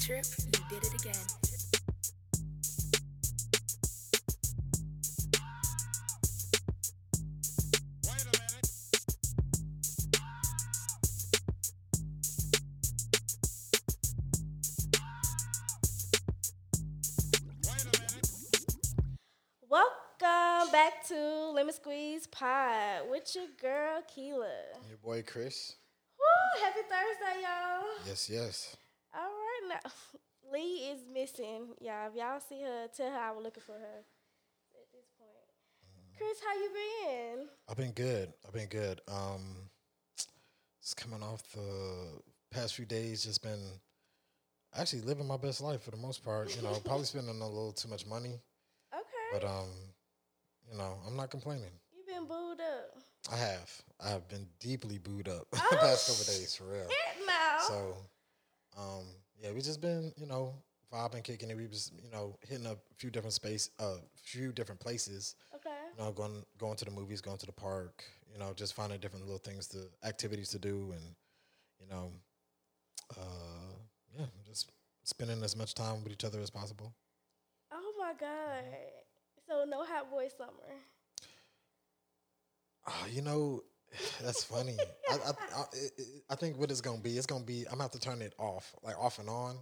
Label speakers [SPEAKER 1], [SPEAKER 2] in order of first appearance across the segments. [SPEAKER 1] Trip, you did it again.
[SPEAKER 2] Welcome back to Lemon Squeeze Pod with your girl Keela.
[SPEAKER 3] Your boy Chris.
[SPEAKER 2] Woo! Happy Thursday, y'all.
[SPEAKER 3] Yes, yes.
[SPEAKER 2] All right, now Lee is missing, y'all. If y'all see her, tell her I was looking for her. At this point, Chris, how you been?
[SPEAKER 3] I've been good. I've been good. Um, it's coming off the past few days. Just been actually living my best life for the most part. You know, probably spending a little too much money,
[SPEAKER 2] Okay.
[SPEAKER 3] but um, you know, I'm not complaining.
[SPEAKER 2] you been booed up.
[SPEAKER 3] I have. I've been deeply booed up the past couple days for real.
[SPEAKER 2] It now.
[SPEAKER 3] So, um, yeah, we just been, you know, vibing, kicking it. We was, you know, hitting up a few different space, a uh, few different places.
[SPEAKER 2] okay.
[SPEAKER 3] you know, going going to the movies, going to the park, you know, just finding different little things to activities to do, and you know, uh, yeah, just spending as much time with each other as possible.
[SPEAKER 2] Oh my God. So no hot boy summer.
[SPEAKER 3] Uh, you know, that's funny. I, I, I, it- it- I think what it's gonna be, it's gonna be. I'm gonna have to turn it off, like off and on.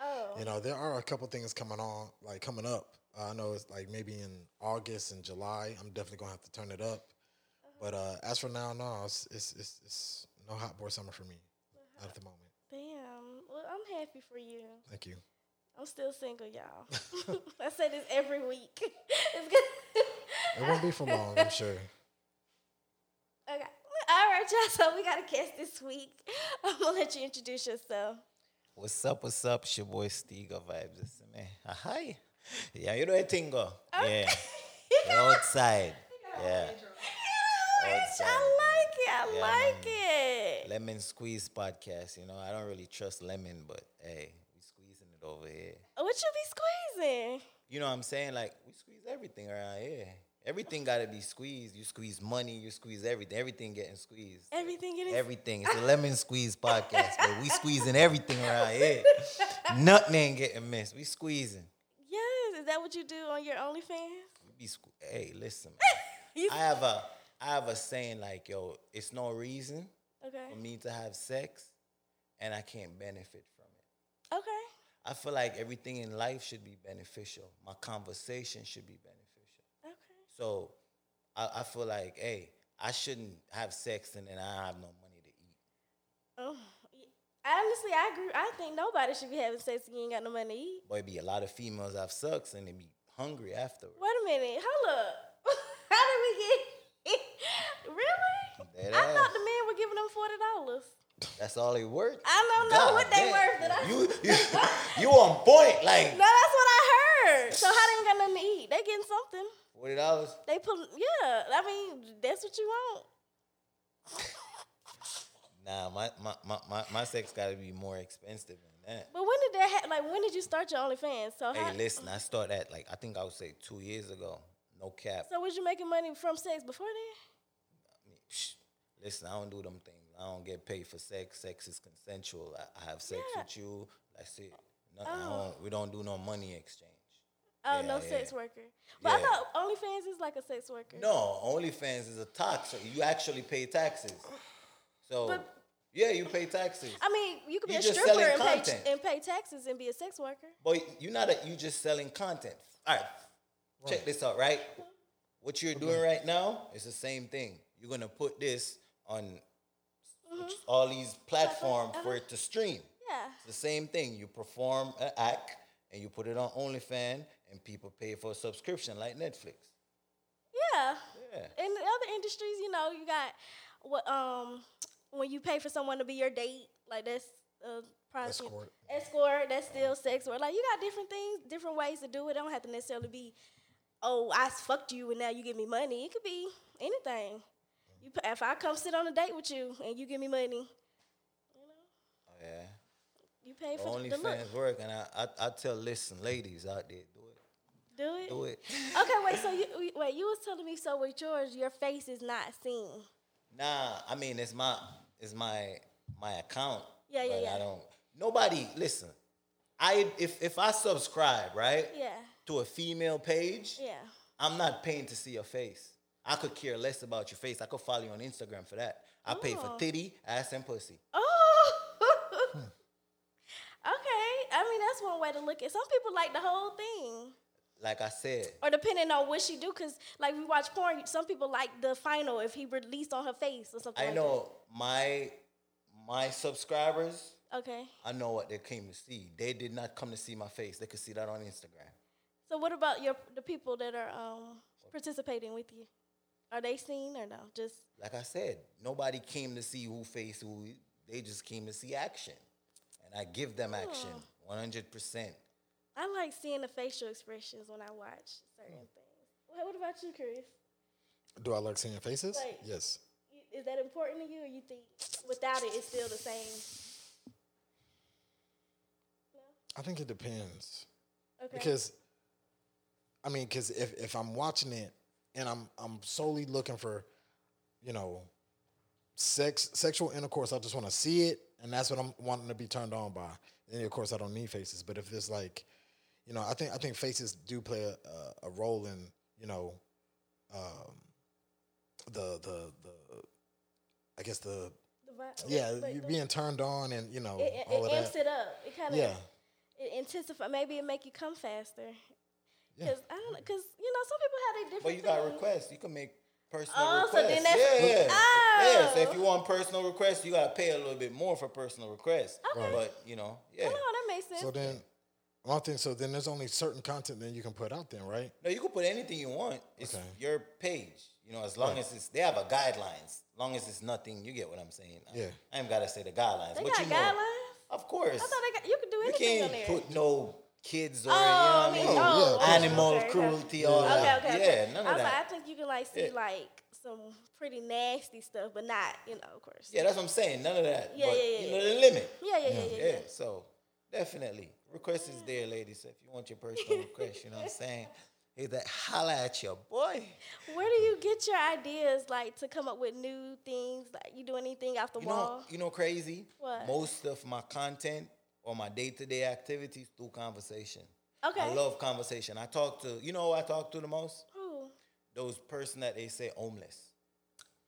[SPEAKER 2] Oh.
[SPEAKER 3] You know, there are a couple things coming on, like coming up. Uh, I know it's like maybe in August and July. I'm definitely gonna have to turn it up. But uh, as for now, no, it's it's it's, it's no hot boy summer for me not at the moment.
[SPEAKER 2] Damn. Well, I'm happy for you.
[SPEAKER 3] Thank you.
[SPEAKER 2] I'm still single, y'all. I say this every week. it's good.
[SPEAKER 3] It won't be for long, I'm sure.
[SPEAKER 2] Okay. All right, y'all. So we got a guest this week. I'm gonna let you introduce yourself.
[SPEAKER 4] What's up, what's up? It's your boy Stiga Vibes. It's me. Ah, Hi. Yeah, you know a tingo. Yeah. You're outside. Yeah.
[SPEAKER 2] Rich, I like it. I
[SPEAKER 4] Yeah,
[SPEAKER 2] like
[SPEAKER 4] man.
[SPEAKER 2] it.
[SPEAKER 4] Lemon Squeeze podcast. You know, I don't really trust lemon, but hey, we squeezing it over here.
[SPEAKER 2] Oh, what you be squeezing?
[SPEAKER 4] You know what I'm saying? Like, we squeeze everything around here. Everything got to be squeezed. You squeeze money, you squeeze everything. Everything getting squeezed.
[SPEAKER 2] Everything it is.
[SPEAKER 4] Everything. It's a lemon squeeze podcast, but we squeezing everything around here. Nothing ain't getting missed. We squeezing.
[SPEAKER 2] yes. Is that what you do on your OnlyFans?
[SPEAKER 4] be squ- hey, listen.
[SPEAKER 2] You-
[SPEAKER 4] Man. I have a I have a saying like, yo, it's no reason
[SPEAKER 2] Okay.
[SPEAKER 4] for me to have sex and I can't benefit from it.
[SPEAKER 2] Okay.
[SPEAKER 4] I feel like everything in life should be beneficial. My conversation should be beneficial.
[SPEAKER 2] Okay.
[SPEAKER 4] So I, I feel like, hey, I shouldn't have sex and then I have no money to eat.
[SPEAKER 2] Oh. y- Honestly, I agree. I think nobody should be having sex if you ain't got no money to eat.
[SPEAKER 4] Boy, be a lot of females have sex and they be hungry afterwards.
[SPEAKER 2] Wait a minute. Hold up. How did we get? really?
[SPEAKER 4] Dead
[SPEAKER 2] I thought
[SPEAKER 4] ass.
[SPEAKER 2] the men were giving them forty dollars.
[SPEAKER 4] That's all they worth.
[SPEAKER 2] I don't know
[SPEAKER 4] God
[SPEAKER 2] what they
[SPEAKER 4] damn.
[SPEAKER 2] worth, but I-
[SPEAKER 4] you, you, you on point. Like
[SPEAKER 2] No, that's what I heard. So how they ain't got nothing to eat? They getting something.
[SPEAKER 4] forty dollars.
[SPEAKER 2] They pull. Yeah. I mean, that's what you want.
[SPEAKER 4] Nah, my, my, my, my, my sex gotta be more expensive than that.
[SPEAKER 2] But when did that happen? Like, when did you start your OnlyFans? So how,
[SPEAKER 4] Hey, listen, I started at like I think I would say two years ago. No cap.
[SPEAKER 2] So was you making money from sex before then?
[SPEAKER 4] Psh, Listen, I don't do them things. I don't get paid for sex. Sex is consensual. I, I have sex
[SPEAKER 2] Yeah.
[SPEAKER 4] with you. That's it. No, I
[SPEAKER 2] Oh.
[SPEAKER 4] don't- we don't do no money exchange.
[SPEAKER 2] Oh,
[SPEAKER 4] Yeah,
[SPEAKER 2] no
[SPEAKER 4] yeah.
[SPEAKER 2] sex worker. But I
[SPEAKER 4] Yeah.
[SPEAKER 2] thought OnlyFans is like a sex worker.
[SPEAKER 4] No, OnlyFans is a tax. You actually pay taxes. So
[SPEAKER 2] But-
[SPEAKER 4] yeah, you pay taxes.
[SPEAKER 2] I mean, you could be
[SPEAKER 4] You
[SPEAKER 2] a
[SPEAKER 4] just
[SPEAKER 2] stripper
[SPEAKER 4] selling
[SPEAKER 2] and pay,
[SPEAKER 4] content.
[SPEAKER 2] and pay taxes and be a sex worker.
[SPEAKER 4] But you're not a, you just selling content. All right, check this out, right? What you're doing right now is the same thing. You're gonna put this on
[SPEAKER 2] Mm-hmm.
[SPEAKER 4] all these platforms
[SPEAKER 2] uh-huh.
[SPEAKER 4] for it to stream.
[SPEAKER 2] Yeah.
[SPEAKER 4] It's the same thing. You perform an act and you put it on OnlyFans, and people pay for a subscription like Netflix.
[SPEAKER 2] Yeah.
[SPEAKER 4] Yeah.
[SPEAKER 2] In the other industries, you know, you got what um when you pay for someone to be your date, like that's uh probably
[SPEAKER 3] Escort.
[SPEAKER 2] Escort, that's still sex work. Like you got different things, different ways to do it. It don't have to necessarily be, oh, I fucked you and now you give me money. It could be anything. You p- if I come sit on a date with you and you give me money,
[SPEAKER 4] Oh, yeah.
[SPEAKER 2] you pay
[SPEAKER 4] The
[SPEAKER 2] for the look.
[SPEAKER 4] OnlyFans work, and I, I I tell listen, ladies out there, do it,
[SPEAKER 2] Do it.
[SPEAKER 4] do it.
[SPEAKER 2] Okay, wait. So you we- wait. You was telling me so with yours, your face is not seen.
[SPEAKER 4] Nah, I mean it's my it's my my account.
[SPEAKER 2] Yeah, yeah,
[SPEAKER 4] but
[SPEAKER 2] yeah.
[SPEAKER 4] I don't. Nobody listen. I if if I subscribe right
[SPEAKER 2] Yeah.
[SPEAKER 4] to a female page,
[SPEAKER 2] Yeah.
[SPEAKER 4] I'm not paying to see your face. I could care less about your face. I could follow you on Instagram for that. I pay for
[SPEAKER 2] Oh.
[SPEAKER 4] titty, ass, and pussy.
[SPEAKER 2] Oh. okay. I mean, that's one way to look at. Some people like the whole thing,
[SPEAKER 4] Like I said,
[SPEAKER 2] or depending on what she do, because like we watch porn, some people like the final if he released on her face or something.
[SPEAKER 4] I
[SPEAKER 2] like
[SPEAKER 4] know my my subscribers.
[SPEAKER 2] That. Okay.
[SPEAKER 4] I know what they came to see. They did not come to see my face. They could see that on Instagram.
[SPEAKER 2] So what about your the people that are um, participating with you? Are they seen or no? Just
[SPEAKER 4] Like I said, nobody came to see who face who. They just came to see action, and I give them action, one hundred percent.
[SPEAKER 2] I like seeing the facial expressions when I watch certain
[SPEAKER 3] Hmm.
[SPEAKER 2] things. What, what about you, Chris?
[SPEAKER 3] Do I like seeing faces?
[SPEAKER 2] Like-
[SPEAKER 3] yes.
[SPEAKER 2] You- Is that important to you, or you think without it, it's still the same?
[SPEAKER 3] I think it depends
[SPEAKER 2] Okay.
[SPEAKER 3] because, I mean, because if if I'm watching it and I'm I'm solely looking for, you know, sex sexual intercourse, I just want to see it, and that's what I'm wanting to be turned on by. And of course, I don't need faces. But if it's like, you know, I think I think faces do play a, a, a role in you know, um, the the the, I guess the
[SPEAKER 2] The vi-
[SPEAKER 3] yeah
[SPEAKER 2] like
[SPEAKER 3] you
[SPEAKER 2] the-
[SPEAKER 3] being turned on and you know
[SPEAKER 2] it, it,
[SPEAKER 3] all
[SPEAKER 2] it
[SPEAKER 3] of
[SPEAKER 2] amps
[SPEAKER 3] that.
[SPEAKER 2] it up. It kind of
[SPEAKER 3] Yeah.
[SPEAKER 2] it intensifies. Maybe it make you come faster.
[SPEAKER 3] Yeah.
[SPEAKER 2] Cause I don't know. Cause you know some people have their different.
[SPEAKER 4] But you got
[SPEAKER 2] things.
[SPEAKER 4] requests. You can make personal
[SPEAKER 2] Oh, so
[SPEAKER 4] requests.
[SPEAKER 2] then that's-
[SPEAKER 4] yeah, yeah.
[SPEAKER 2] Oh.
[SPEAKER 4] yeah. So if you want personal requests, you gotta pay a little bit more for personal requests.
[SPEAKER 2] Okay.
[SPEAKER 4] But you know, yeah.
[SPEAKER 2] Oh, no, that makes sense.
[SPEAKER 3] So then, I don't think so. Then there's only certain content that you can put out there, right?
[SPEAKER 4] No, you can put anything you want. It's
[SPEAKER 3] Okay.
[SPEAKER 4] your page. You know, as long
[SPEAKER 3] Right.
[SPEAKER 4] as it's they have a guidelines. long as it's nothing, you get what I'm saying. I-
[SPEAKER 3] Yeah.
[SPEAKER 4] I ain't gotta say the guidelines.
[SPEAKER 2] they
[SPEAKER 4] but
[SPEAKER 2] got
[SPEAKER 4] you know,
[SPEAKER 2] guidelines.
[SPEAKER 4] Of course.
[SPEAKER 2] I thought they got, you could do
[SPEAKER 4] you
[SPEAKER 2] anything on there.
[SPEAKER 4] can't put no kids or
[SPEAKER 2] Oh,
[SPEAKER 4] you know
[SPEAKER 2] I mean,
[SPEAKER 4] what I mean?
[SPEAKER 3] oh, yeah, of course.
[SPEAKER 4] animal
[SPEAKER 2] Okay, okay.
[SPEAKER 4] cruelty, all
[SPEAKER 2] Okay,
[SPEAKER 4] that.
[SPEAKER 2] okay, okay.
[SPEAKER 4] Yeah, none
[SPEAKER 2] I
[SPEAKER 4] of
[SPEAKER 2] was
[SPEAKER 4] that.
[SPEAKER 2] Like, I think you can like see
[SPEAKER 4] Yeah.
[SPEAKER 2] like some pretty nasty stuff, but not you know, of course.
[SPEAKER 4] yeah, that's what I'm saying. None of that.
[SPEAKER 2] Yeah,
[SPEAKER 4] but
[SPEAKER 2] yeah, yeah,
[SPEAKER 4] you know
[SPEAKER 2] yeah.
[SPEAKER 4] the limit.
[SPEAKER 2] Yeah, yeah, yeah, yeah. yeah.
[SPEAKER 4] Yeah, so definitely. Request is there, ladies. So if you want your personal request, you know what I'm saying? Hit that holla at your boy.
[SPEAKER 2] Where do you get your ideas like to come up with new things? Like you do anything off the
[SPEAKER 4] You know,
[SPEAKER 2] wall?
[SPEAKER 4] you know crazy?
[SPEAKER 2] What?
[SPEAKER 4] Most of my content or my day-to-day activities through conversation.
[SPEAKER 2] okay.
[SPEAKER 4] I love conversation. I talk to, you know who I talk to the most?
[SPEAKER 2] Who?
[SPEAKER 4] Those person that they say homeless.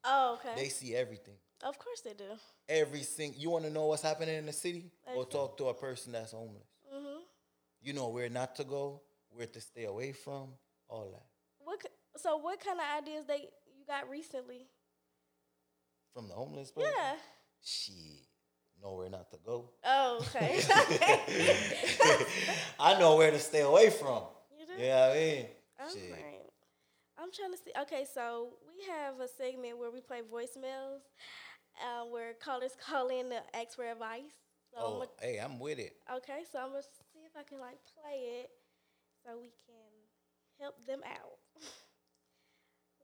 [SPEAKER 2] Oh, okay.
[SPEAKER 4] They see everything.
[SPEAKER 2] of course they do.
[SPEAKER 4] Every single you want to know what's happening in the city? Go
[SPEAKER 2] Okay.
[SPEAKER 4] talk to a person that's homeless.
[SPEAKER 2] hmm
[SPEAKER 4] You know where not to go, where to stay away from, all that.
[SPEAKER 2] What? c- So what kind of ideas they you got recently?
[SPEAKER 4] From the homeless person?
[SPEAKER 2] Yeah.
[SPEAKER 4] Shit, nowhere not to go.
[SPEAKER 2] Oh, okay.
[SPEAKER 4] I know where to stay away from.
[SPEAKER 2] You do?
[SPEAKER 4] Yeah, I mean,
[SPEAKER 2] All
[SPEAKER 4] shit.
[SPEAKER 2] right. I'm trying to see. Okay, so we have a segment where we play voicemails, uh, where callers call in to ask for advice. So
[SPEAKER 4] Oh,
[SPEAKER 2] I'ma-
[SPEAKER 4] hey, I'm with it.
[SPEAKER 2] okay, so I'm gonna see if I can like play it, so we can help them out.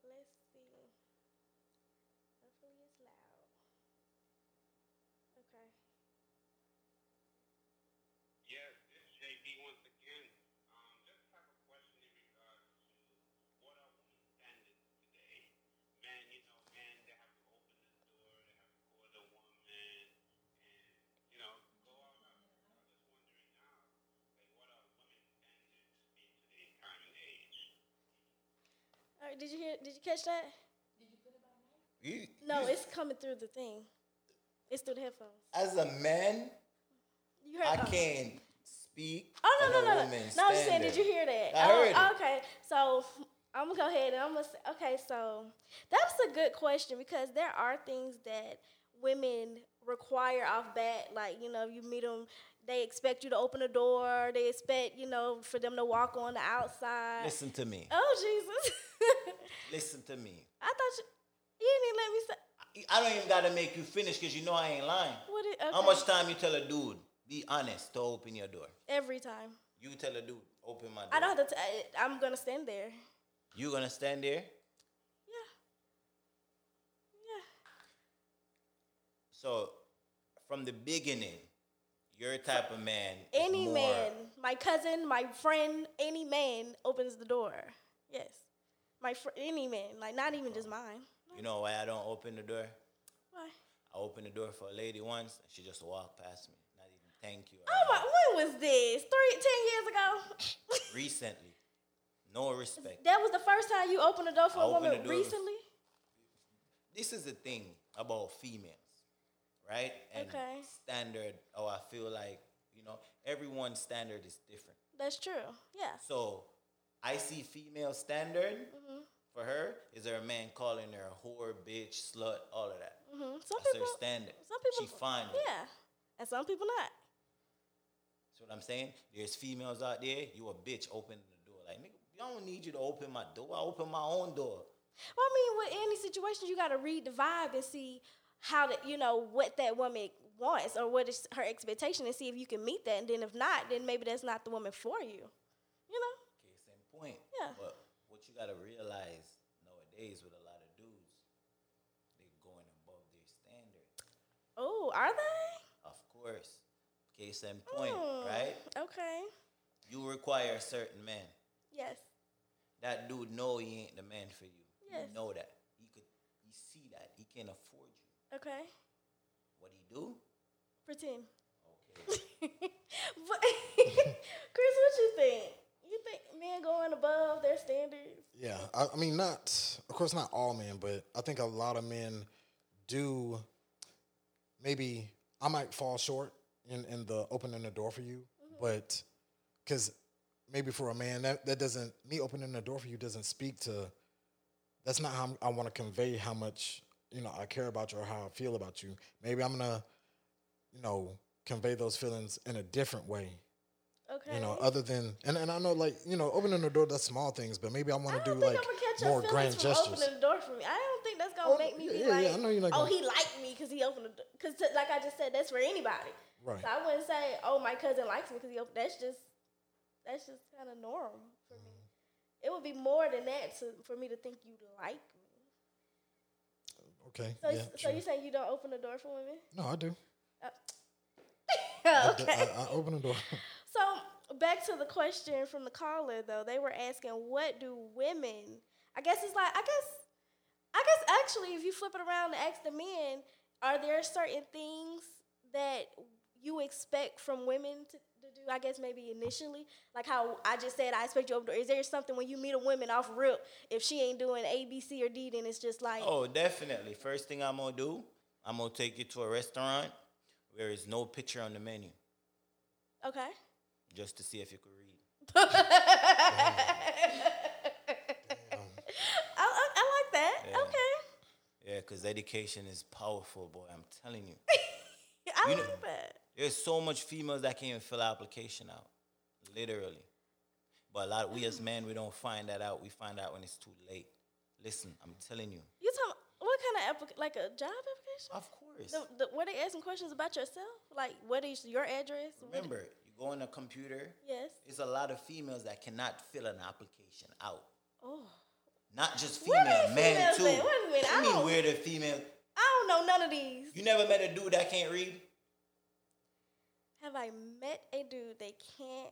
[SPEAKER 2] Let's see. Hopefully it's loud. Okay.
[SPEAKER 1] Yes, this is JB once again. Um, just have a question in regards to what are women's standards today? Men, you know, men, they have to open the door, they have to call the woman, and, you know, go all out. I was just wondering now, like, what are women's standards in today's time and age?
[SPEAKER 2] All right. Did you hear? Did you catch that?
[SPEAKER 4] You,
[SPEAKER 2] No,
[SPEAKER 4] you-
[SPEAKER 2] it's coming through the thing. It's through the headphones.
[SPEAKER 4] as a man,
[SPEAKER 2] You heard?
[SPEAKER 4] I
[SPEAKER 2] oh.
[SPEAKER 4] can't speak.
[SPEAKER 2] Oh no
[SPEAKER 4] on
[SPEAKER 2] no
[SPEAKER 4] a
[SPEAKER 2] no no!
[SPEAKER 4] woman's
[SPEAKER 2] No, I'm just saying,
[SPEAKER 4] standard.
[SPEAKER 2] did you hear that?
[SPEAKER 4] I
[SPEAKER 2] oh,
[SPEAKER 4] heard it.
[SPEAKER 2] Okay, so I'm gonna go ahead and I'm gonna say, okay, so that's a good question because there are things that women require off bat, like you know, you meet them, they expect you to open the door, they expect you know for them to walk on the outside.
[SPEAKER 4] Listen to me.
[SPEAKER 2] Oh Jesus!
[SPEAKER 4] Listen to me.
[SPEAKER 2] I thought you, you didn't let me say
[SPEAKER 4] I don't even gotta make you finish because you know I ain't lying.
[SPEAKER 2] what. It, okay.
[SPEAKER 4] How much time you tell a dude? Be honest to open your door.
[SPEAKER 2] Every time.
[SPEAKER 4] You tell a dude, open my door.
[SPEAKER 2] I don't have to. T- I, I'm gonna stand there.
[SPEAKER 4] You gonna stand there?
[SPEAKER 2] Yeah. Yeah.
[SPEAKER 4] So, from the beginning, you're a type of man. is
[SPEAKER 2] Any
[SPEAKER 4] more-
[SPEAKER 2] man, my cousin, my friend, any man opens the door. Yes. My fr- any man, like not even just mine.
[SPEAKER 4] You know why I don't open the door?
[SPEAKER 2] Why?
[SPEAKER 4] I opened the door for a lady once, and she just walked past me. Not even Thank you.
[SPEAKER 2] Oh
[SPEAKER 4] Ariana.
[SPEAKER 2] my, when was this? Three, ten years ago?
[SPEAKER 4] Recently, no respect.
[SPEAKER 2] that was the first time you opened the door for
[SPEAKER 4] I
[SPEAKER 2] a
[SPEAKER 4] opened
[SPEAKER 2] woman
[SPEAKER 4] the door.
[SPEAKER 2] recently?
[SPEAKER 4] This is the thing about females, right? And
[SPEAKER 2] Okay.
[SPEAKER 4] standard. Oh, I feel like you know everyone's standard is different.
[SPEAKER 2] That's true. Yeah.
[SPEAKER 4] So I see female standard
[SPEAKER 2] Mm-hmm.
[SPEAKER 4] for her is her man calling her a whore, bitch, slut, all of that.
[SPEAKER 2] hmm Some
[SPEAKER 4] That's her
[SPEAKER 2] people,
[SPEAKER 4] standard.
[SPEAKER 2] some people,
[SPEAKER 4] she fine. with it.
[SPEAKER 2] Yeah, and some people not.
[SPEAKER 4] That's what I'm saying. There's females out there. You a bitch opening the door. Like nigga, I don't need you to open my door. I open my own door.
[SPEAKER 2] Well, I mean, with any situation, you got to read the vibe and see how that you know what that woman wants or what is her expectation, and see if you can meet that. And then if not, then maybe that's not the woman for you. You know?
[SPEAKER 4] Case in point.
[SPEAKER 2] Yeah.
[SPEAKER 4] But what you gotta realize nowadays with a lot of dudes, they're going above their standard.
[SPEAKER 2] Oh, are they?
[SPEAKER 4] Of course. Case in point,
[SPEAKER 2] Hmm,
[SPEAKER 4] right?
[SPEAKER 2] Okay.
[SPEAKER 4] You require a certain man.
[SPEAKER 2] Yes.
[SPEAKER 4] That dude know he ain't the man for you.
[SPEAKER 2] Yes.
[SPEAKER 4] You know that. He could he see that. He can afford you.
[SPEAKER 2] Okay.
[SPEAKER 4] What he do?
[SPEAKER 2] Pretend.
[SPEAKER 4] Okay.
[SPEAKER 2] but Chris, what you think? You think men going above their standards?
[SPEAKER 3] Yeah, I, I mean, not of course not all men, but I think a lot of men do. Maybe I might fall short in in the opening the door for you, but because maybe for a man that that doesn't me opening the door for you doesn't speak to. That's not how I'm- i want to convey how much you know I care about you or how I feel about you. Maybe I'm gonna, you know, convey those feelings in a different way.
[SPEAKER 2] Okay.
[SPEAKER 3] You know, other than and, and I know like you know opening the door that's small things, but maybe I
[SPEAKER 2] I
[SPEAKER 3] want to
[SPEAKER 2] don't
[SPEAKER 3] do
[SPEAKER 2] think
[SPEAKER 3] like
[SPEAKER 2] I'm gonna catch
[SPEAKER 3] more
[SPEAKER 2] your
[SPEAKER 3] grand
[SPEAKER 2] feelings from
[SPEAKER 3] gestures.
[SPEAKER 2] opening the door for me. I don't think that's gonna
[SPEAKER 3] Oh,
[SPEAKER 2] make me
[SPEAKER 3] yeah,
[SPEAKER 2] be
[SPEAKER 3] yeah,
[SPEAKER 2] like,
[SPEAKER 3] yeah, I know you're not
[SPEAKER 2] oh,
[SPEAKER 3] gonna-
[SPEAKER 2] he liked me because he opened the door. Because like I just said, that's for anybody.
[SPEAKER 3] Right.
[SPEAKER 2] So I wouldn't say, oh, my cousin likes me because he opened. That's just that's just kind of norm for me.
[SPEAKER 3] Mm.
[SPEAKER 2] It would be more than that to, for me to think you like me.
[SPEAKER 3] Okay.
[SPEAKER 2] So,
[SPEAKER 3] yeah,
[SPEAKER 2] so
[SPEAKER 3] sure.
[SPEAKER 2] you say you don't open the door for women? Uh,
[SPEAKER 3] no, I do. I, do-
[SPEAKER 2] okay.
[SPEAKER 3] I, I open the door.
[SPEAKER 2] So back to the question from the caller though, they were asking what do women I guess it's like I guess I guess actually if you flip it around and ask the men, are there certain things that you expect from women to, to do, I guess maybe initially? Like how I just said I expect you to open the door. Is there something when you meet a woman off rip, if she ain't doing A, B, C, or D, then it's just like
[SPEAKER 4] Oh, definitely. First thing I'm gonna do, I'm gonna take you to a restaurant where is no picture on the menu,
[SPEAKER 2] okay.
[SPEAKER 4] just to see if you could read.
[SPEAKER 2] I, I, I like that.
[SPEAKER 4] Yeah.
[SPEAKER 2] Okay.
[SPEAKER 4] Yeah, cause education is powerful, boy. I'm telling you.
[SPEAKER 2] I
[SPEAKER 4] You know-
[SPEAKER 2] like that.
[SPEAKER 4] There's so much females that can't even fill an application out, literally. But a lot we as men we don't find that out. We find out when it's too late. Listen, I'm telling you.
[SPEAKER 2] You talking what kind of applic- like a job application?
[SPEAKER 4] Of course.
[SPEAKER 2] The, the, were they asking questions about yourself? Like what is your address? What-
[SPEAKER 4] Remember, you go on a computer.
[SPEAKER 2] yes.
[SPEAKER 4] There's a lot of females that cannot fill an application out.
[SPEAKER 2] Oh,
[SPEAKER 4] Not just
[SPEAKER 2] Where
[SPEAKER 4] female,
[SPEAKER 2] are these
[SPEAKER 4] men
[SPEAKER 2] females
[SPEAKER 4] too.
[SPEAKER 2] at? Wait a minute, I
[SPEAKER 4] I mean,
[SPEAKER 2] don't-
[SPEAKER 4] where the female?
[SPEAKER 2] I don't know none of these.
[SPEAKER 4] You never met a dude that can't read?
[SPEAKER 2] Have I met a dude that can't?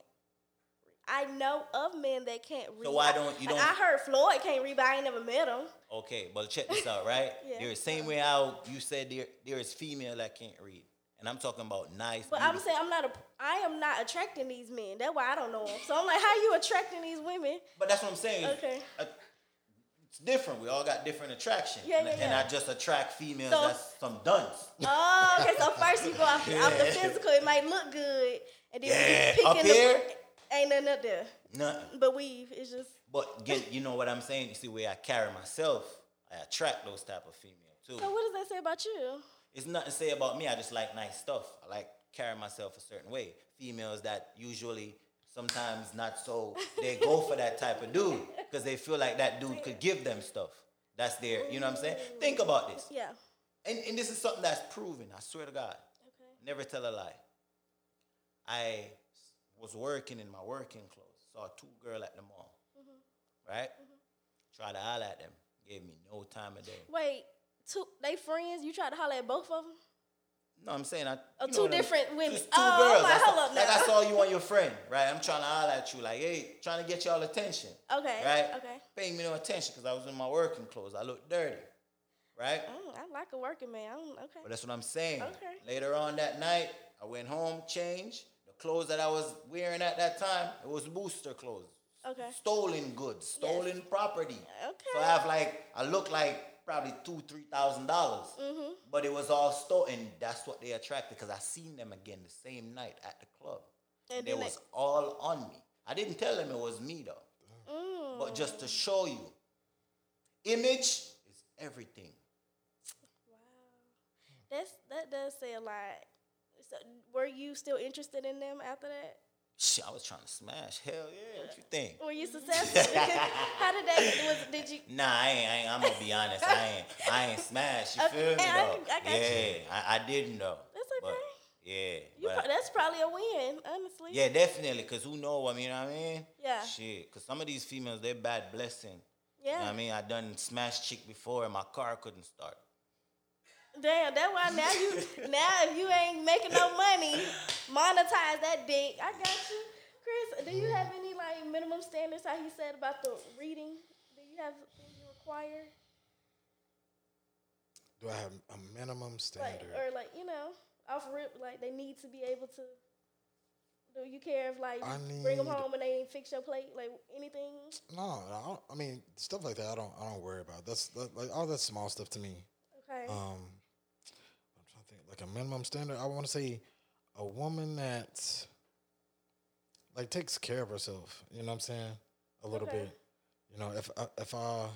[SPEAKER 2] I know of men that can't read.
[SPEAKER 4] why don't- you
[SPEAKER 2] Like,
[SPEAKER 4] don't-
[SPEAKER 2] I heard Floyd can't read, but I ain't never met him.
[SPEAKER 4] Okay, but check this out, right?
[SPEAKER 2] Yeah.
[SPEAKER 4] There's same way out. You said there there is female that can't read, and I'm talking about nice.
[SPEAKER 2] But I'm
[SPEAKER 4] beautiful-
[SPEAKER 2] saying I'm not a. I am not attracting these men. That's why I don't know them. So I'm like, how you attracting these women?
[SPEAKER 4] But that's what I'm saying.
[SPEAKER 2] Okay.
[SPEAKER 4] Uh, It's different. We all got different attraction.
[SPEAKER 2] Yeah,
[SPEAKER 4] and,
[SPEAKER 2] yeah,
[SPEAKER 4] and
[SPEAKER 2] yeah.
[SPEAKER 4] I just attract females
[SPEAKER 2] So-
[SPEAKER 4] that's some dunce.
[SPEAKER 2] Oh, okay. So first you go off, off the
[SPEAKER 4] Yeah.
[SPEAKER 2] physical. It might look good, and then
[SPEAKER 4] Yeah,
[SPEAKER 2] you peek
[SPEAKER 4] up
[SPEAKER 2] in
[SPEAKER 4] here?
[SPEAKER 2] the ain't nothing up there.
[SPEAKER 4] Nothing.
[SPEAKER 2] But weave, it's just
[SPEAKER 4] But get you know what I'm saying? You see where I carry myself, I attract those type of female too.
[SPEAKER 2] so. What does that say about you?
[SPEAKER 4] it's nothing to say about me. I just like nice stuff. I like carrying myself a certain way. Females that usually sometimes not so they go for that type of dude because they feel like that dude could give them stuff. That's their, you know what I'm saying? Think about this.
[SPEAKER 2] Yeah.
[SPEAKER 4] And, and this is something that's proven. I swear to God.
[SPEAKER 2] Okay.
[SPEAKER 4] Never tell a lie. I was working in my working clothes. Saw two girl at the mall.
[SPEAKER 2] Mm-hmm.
[SPEAKER 4] Right? Try to holler at them. Gave me no time of day.
[SPEAKER 2] Wait, two they friends? You tried to holler at both of them?
[SPEAKER 4] No, I'm saying I.
[SPEAKER 2] Oh,
[SPEAKER 4] you
[SPEAKER 2] two
[SPEAKER 4] know them-
[SPEAKER 2] different women.
[SPEAKER 4] Just two
[SPEAKER 2] Oh, I'm
[SPEAKER 4] girls.
[SPEAKER 2] like,
[SPEAKER 4] That's-
[SPEAKER 2] hold up
[SPEAKER 4] like
[SPEAKER 2] now.
[SPEAKER 4] I saw you on your friend, right? I'm trying to holler at you, like, hey, trying to get y'all attention.
[SPEAKER 2] Okay.
[SPEAKER 4] Right?
[SPEAKER 2] Okay.
[SPEAKER 4] Paying me no attention because I was in my working clothes. I looked dirty. Right?
[SPEAKER 2] Oh, I Mm, like a working man. I don't, okay.
[SPEAKER 4] But that's what I'm saying.
[SPEAKER 2] Okay.
[SPEAKER 4] Later on that night, I went home, changed. The clothes that I was wearing at that time, it was booster clothes.
[SPEAKER 2] Okay.
[SPEAKER 4] Stolen goods, stolen property.
[SPEAKER 2] Okay.
[SPEAKER 4] So I have like I look like probably two, three thousand dollars.
[SPEAKER 2] Mm-hmm.
[SPEAKER 4] But it was all stolen. That's what they attracted because I seen them again the same night at the club.
[SPEAKER 2] And
[SPEAKER 4] And they
[SPEAKER 2] then they-
[SPEAKER 4] was all on me. I didn't tell them it was me though.
[SPEAKER 2] Mm.
[SPEAKER 4] But just to show you, image is everything.
[SPEAKER 2] That's that does say a lot. So, were you still interested in them after that?
[SPEAKER 4] Shit, I was trying to smash. Hell yeah. What you think?
[SPEAKER 2] Were you successful? How did that? Was did you?
[SPEAKER 4] Nah, I ain't, I ain't. I'm gonna be honest. I ain't. I ain't smashed. You
[SPEAKER 2] Okay,
[SPEAKER 4] feel me
[SPEAKER 2] I- I
[SPEAKER 4] though?
[SPEAKER 2] got you.
[SPEAKER 4] yeah, I, I didn't know.
[SPEAKER 2] That's
[SPEAKER 4] But,
[SPEAKER 2] okay.
[SPEAKER 4] yeah.
[SPEAKER 2] you
[SPEAKER 4] but-
[SPEAKER 2] pro- that's probably a win, honestly.
[SPEAKER 4] yeah, definitely. Cause who know? I mean, you know what I mean.
[SPEAKER 2] Yeah.
[SPEAKER 4] Shit. Cause some of these females, they're bad blessing. You know
[SPEAKER 2] Yeah.
[SPEAKER 4] what I mean, I done smashed chick before, and my car couldn't start.
[SPEAKER 2] Damn. That's why now you now if you ain't making no money, monetize that dick. I got you, Chris. Do you have any like minimum standards? How he said about the reading? Do you have things you require?
[SPEAKER 3] Do I have a minimum
[SPEAKER 2] like
[SPEAKER 3] standard?
[SPEAKER 2] or like you know off rip like they need to be able to do you care if like
[SPEAKER 3] I
[SPEAKER 2] you bring them
[SPEAKER 3] need-
[SPEAKER 2] home and they ain't fix your plate like anything
[SPEAKER 3] No, I, don't, I mean stuff like that. I don't. I don't worry about. That's that, like all that small stuff to me.
[SPEAKER 2] okay
[SPEAKER 3] Um, I'm trying to think like a minimum standard. I want to say a woman that like takes care of herself. You know what I'm saying? A little
[SPEAKER 2] Okay.
[SPEAKER 3] bit. You know, if I, if I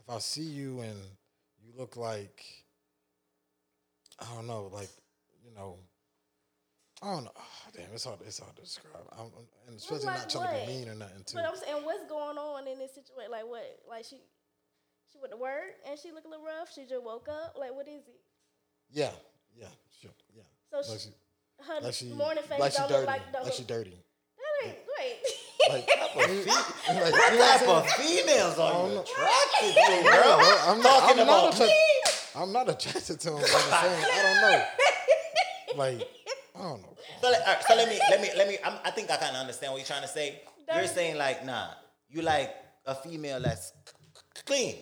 [SPEAKER 3] if I see you and you look like I don't know, like you know. I don't know. Ah, damn, it's hard. It's hard to describe. I'm, I'm- and especially
[SPEAKER 2] like
[SPEAKER 3] not trying to
[SPEAKER 2] what?
[SPEAKER 3] be mean or nothing too.
[SPEAKER 2] but i'm saying what's going on in this situation like what like she she went to work and she look a little rough she just woke up like what is it
[SPEAKER 3] Yeah, yeah, sure, yeah.
[SPEAKER 2] So
[SPEAKER 3] like
[SPEAKER 2] she-
[SPEAKER 3] she,
[SPEAKER 2] her
[SPEAKER 3] like she,
[SPEAKER 2] morning face
[SPEAKER 3] like she
[SPEAKER 2] don't
[SPEAKER 3] dirty,
[SPEAKER 2] look like don't
[SPEAKER 3] like she
[SPEAKER 2] look-
[SPEAKER 3] dirty.
[SPEAKER 2] that ain't great
[SPEAKER 3] Like, like, you know what I'm
[SPEAKER 4] Type
[SPEAKER 3] saying?
[SPEAKER 4] of females are you
[SPEAKER 3] no.
[SPEAKER 4] attracted to,
[SPEAKER 2] Oh
[SPEAKER 4] girl?
[SPEAKER 3] Well, I'm not,
[SPEAKER 4] Talking
[SPEAKER 3] I'm not
[SPEAKER 4] about
[SPEAKER 3] attract- I'm not attracted to him. But I'm saying, I don't know. Like, I don't know.
[SPEAKER 4] So, let- all right, so let me, let me, let me. I'm, I think I kind of understand what you're trying to say. You're
[SPEAKER 2] Dirty.
[SPEAKER 4] saying like, nah, you like a female that's c- c- clean.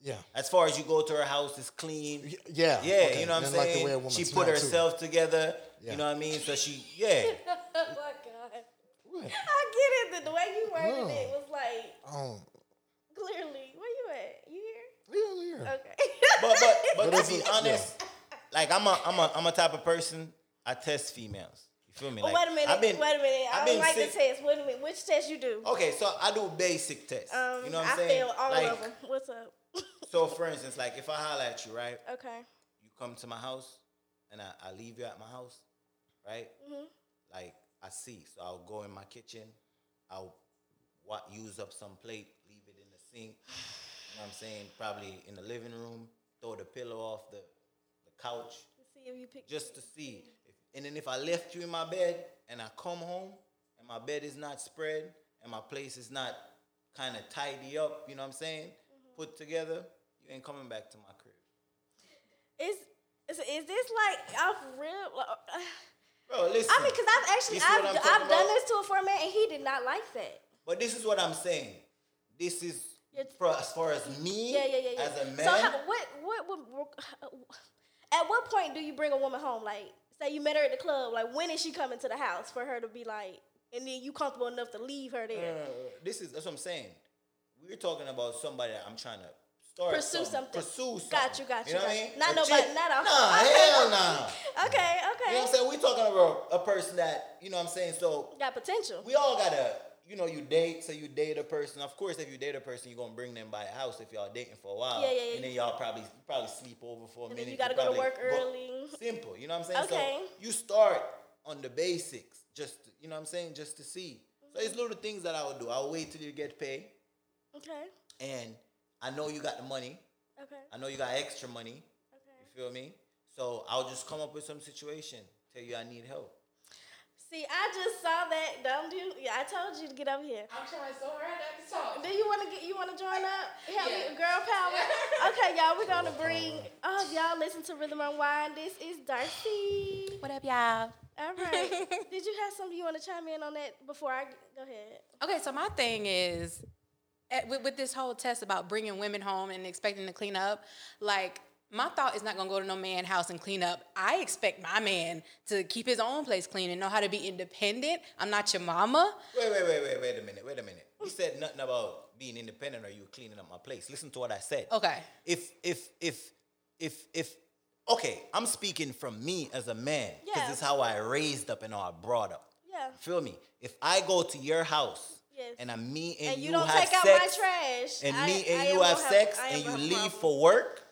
[SPEAKER 3] Yeah,
[SPEAKER 4] As far as you go to her house, it's clean.
[SPEAKER 3] Y- yeah,
[SPEAKER 4] Yeah,
[SPEAKER 3] okay.
[SPEAKER 4] you know what I'm
[SPEAKER 3] And like the
[SPEAKER 4] saying.
[SPEAKER 3] way a woman
[SPEAKER 4] she put
[SPEAKER 3] smell, too.
[SPEAKER 4] herself together.
[SPEAKER 3] Yeah.
[SPEAKER 4] You know what I mean. So she, yeah,
[SPEAKER 2] oh my god
[SPEAKER 3] What?
[SPEAKER 2] i get it the way you worded
[SPEAKER 3] No.
[SPEAKER 2] it was like
[SPEAKER 3] I don't.
[SPEAKER 2] clearly where you at you here
[SPEAKER 3] Yeah, I'm here.
[SPEAKER 2] okay
[SPEAKER 4] but but but,
[SPEAKER 3] But
[SPEAKER 4] to
[SPEAKER 3] it's
[SPEAKER 4] be
[SPEAKER 3] a- yeah.
[SPEAKER 4] honest, like I'm a I'm a I'm a type of person. I test females. You feel me?
[SPEAKER 2] Oh,
[SPEAKER 4] Like,
[SPEAKER 2] wait a minute.
[SPEAKER 4] I've been-
[SPEAKER 2] wait a minute.
[SPEAKER 4] I've
[SPEAKER 2] I
[SPEAKER 4] been
[SPEAKER 2] don't like
[SPEAKER 4] sick-
[SPEAKER 2] the test. Wait a minute. Which test you do?
[SPEAKER 4] Okay, so I do basic tests.
[SPEAKER 2] Um,
[SPEAKER 4] Oh, you know what I'm
[SPEAKER 2] I
[SPEAKER 4] saying?
[SPEAKER 2] fail all
[SPEAKER 4] like,
[SPEAKER 2] of them. What's up?
[SPEAKER 4] So for instance, like if I holler at you, right?
[SPEAKER 2] okay.
[SPEAKER 4] you come to my house and I, I leave you at my house, right?
[SPEAKER 2] Mm-hmm.
[SPEAKER 4] Like I see. So I'll go in my kitchen, I'll wa use up some plate, leave it in the sink. You know what I'm saying? Probably in the living room, throw the pillow off the, the couch
[SPEAKER 2] Let's see if you pick.
[SPEAKER 4] just to see. If, and then if I left you in my bed and I come home and my bed is not spread and my place is not kind of tidy up, you know what I'm saying?
[SPEAKER 2] Mm-hmm.
[SPEAKER 4] Put together, you ain't coming back to my crib.
[SPEAKER 2] Is, is is this like off real? uh,
[SPEAKER 4] Bro, listen.
[SPEAKER 2] I mean, because I've actually
[SPEAKER 4] You see what
[SPEAKER 2] I've,
[SPEAKER 4] I'm talking
[SPEAKER 2] I've done
[SPEAKER 4] about?
[SPEAKER 2] this to a four man and he did not like that.
[SPEAKER 4] But this is what I'm saying. This is
[SPEAKER 2] It's-
[SPEAKER 4] for, as far as me
[SPEAKER 2] Yeah, yeah, yeah, yeah.
[SPEAKER 4] as a man.
[SPEAKER 2] So how, what what would at what point do you bring a woman home? Like say you met her at the club. Like when is she coming to the house for her to be like? And then you comfortable enough to leave her there?
[SPEAKER 4] Uh, this is that's what I'm saying. We're talking about somebody that I'm trying to start
[SPEAKER 2] Pursue something.
[SPEAKER 4] Pursue something.
[SPEAKER 2] Got you, got you,
[SPEAKER 4] know
[SPEAKER 2] got
[SPEAKER 4] what I
[SPEAKER 2] you.
[SPEAKER 4] mean?
[SPEAKER 2] Not
[SPEAKER 4] A
[SPEAKER 2] nobody-
[SPEAKER 4] chick-
[SPEAKER 2] not a-
[SPEAKER 4] Nah,
[SPEAKER 2] okay.
[SPEAKER 4] hell
[SPEAKER 2] Okay,
[SPEAKER 4] nah.
[SPEAKER 2] okay.
[SPEAKER 4] Mm. You know what I'm saying? We're talking about a person that you know what I'm saying. So
[SPEAKER 2] Got potential.
[SPEAKER 4] we all gotta, you know, you date, so you date a person. Of course, if you date a person, you're gonna bring them by the house if y'all dating for a while.
[SPEAKER 2] Yeah, yeah, yeah.
[SPEAKER 4] And then y'all probably you probably sleep over for
[SPEAKER 2] And
[SPEAKER 4] a
[SPEAKER 2] then
[SPEAKER 4] minute.
[SPEAKER 2] you gotta go to
[SPEAKER 4] probably
[SPEAKER 2] work early.
[SPEAKER 4] Simple, you know what I'm saying?
[SPEAKER 2] Okay.
[SPEAKER 4] So you start on the basics, just to- you know what I'm saying, just to see. So it's little things that I would do. I'll wait till you get paid,
[SPEAKER 2] Okay.
[SPEAKER 4] and I know you got the money.
[SPEAKER 2] Okay.
[SPEAKER 4] I know you got extra money.
[SPEAKER 2] Okay.
[SPEAKER 4] You feel me? So I'll just come up with some situation, tell you I need help.
[SPEAKER 2] See, I just saw that. Don't you? Yeah, I told you to get over here.
[SPEAKER 5] I'm trying so hard not to talk.
[SPEAKER 2] Do you want to get? You want to join up? Help
[SPEAKER 5] Yeah.
[SPEAKER 2] me, girl power. Okay, y'all, we're gonna bring. Oh, y'all, listen to Rhythm and Wine. This is Darcy.
[SPEAKER 5] What up, y'all?
[SPEAKER 2] All right. Did you have something you want to chime in on that before I go ahead?
[SPEAKER 5] Okay, so my thing is at, with, with this whole test about bringing women home and expecting to clean up, like my thought is not gonna go to no man's house and clean up. I expect my man to keep his own place clean and know how to be independent. I'm not your mama.
[SPEAKER 4] Wait, wait, wait, wait, wait a minute, wait a minute. You said nothing about being independent or you cleaning up my place. Listen to what I said.
[SPEAKER 5] Okay.
[SPEAKER 4] If if if if if okay, I'm speaking from me as a man because
[SPEAKER 2] Yeah.
[SPEAKER 4] it's how I raised up and how I brought up.
[SPEAKER 2] Yeah.
[SPEAKER 4] Feel me? If I go to your house
[SPEAKER 2] Yes.
[SPEAKER 4] and I'm me and,
[SPEAKER 2] And you
[SPEAKER 4] you
[SPEAKER 2] don't
[SPEAKER 4] have
[SPEAKER 2] take out my
[SPEAKER 4] sex,
[SPEAKER 2] trash,
[SPEAKER 4] and
[SPEAKER 2] I-
[SPEAKER 4] me
[SPEAKER 2] I
[SPEAKER 4] and
[SPEAKER 2] am
[SPEAKER 4] you
[SPEAKER 2] gonna
[SPEAKER 4] have
[SPEAKER 2] have-
[SPEAKER 4] sex
[SPEAKER 2] I am
[SPEAKER 4] and you
[SPEAKER 2] gonna have a
[SPEAKER 4] leave
[SPEAKER 2] problem.
[SPEAKER 4] for work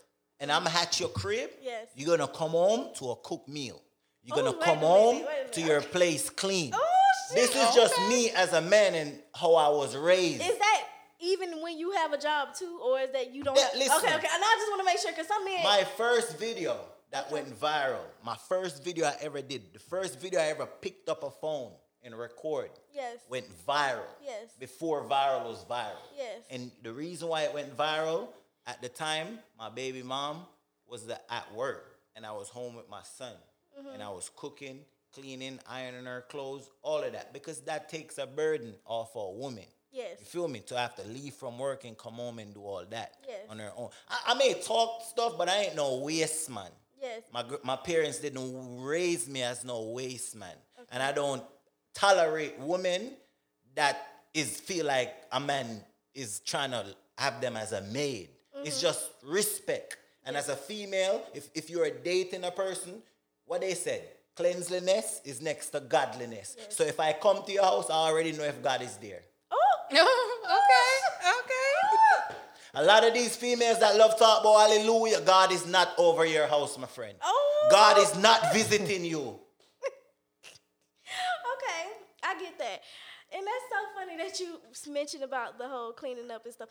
[SPEAKER 4] and I'm at your crib,
[SPEAKER 2] Yes.
[SPEAKER 4] you're gonna come home to a cooked meal. You're
[SPEAKER 2] Oh,
[SPEAKER 4] gonna
[SPEAKER 2] wait a
[SPEAKER 4] come
[SPEAKER 2] minute,
[SPEAKER 4] home
[SPEAKER 2] wait a
[SPEAKER 4] to
[SPEAKER 2] minute.
[SPEAKER 4] your place clean.
[SPEAKER 2] Oh, shit.
[SPEAKER 4] This is just me as a man and how I was raised.
[SPEAKER 2] Is that even when you have a job too, or is that you don't?
[SPEAKER 4] Yeah, listen.
[SPEAKER 2] okay, okay. And I just want to make sure because some men.
[SPEAKER 4] My first video that went viral, my first video I ever did, the first video I ever picked up a phone and record
[SPEAKER 2] yes.
[SPEAKER 4] went viral.
[SPEAKER 2] Yes.
[SPEAKER 4] Before viral was viral.
[SPEAKER 2] Yes.
[SPEAKER 4] And the reason why it went viral at the time, my baby mom was the, at work and I was home with my son
[SPEAKER 2] Mm-hmm.
[SPEAKER 4] and I was cooking, cleaning, ironing her clothes, all of that because that takes a burden off a woman.
[SPEAKER 2] Yes.
[SPEAKER 4] You feel me? To have to leave from work and come home and do all that
[SPEAKER 2] Yes.
[SPEAKER 4] on her own. I, I may talk stuff, but I ain't no waste man.
[SPEAKER 2] Yes.
[SPEAKER 4] My gr- my parents didn't raise me as no waste man, and I don't tolerate women that is feel like a man is trying to have them as a maid.
[SPEAKER 2] Mm-hmm.
[SPEAKER 4] It's just respect. And as a female, if if you're dating a person, what they said, cleanliness is next to godliness. So if I come to your house, I already know if God is there.
[SPEAKER 2] Oh,
[SPEAKER 5] okay. Okay.
[SPEAKER 4] A lot of these females that love talk about hallelujah, God is not over your house, my friend.
[SPEAKER 2] Oh.
[SPEAKER 4] God is not visiting you.
[SPEAKER 2] okay. I get that, and that's so funny that you s- mentioned about the whole cleaning up and stuff.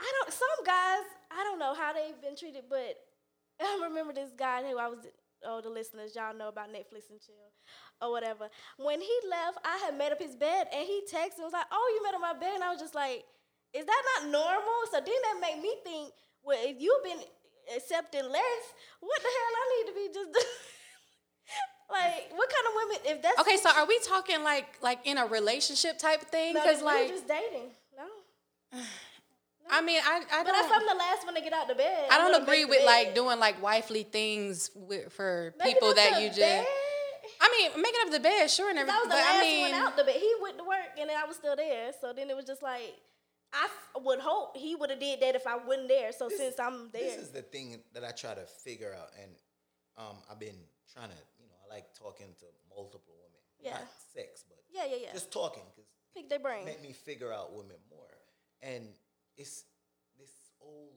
[SPEAKER 2] I don't. Some guys, I don't know how they've been treated, but I remember this guy who I was. Oh, the listeners, y'all know about Netflix and chill, or whatever. When he left, I had made up his bed, and he texted and was like, "Oh, you made up my bed," and I was just like, "Is that not normal?" So then that made me think, well, if you've been accepting less, what the hell I need to be just doing? like, what kind of women? If that's
[SPEAKER 5] Okay, so are we talking like like in a relationship type thing? Because like
[SPEAKER 2] you're just dating, no.
[SPEAKER 5] I mean I I
[SPEAKER 2] But if I'm
[SPEAKER 5] don't
[SPEAKER 2] the last one to get out the bed,
[SPEAKER 5] I
[SPEAKER 2] I'm
[SPEAKER 5] don't
[SPEAKER 2] gonna
[SPEAKER 5] agree
[SPEAKER 2] make the
[SPEAKER 5] with like
[SPEAKER 2] bed.
[SPEAKER 5] doing like wifely things with, for
[SPEAKER 2] Make it
[SPEAKER 5] people
[SPEAKER 2] up
[SPEAKER 5] that
[SPEAKER 2] to
[SPEAKER 5] you just.
[SPEAKER 2] bed.
[SPEAKER 5] I mean, making up the bed, sure, and
[SPEAKER 2] 'Cause
[SPEAKER 5] everything.
[SPEAKER 2] I was the
[SPEAKER 5] but
[SPEAKER 2] last
[SPEAKER 5] I mean,
[SPEAKER 2] one out the bed. He went to work, and then I was still there. So then it was just like, I f- would hope he would have did that if I wasn't there. So since I'm there,
[SPEAKER 4] This is the thing that I try to figure out, and um, I've been trying to, you know, I like talking to multiple women.
[SPEAKER 2] Yeah.
[SPEAKER 4] Not sex, but
[SPEAKER 2] yeah, yeah, yeah.
[SPEAKER 4] just talking because
[SPEAKER 2] Pick their brain.
[SPEAKER 4] make me figure out women more. And it's this old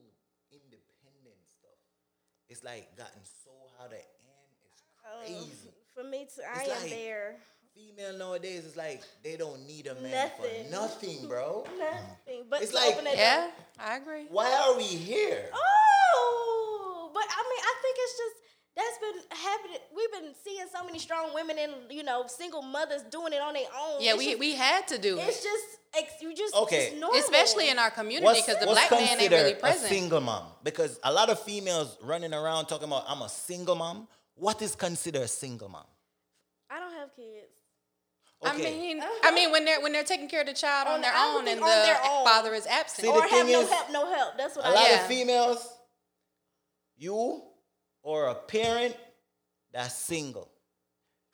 [SPEAKER 4] independent stuff. It's like gotten so out of hand. It's
[SPEAKER 2] Um,
[SPEAKER 4] crazy.
[SPEAKER 2] for me too, I
[SPEAKER 4] It's
[SPEAKER 2] am
[SPEAKER 4] like-
[SPEAKER 2] there.
[SPEAKER 4] Female nowadays is like they don't need a man
[SPEAKER 2] Nothing.
[SPEAKER 4] for nothing, bro.
[SPEAKER 2] Nothing but
[SPEAKER 4] It's
[SPEAKER 2] to
[SPEAKER 4] like-
[SPEAKER 2] open that door.
[SPEAKER 5] yeah, I agree.
[SPEAKER 4] Why are we here?
[SPEAKER 2] Oh, but I mean, I think it's just that's been happening. We've been seeing so many strong women and you know single mothers doing it on their own.
[SPEAKER 5] Yeah,
[SPEAKER 2] It's
[SPEAKER 5] we
[SPEAKER 2] just-
[SPEAKER 5] we had to do
[SPEAKER 2] It's
[SPEAKER 5] it,
[SPEAKER 2] just ex- you just
[SPEAKER 4] Okay.
[SPEAKER 2] It's normal.
[SPEAKER 5] especially in our community, because the black man ain't really
[SPEAKER 4] considered
[SPEAKER 5] present.
[SPEAKER 4] A single mom, because a lot of females running around talking about I'm a single mom. What is considered a single mom?
[SPEAKER 2] I don't have kids.
[SPEAKER 5] I mean, I mean when they're when they're taking care of the child
[SPEAKER 2] Uh-huh. On
[SPEAKER 5] on, their
[SPEAKER 2] their- I would
[SPEAKER 5] own
[SPEAKER 2] think
[SPEAKER 5] and the
[SPEAKER 2] on their own.
[SPEAKER 5] father is absent.
[SPEAKER 4] See, the
[SPEAKER 2] or have
[SPEAKER 4] thing
[SPEAKER 2] no
[SPEAKER 4] is-
[SPEAKER 2] help, no help. That's what
[SPEAKER 4] a
[SPEAKER 2] I
[SPEAKER 4] lot
[SPEAKER 5] yeah.
[SPEAKER 4] of females, you or a parent that's single.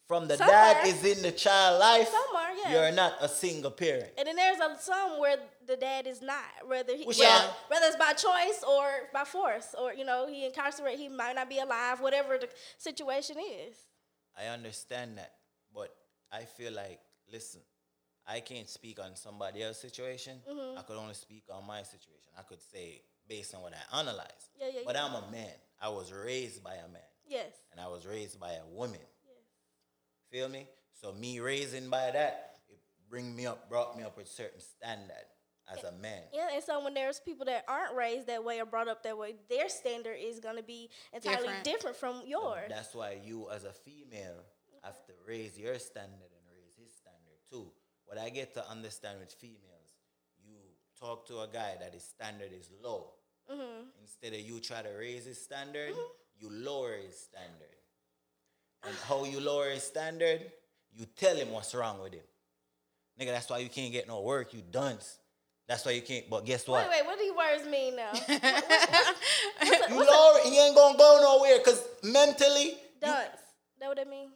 [SPEAKER 4] From the dad
[SPEAKER 2] Somewhere.
[SPEAKER 4] is in the child life.
[SPEAKER 2] Somewhere, yeah.
[SPEAKER 4] You're not a single parent.
[SPEAKER 2] And then there's a, some where the dad is not, whether he,
[SPEAKER 4] Which
[SPEAKER 2] yeah,
[SPEAKER 4] are-
[SPEAKER 2] whether it's by choice or by force, or you know he incarcerated, he might not be alive, whatever the situation is.
[SPEAKER 4] I understand that, but I feel like, listen, I can't speak on somebody else's situation.
[SPEAKER 2] Mm-hmm.
[SPEAKER 4] I could only speak on my situation. I could say based on what I analyze.
[SPEAKER 2] Yeah, yeah,
[SPEAKER 4] but
[SPEAKER 2] yeah.
[SPEAKER 4] I'm a man. I was raised by a man,
[SPEAKER 2] Yes,
[SPEAKER 4] and I was raised by a woman. Feel me? So me raising by that, it bring me up, brought me up with certain standard as a man.
[SPEAKER 2] yeah. And so when there's people that aren't raised that way or brought up that way, their standard is gonna be entirely
[SPEAKER 5] Different.
[SPEAKER 2] different, from yours.
[SPEAKER 4] That's why you, as a female, have to raise your standard and raise his standard too. What I get to understand with females, you talk to a guy that his standard is low.
[SPEAKER 2] Mm-hmm.
[SPEAKER 4] Instead of you try to raise his standard, you lower his standard. And how you lower his standard, you tell him what's wrong with him. Nigga, that's why you can't get no work. You dunce. That's why you can't. But guess what?
[SPEAKER 2] Wait, wait, what do these words mean now?
[SPEAKER 4] You lower, he ain't gonna go nowhere because mentally,
[SPEAKER 2] Dunce. That what that mean?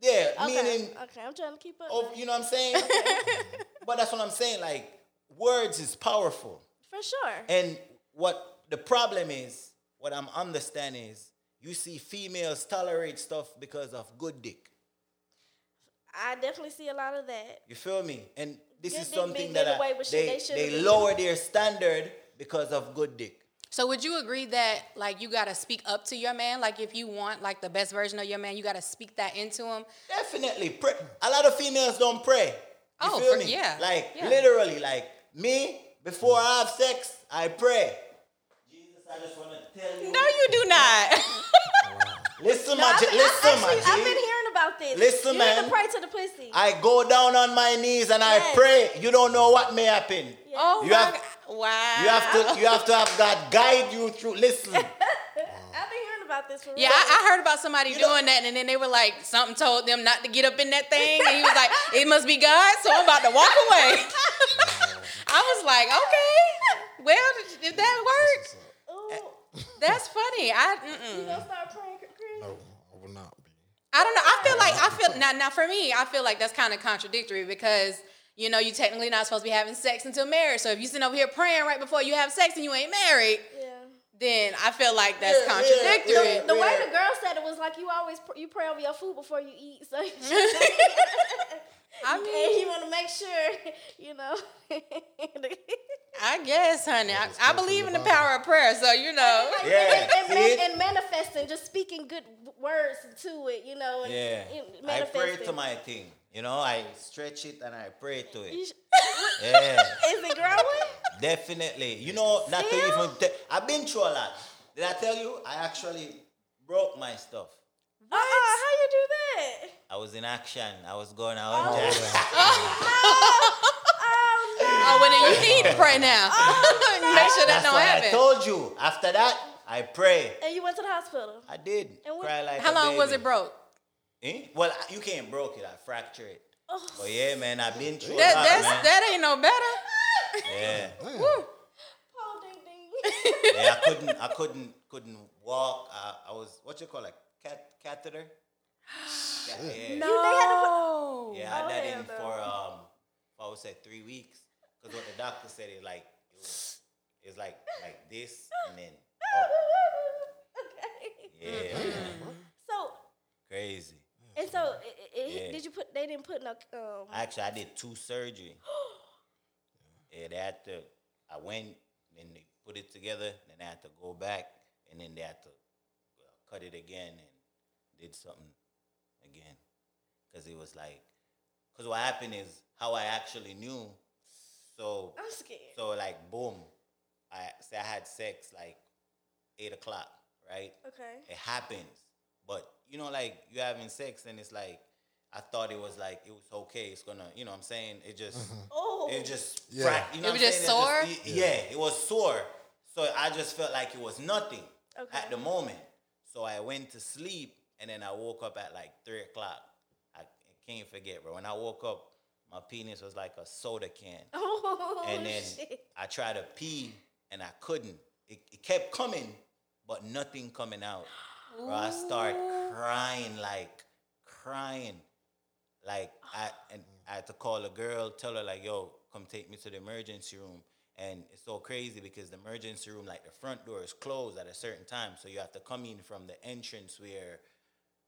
[SPEAKER 4] yeah,
[SPEAKER 2] Okay.
[SPEAKER 4] meaning,
[SPEAKER 2] okay, I'm trying to keep up.
[SPEAKER 4] oh,
[SPEAKER 2] now.
[SPEAKER 4] you know what I'm saying? but that's what I'm saying. Like, words is powerful.
[SPEAKER 2] For sure.
[SPEAKER 4] And what the problem is, what I'm understanding is, you see females tolerate stuff because of good dick.
[SPEAKER 2] I definitely see a lot of that.
[SPEAKER 4] You feel me? And this
[SPEAKER 2] Good
[SPEAKER 4] is
[SPEAKER 2] dick be
[SPEAKER 4] something
[SPEAKER 2] getting
[SPEAKER 4] that I,
[SPEAKER 2] away with shit
[SPEAKER 4] they,
[SPEAKER 2] they shouldn't
[SPEAKER 4] they
[SPEAKER 2] be.
[SPEAKER 4] lower their standard because of good dick.
[SPEAKER 5] So would you agree that like you gotta speak up to your man? Like if you want like the best version of your man, you gotta speak that into him.
[SPEAKER 4] Definitely. Pray. A lot of females don't pray. You
[SPEAKER 5] Oh,
[SPEAKER 4] feel
[SPEAKER 5] for-
[SPEAKER 4] me?
[SPEAKER 5] yeah,
[SPEAKER 4] Like
[SPEAKER 5] yeah.
[SPEAKER 4] literally, like me, before I have sex, I pray. Jesus, I just want to tell you.
[SPEAKER 5] No, you do not.
[SPEAKER 4] Listen,
[SPEAKER 2] No,
[SPEAKER 4] my
[SPEAKER 2] I've
[SPEAKER 4] G-
[SPEAKER 2] been-
[SPEAKER 4] listen,
[SPEAKER 2] I, actually,
[SPEAKER 4] my
[SPEAKER 2] I've
[SPEAKER 4] G.
[SPEAKER 2] been hearing about this.
[SPEAKER 4] Listen,
[SPEAKER 2] you need
[SPEAKER 4] man.
[SPEAKER 2] to pray to the pussy.
[SPEAKER 4] I go down on my knees and I
[SPEAKER 2] Yes.
[SPEAKER 4] pray. You don't know what may happen.
[SPEAKER 5] Oh
[SPEAKER 4] You
[SPEAKER 5] my
[SPEAKER 4] have-
[SPEAKER 5] God. wow.
[SPEAKER 4] You have to you have to have God guide you through. Listen,
[SPEAKER 2] I've been hearing about this for
[SPEAKER 5] Yeah,
[SPEAKER 2] real.
[SPEAKER 5] I, I heard about somebody
[SPEAKER 4] know-
[SPEAKER 5] doing that, and then they were like, something told them not to get up in that thing, and he was like, "It must be God," so I'm about to walk away. I was like, "Okay, well, if that worked,
[SPEAKER 2] Ooh,
[SPEAKER 5] that's funny." I mm-mm.
[SPEAKER 2] you
[SPEAKER 4] Mm.
[SPEAKER 2] gonna start praying, Chris?
[SPEAKER 4] Oh.
[SPEAKER 3] No, I will not be.
[SPEAKER 5] I don't know. I feel like I feel now. Now for me, I feel like that's kind of contradictory because you know you technically not supposed to be having sex until marriage. So if you sitting over here praying right before you have sex and you ain't married,
[SPEAKER 2] Yeah.
[SPEAKER 5] then I feel like that's
[SPEAKER 4] Yeah, yeah,
[SPEAKER 5] contradictory.
[SPEAKER 4] yeah.
[SPEAKER 2] The way the girl said it was like you always pr- you pray over your food before you eat, so
[SPEAKER 5] I
[SPEAKER 2] and
[SPEAKER 5] mean,
[SPEAKER 2] you want to make sure you know. and,
[SPEAKER 5] I guess, honey, I, I
[SPEAKER 3] good for
[SPEAKER 5] believe
[SPEAKER 3] your
[SPEAKER 5] in the
[SPEAKER 3] body.
[SPEAKER 5] power of prayer. So you know.
[SPEAKER 4] Yeah,
[SPEAKER 2] and,
[SPEAKER 4] see
[SPEAKER 2] man-
[SPEAKER 4] it?
[SPEAKER 2] and manifesting, just speaking good w- words to it, you know. And,
[SPEAKER 4] yeah.
[SPEAKER 2] and
[SPEAKER 4] I
[SPEAKER 2] manifesting.
[SPEAKER 4] pray to my thing. You know, I stretch it and I pray to
[SPEAKER 2] You
[SPEAKER 4] it.
[SPEAKER 2] sh-
[SPEAKER 4] Yeah.
[SPEAKER 2] Is it growing?
[SPEAKER 4] Definitely. You know, not to
[SPEAKER 2] Still?
[SPEAKER 4] even. Te- I've been through a lot. Did I tell you? I actually broke my stuff.
[SPEAKER 2] Uh-uh, how you do that?
[SPEAKER 4] I was in action. I was going out.
[SPEAKER 2] Oh.
[SPEAKER 4] there.
[SPEAKER 2] Oh no!
[SPEAKER 5] Oh, well, then you need to pray now. Make sure that
[SPEAKER 4] That's
[SPEAKER 5] don't
[SPEAKER 4] why I
[SPEAKER 5] happen.
[SPEAKER 4] told you. After that, I pray.
[SPEAKER 2] And you went to the hospital.
[SPEAKER 4] I did.
[SPEAKER 2] And what-
[SPEAKER 4] Cry like
[SPEAKER 5] How
[SPEAKER 4] a
[SPEAKER 5] long was
[SPEAKER 4] baby.
[SPEAKER 5] it broke?
[SPEAKER 4] Eh? Well, I- you can't broke it. I fractured it.
[SPEAKER 2] Oh.
[SPEAKER 4] But yeah, man, I've been through
[SPEAKER 5] That
[SPEAKER 4] a lot,
[SPEAKER 5] that's
[SPEAKER 4] man.
[SPEAKER 5] that ain't no better.
[SPEAKER 4] Yeah.
[SPEAKER 2] Paul Oh, Ding Ding.
[SPEAKER 4] yeah, I couldn't, I couldn't, couldn't walk. I, I was what you call it, cat catheter. Yeah, yeah.
[SPEAKER 5] No.
[SPEAKER 4] Yeah, I had
[SPEAKER 2] Oh,
[SPEAKER 4] that
[SPEAKER 2] yeah,
[SPEAKER 4] in
[SPEAKER 2] though.
[SPEAKER 4] for um, I would say three weeks. Cause what the doctor said is like, it was, it's like like this, and then oh,
[SPEAKER 2] okay.
[SPEAKER 4] yeah,
[SPEAKER 2] So
[SPEAKER 4] crazy.
[SPEAKER 2] and so, it, it,
[SPEAKER 4] Yeah.
[SPEAKER 2] it, did you put? They didn't put no. Um,
[SPEAKER 4] Actually, I did two surgery. yeah, they had to. I went, then they put it together, then I had to go back, and then they had to uh, cut it again and did something again, cause it was like, cause what happened is how I actually knew. So
[SPEAKER 2] I'm scared.
[SPEAKER 4] So like boom, I say I had sex like eight o'clock, right?
[SPEAKER 2] okay.
[SPEAKER 4] It happens, but you know, like you having sex and it's like I thought it was like it was okay. It's gonna, you know, what I'm saying it just
[SPEAKER 2] Oh.
[SPEAKER 4] it just
[SPEAKER 3] Yeah.
[SPEAKER 4] frack- you know
[SPEAKER 5] It
[SPEAKER 4] what
[SPEAKER 5] was
[SPEAKER 4] I'm
[SPEAKER 5] just
[SPEAKER 4] saying?
[SPEAKER 5] sore?
[SPEAKER 4] It it- yeah, it was sore. So I just felt like it was nothing
[SPEAKER 2] Okay.
[SPEAKER 4] at the moment. So I went to sleep and then I woke up at like three o'clock. I can't forget, bro. When I woke up, my penis was like a soda can
[SPEAKER 2] oh.
[SPEAKER 4] and then
[SPEAKER 2] shit.
[SPEAKER 4] I tried to pee and I couldn't. It, it kept coming, but nothing coming out. Bro, I start crying, like crying, like I and I had to call a girl, tell her like, "Yo, come take me to the emergency room." And it's so crazy because the emergency room, like the front door, is closed at a certain time, so you have to come in from the entrance where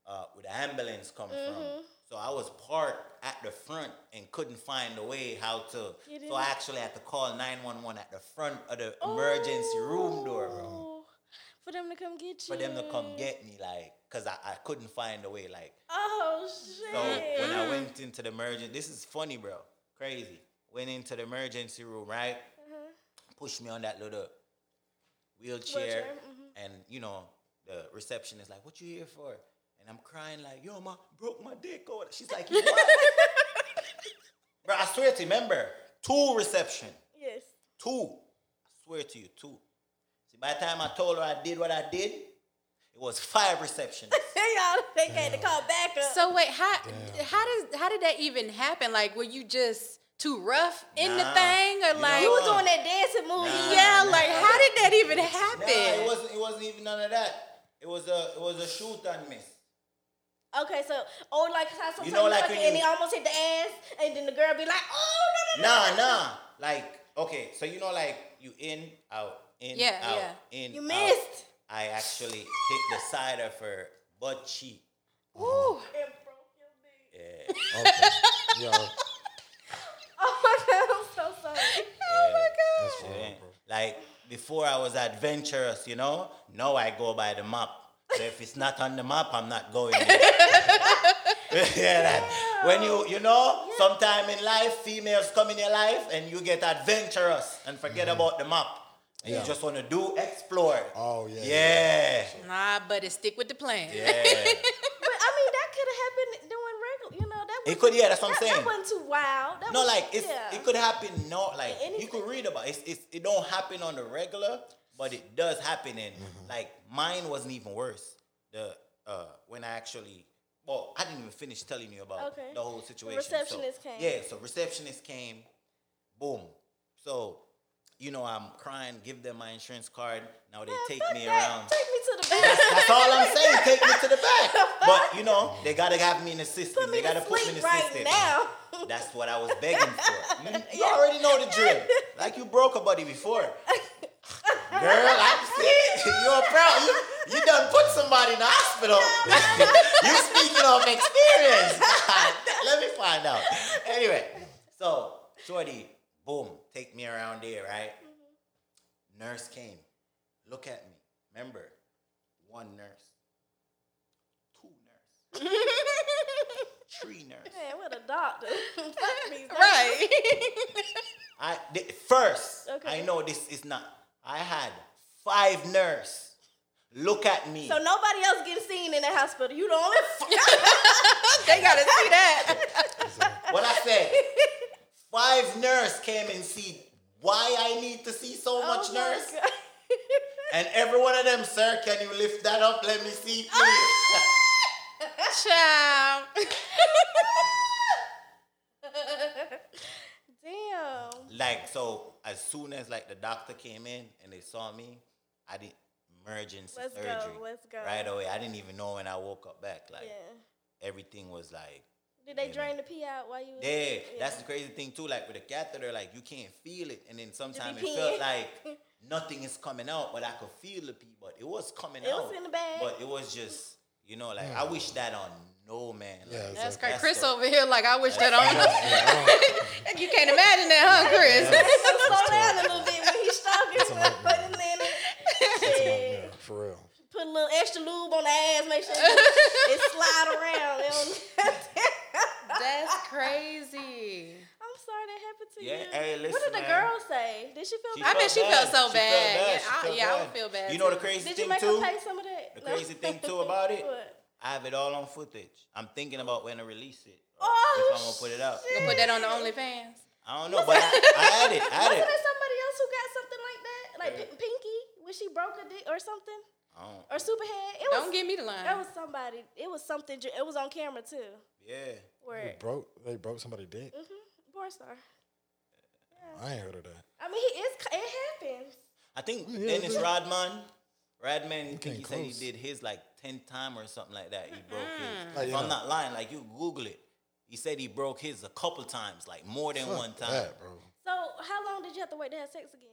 [SPEAKER 4] uh, where the ambulance come from. So I was parked at the front and couldn't find a way how to.
[SPEAKER 2] Get
[SPEAKER 4] So I
[SPEAKER 2] in.
[SPEAKER 4] actually had to call 911 at the front of the emergency room door, bro,
[SPEAKER 2] Oh, For them to come get you.
[SPEAKER 4] for them to come get me, like, cause I, I couldn't find a way, like.
[SPEAKER 2] Oh shit.
[SPEAKER 4] So when I went into the emergency, this is funny, bro, crazy. Went into the emergency room, right?
[SPEAKER 2] Uh-huh.
[SPEAKER 4] Pushed me on that little wheelchair,
[SPEAKER 2] Wheelchair, mhm.
[SPEAKER 4] and you know the receptionist like, "What you here for?" And I'm crying like, "Yo, my broke my dick." Or she's like, "You "What?" bro, I swear to you, remember two reception,
[SPEAKER 2] yes.
[SPEAKER 4] two. I swear to you, two. See, by the time I told her I did what I did, it was five receptions.
[SPEAKER 2] Hey y'all, they came to call back up.
[SPEAKER 5] So wait, how how does how did that even happen? Like, were you just too rough in the
[SPEAKER 4] Nah.
[SPEAKER 5] thing or
[SPEAKER 4] You
[SPEAKER 5] like
[SPEAKER 2] You was
[SPEAKER 4] Nah.
[SPEAKER 2] on that dancing movie.
[SPEAKER 4] Nah.
[SPEAKER 5] yeah, like how did that even
[SPEAKER 4] Nah, it
[SPEAKER 5] happen?
[SPEAKER 4] wasn't. It wasn't even none of that. It was a. It was a shoot and miss.
[SPEAKER 2] Okay, so or like how sometimes you
[SPEAKER 4] know, like
[SPEAKER 2] fucking
[SPEAKER 4] when
[SPEAKER 2] and
[SPEAKER 4] you-
[SPEAKER 2] he almost hit the ass, and then the girl be like, oh no no no.
[SPEAKER 4] Nah, nah. Like okay, so you know, like you in out in
[SPEAKER 5] Yeah,
[SPEAKER 4] out
[SPEAKER 5] yeah.
[SPEAKER 4] in.
[SPEAKER 2] You
[SPEAKER 4] out.
[SPEAKER 2] missed.
[SPEAKER 4] I actually hit the side of her butt cheek.
[SPEAKER 5] Ooh.
[SPEAKER 2] It broke your knee.
[SPEAKER 4] Yeah.
[SPEAKER 3] Okay. Yo,
[SPEAKER 2] Oh my god, I'm so sorry.
[SPEAKER 3] that's for real,
[SPEAKER 4] Yeah.
[SPEAKER 3] bro.
[SPEAKER 4] Like before, I was adventurous, you know. Now I go by the map. So if it's not on the map, I'm not going. There. yeah, like, when you you know, sometime in life, females come in your life and you get adventurous and forget about the map. And
[SPEAKER 3] Mm-hmm. Yeah.
[SPEAKER 4] You just want to do explore.
[SPEAKER 3] Oh, yeah,
[SPEAKER 4] Yeah.
[SPEAKER 5] Nah, but it stick with the plan.
[SPEAKER 4] Yeah.
[SPEAKER 2] But I mean, that could have happened doing regular. You know that.
[SPEAKER 4] It
[SPEAKER 2] wasn't-
[SPEAKER 4] could- yeah, that's what I'm
[SPEAKER 2] that-
[SPEAKER 4] saying.
[SPEAKER 2] That wasn't too wild. That
[SPEAKER 4] No,
[SPEAKER 2] was-
[SPEAKER 4] like it's
[SPEAKER 2] yeah.
[SPEAKER 4] it could happen. No, like you
[SPEAKER 2] anything.
[SPEAKER 4] could read about it. It's, it's, it don't happen on the regular, but it does happen. And like mine wasn't even worse. The uh when I actually, well, I didn't even finish telling you about
[SPEAKER 2] Okay.
[SPEAKER 4] the whole situation.
[SPEAKER 2] receptionist
[SPEAKER 4] so,
[SPEAKER 2] came.
[SPEAKER 4] Yeah, so receptionist came. Boom. So you know I'm crying. Give them my insurance card. Now they
[SPEAKER 2] Man,
[SPEAKER 4] take
[SPEAKER 2] fuck
[SPEAKER 4] me
[SPEAKER 2] that.
[SPEAKER 4] around.
[SPEAKER 2] Take me to the back.
[SPEAKER 4] That's all I'm saying. Take me to the back. But you know they gotta have me in the system.
[SPEAKER 2] Put me
[SPEAKER 4] they gotta
[SPEAKER 2] to
[SPEAKER 4] put me
[SPEAKER 2] sleep
[SPEAKER 4] in the
[SPEAKER 2] right
[SPEAKER 4] system.
[SPEAKER 2] now.
[SPEAKER 4] That's what I was begging for. You, you already know the drill. Like you broke a buddy before. Girl, I see it. You're proud. You, you done put somebody in the hospital. you speaking of experience. Let me find out. Anyway, so Shorty, boom, take me around there, right? Nurse came. Look at me. Remember, one nurse, two nurse, three nurse.
[SPEAKER 2] Man, what a doctor. Fuck me.
[SPEAKER 5] Right.
[SPEAKER 4] I th- first,
[SPEAKER 2] Okay.
[SPEAKER 4] I know this is not. I had five nurse look at me.
[SPEAKER 2] So nobody else getting seen in the hospital. You the only.
[SPEAKER 5] they gotta see that.
[SPEAKER 4] what I said, five nurse came and see why I need to see so much
[SPEAKER 2] Oh my
[SPEAKER 4] nurse,
[SPEAKER 2] God.
[SPEAKER 4] and every one of them, sir, can you lift that up? Let me see,
[SPEAKER 2] Ah!
[SPEAKER 4] please.
[SPEAKER 5] Child.
[SPEAKER 2] Damn.
[SPEAKER 4] like so, as soon as like the doctor came in and they saw me, I did emergency
[SPEAKER 2] Let's go,
[SPEAKER 4] surgery
[SPEAKER 2] let's go.
[SPEAKER 4] right away. I didn't even know when I woke up back. Like
[SPEAKER 2] Yeah.
[SPEAKER 4] everything was like.
[SPEAKER 2] Did they
[SPEAKER 4] Yeah.
[SPEAKER 2] drain the pee out while you? was-
[SPEAKER 4] Yeah, that's the crazy thing too. Like with a catheter, like you can't feel it, and then sometimes it
[SPEAKER 2] peeing.
[SPEAKER 4] felt like nothing is coming out, but I could feel the pee, but it was coming
[SPEAKER 2] It
[SPEAKER 4] out.
[SPEAKER 2] was in the bag.
[SPEAKER 4] but it was just, you know, like I wish that on no man. Like,
[SPEAKER 3] Hmm. Yeah,
[SPEAKER 5] That's
[SPEAKER 3] Exactly.
[SPEAKER 5] great. Chris
[SPEAKER 4] the-
[SPEAKER 5] over here, like I wish that on
[SPEAKER 3] Yeah, I don't-
[SPEAKER 5] you can't imagine that, huh, Chris?
[SPEAKER 2] slow down a little bit when he's talking. Put him in it.
[SPEAKER 3] yeah, for real.
[SPEAKER 2] Put a little extra lube on the ass. Make sure it slide around. It don't-
[SPEAKER 5] That's crazy.
[SPEAKER 2] I'm sorry that happened to
[SPEAKER 4] Yeah,
[SPEAKER 2] you.
[SPEAKER 4] hey,
[SPEAKER 2] what
[SPEAKER 4] listen,
[SPEAKER 2] did the
[SPEAKER 4] man.
[SPEAKER 2] girl say? Did she feel?
[SPEAKER 4] She
[SPEAKER 5] I
[SPEAKER 2] bad?
[SPEAKER 5] bet she felt so
[SPEAKER 4] She
[SPEAKER 5] bad. Yeah,
[SPEAKER 4] She
[SPEAKER 5] I-
[SPEAKER 4] felt
[SPEAKER 5] yeah, I would
[SPEAKER 4] bad.
[SPEAKER 5] feel bad
[SPEAKER 4] You know the
[SPEAKER 5] too.
[SPEAKER 4] crazy
[SPEAKER 2] Did
[SPEAKER 4] thing
[SPEAKER 2] you make
[SPEAKER 4] too.
[SPEAKER 2] her pay some of that?
[SPEAKER 4] The
[SPEAKER 2] No?
[SPEAKER 4] crazy thing too about it,
[SPEAKER 2] What?
[SPEAKER 4] I have it all on footage. I'm thinking about when to release it. or
[SPEAKER 2] Oh,
[SPEAKER 4] if I'm gonna put it up.
[SPEAKER 5] You gonna put that on the OnlyFans.
[SPEAKER 4] I don't know, but I, I had it. I had
[SPEAKER 2] Wasn't
[SPEAKER 4] it.
[SPEAKER 2] there somebody else who got something like that? Like
[SPEAKER 4] Yeah.
[SPEAKER 2] P- Pinky when she broke a dick or something,
[SPEAKER 4] I don't,
[SPEAKER 2] or Superhead. It
[SPEAKER 5] Don't
[SPEAKER 2] was,
[SPEAKER 5] give me the line.
[SPEAKER 2] That was somebody. It was something. dr- It was on camera too.
[SPEAKER 4] yeah.
[SPEAKER 2] Where
[SPEAKER 3] Broke, they broke somebody's dick.
[SPEAKER 2] porn star. Mm-hmm.
[SPEAKER 3] I ain't heard of that.
[SPEAKER 2] I mean, he is. c- It happens.
[SPEAKER 4] I think
[SPEAKER 3] Yeah,
[SPEAKER 4] Dennis
[SPEAKER 3] yeah.
[SPEAKER 4] Rodman, Rodman, he, think
[SPEAKER 3] Came
[SPEAKER 4] he said
[SPEAKER 3] close.
[SPEAKER 4] he did his like 10 time or something like that. He broke his.
[SPEAKER 3] Oh,
[SPEAKER 4] if
[SPEAKER 3] yeah.
[SPEAKER 4] I'm not lying, like you Google it. He said he broke his a couple times, like more than
[SPEAKER 3] Fuck
[SPEAKER 4] one time.
[SPEAKER 3] that, bro.
[SPEAKER 2] So how long did you have to wait to have sex again?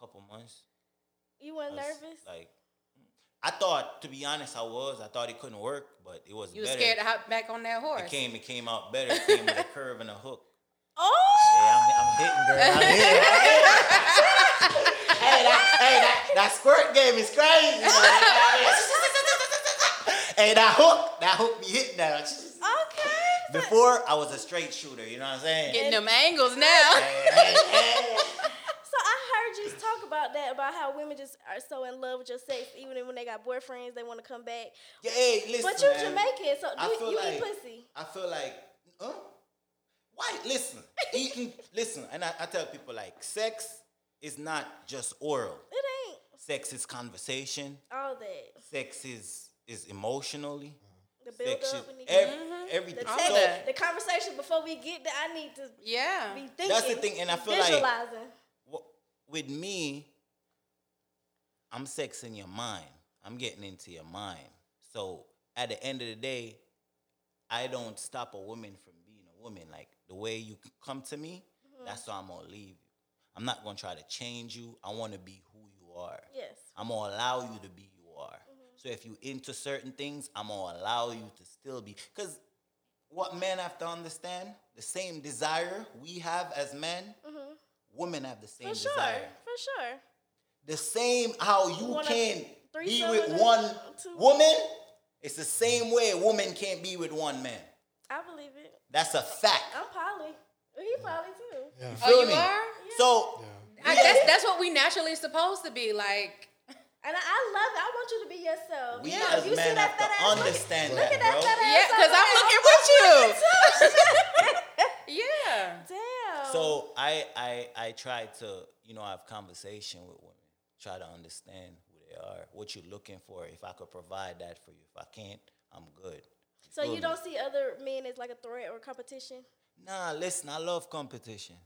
[SPEAKER 4] couple months.
[SPEAKER 2] You weren't
[SPEAKER 4] I was,
[SPEAKER 2] nervous.
[SPEAKER 4] Like, I thought, to be honest, I was. I thought it couldn't work, but it was
[SPEAKER 5] you was
[SPEAKER 4] better.
[SPEAKER 5] scared to hop back on that
[SPEAKER 4] it
[SPEAKER 5] horse.
[SPEAKER 4] came, it came out better. It came with a curve and a hook.
[SPEAKER 2] oh,
[SPEAKER 4] Yeah, I'm, I'm hitting, girl. I'm hitting. hey, that, hey, that, that squirt game is crazy. man. hey, that hook, that hook be hitting now.
[SPEAKER 2] okay.
[SPEAKER 4] Before I was a straight shooter, you know what I'm saying?
[SPEAKER 5] Getting them angles now.
[SPEAKER 4] Hey, hey, hey.
[SPEAKER 2] So I heard you talk about that about how women just are so in love with your sex, even when they got boyfriends, they want to come back.
[SPEAKER 4] Yeah, hey, listen,
[SPEAKER 2] But you
[SPEAKER 4] man.
[SPEAKER 2] Jamaican, so
[SPEAKER 4] I
[SPEAKER 2] you,
[SPEAKER 4] feel
[SPEAKER 2] you
[SPEAKER 4] like
[SPEAKER 2] eat pussy.
[SPEAKER 4] I feel like, huh? Why? Listen, eating. Listen, and I, I tell people like, sex is not just oral.
[SPEAKER 2] It ain't
[SPEAKER 4] Sex is conversation.
[SPEAKER 2] all that.
[SPEAKER 4] sex is is emotionally
[SPEAKER 2] The build
[SPEAKER 4] section,
[SPEAKER 2] up. We need to-
[SPEAKER 4] every,
[SPEAKER 2] the,
[SPEAKER 4] everything.
[SPEAKER 5] Mm-hmm. all
[SPEAKER 2] text-
[SPEAKER 5] that.
[SPEAKER 2] the conversation before we get there, I need to
[SPEAKER 5] Yeah.
[SPEAKER 2] be thinking.
[SPEAKER 4] the thing, and I feel like-
[SPEAKER 2] visualizing.
[SPEAKER 4] wh- with me, I'm sexing your mind. I'm getting into your mind. So at the end of the day, I don't stop a woman from being a woman. Like the way you c- come to me,
[SPEAKER 2] Mm-hmm.
[SPEAKER 4] that's how I'm gonna leave you. I'm not gonna try to change you. I wanna be who you are.
[SPEAKER 2] Yes.
[SPEAKER 4] I'm gonna allow you to be who you are.
[SPEAKER 2] Mm-hmm.
[SPEAKER 4] So if you into certain things, I'm gonna allow you to still be. Cause what men have to understand, the same desire we have as men, women have the same
[SPEAKER 2] Mm-hmm. For sure.
[SPEAKER 4] desire.
[SPEAKER 2] For sure.
[SPEAKER 4] The same how you
[SPEAKER 2] Wanna
[SPEAKER 4] can
[SPEAKER 2] three
[SPEAKER 4] be
[SPEAKER 2] someone
[SPEAKER 4] with
[SPEAKER 2] and
[SPEAKER 4] one
[SPEAKER 2] two-
[SPEAKER 4] woman, it's the same way a woman can't be with one man.
[SPEAKER 2] I believe it.
[SPEAKER 4] That's a fact.
[SPEAKER 2] I'm poly. He poly too.
[SPEAKER 3] Yeah.
[SPEAKER 5] Oh,
[SPEAKER 4] Feel
[SPEAKER 5] you
[SPEAKER 4] me?
[SPEAKER 5] are?
[SPEAKER 4] So
[SPEAKER 5] I, that's, that's what we naturally supposed to be like.
[SPEAKER 2] And I, I love it. I want you to be yourself.
[SPEAKER 4] we
[SPEAKER 2] yeah.
[SPEAKER 4] as
[SPEAKER 2] you see
[SPEAKER 4] men
[SPEAKER 2] that
[SPEAKER 4] have
[SPEAKER 2] fat
[SPEAKER 4] to
[SPEAKER 2] ass. Look at-
[SPEAKER 4] understand
[SPEAKER 2] Look
[SPEAKER 4] that,
[SPEAKER 2] at that
[SPEAKER 4] bro.
[SPEAKER 2] fat ass.
[SPEAKER 5] Yeah, because I'm looking with you. Yeah.
[SPEAKER 2] Damn.
[SPEAKER 4] So I I I try to you know have conversation with women, try to understand who they are, what you're looking for. If I could provide that for you, if I can't, I'm good.
[SPEAKER 2] So
[SPEAKER 4] feel
[SPEAKER 2] you
[SPEAKER 4] me?
[SPEAKER 2] don't see other men as like a threat or competition?
[SPEAKER 4] Nah, listen, I love competition.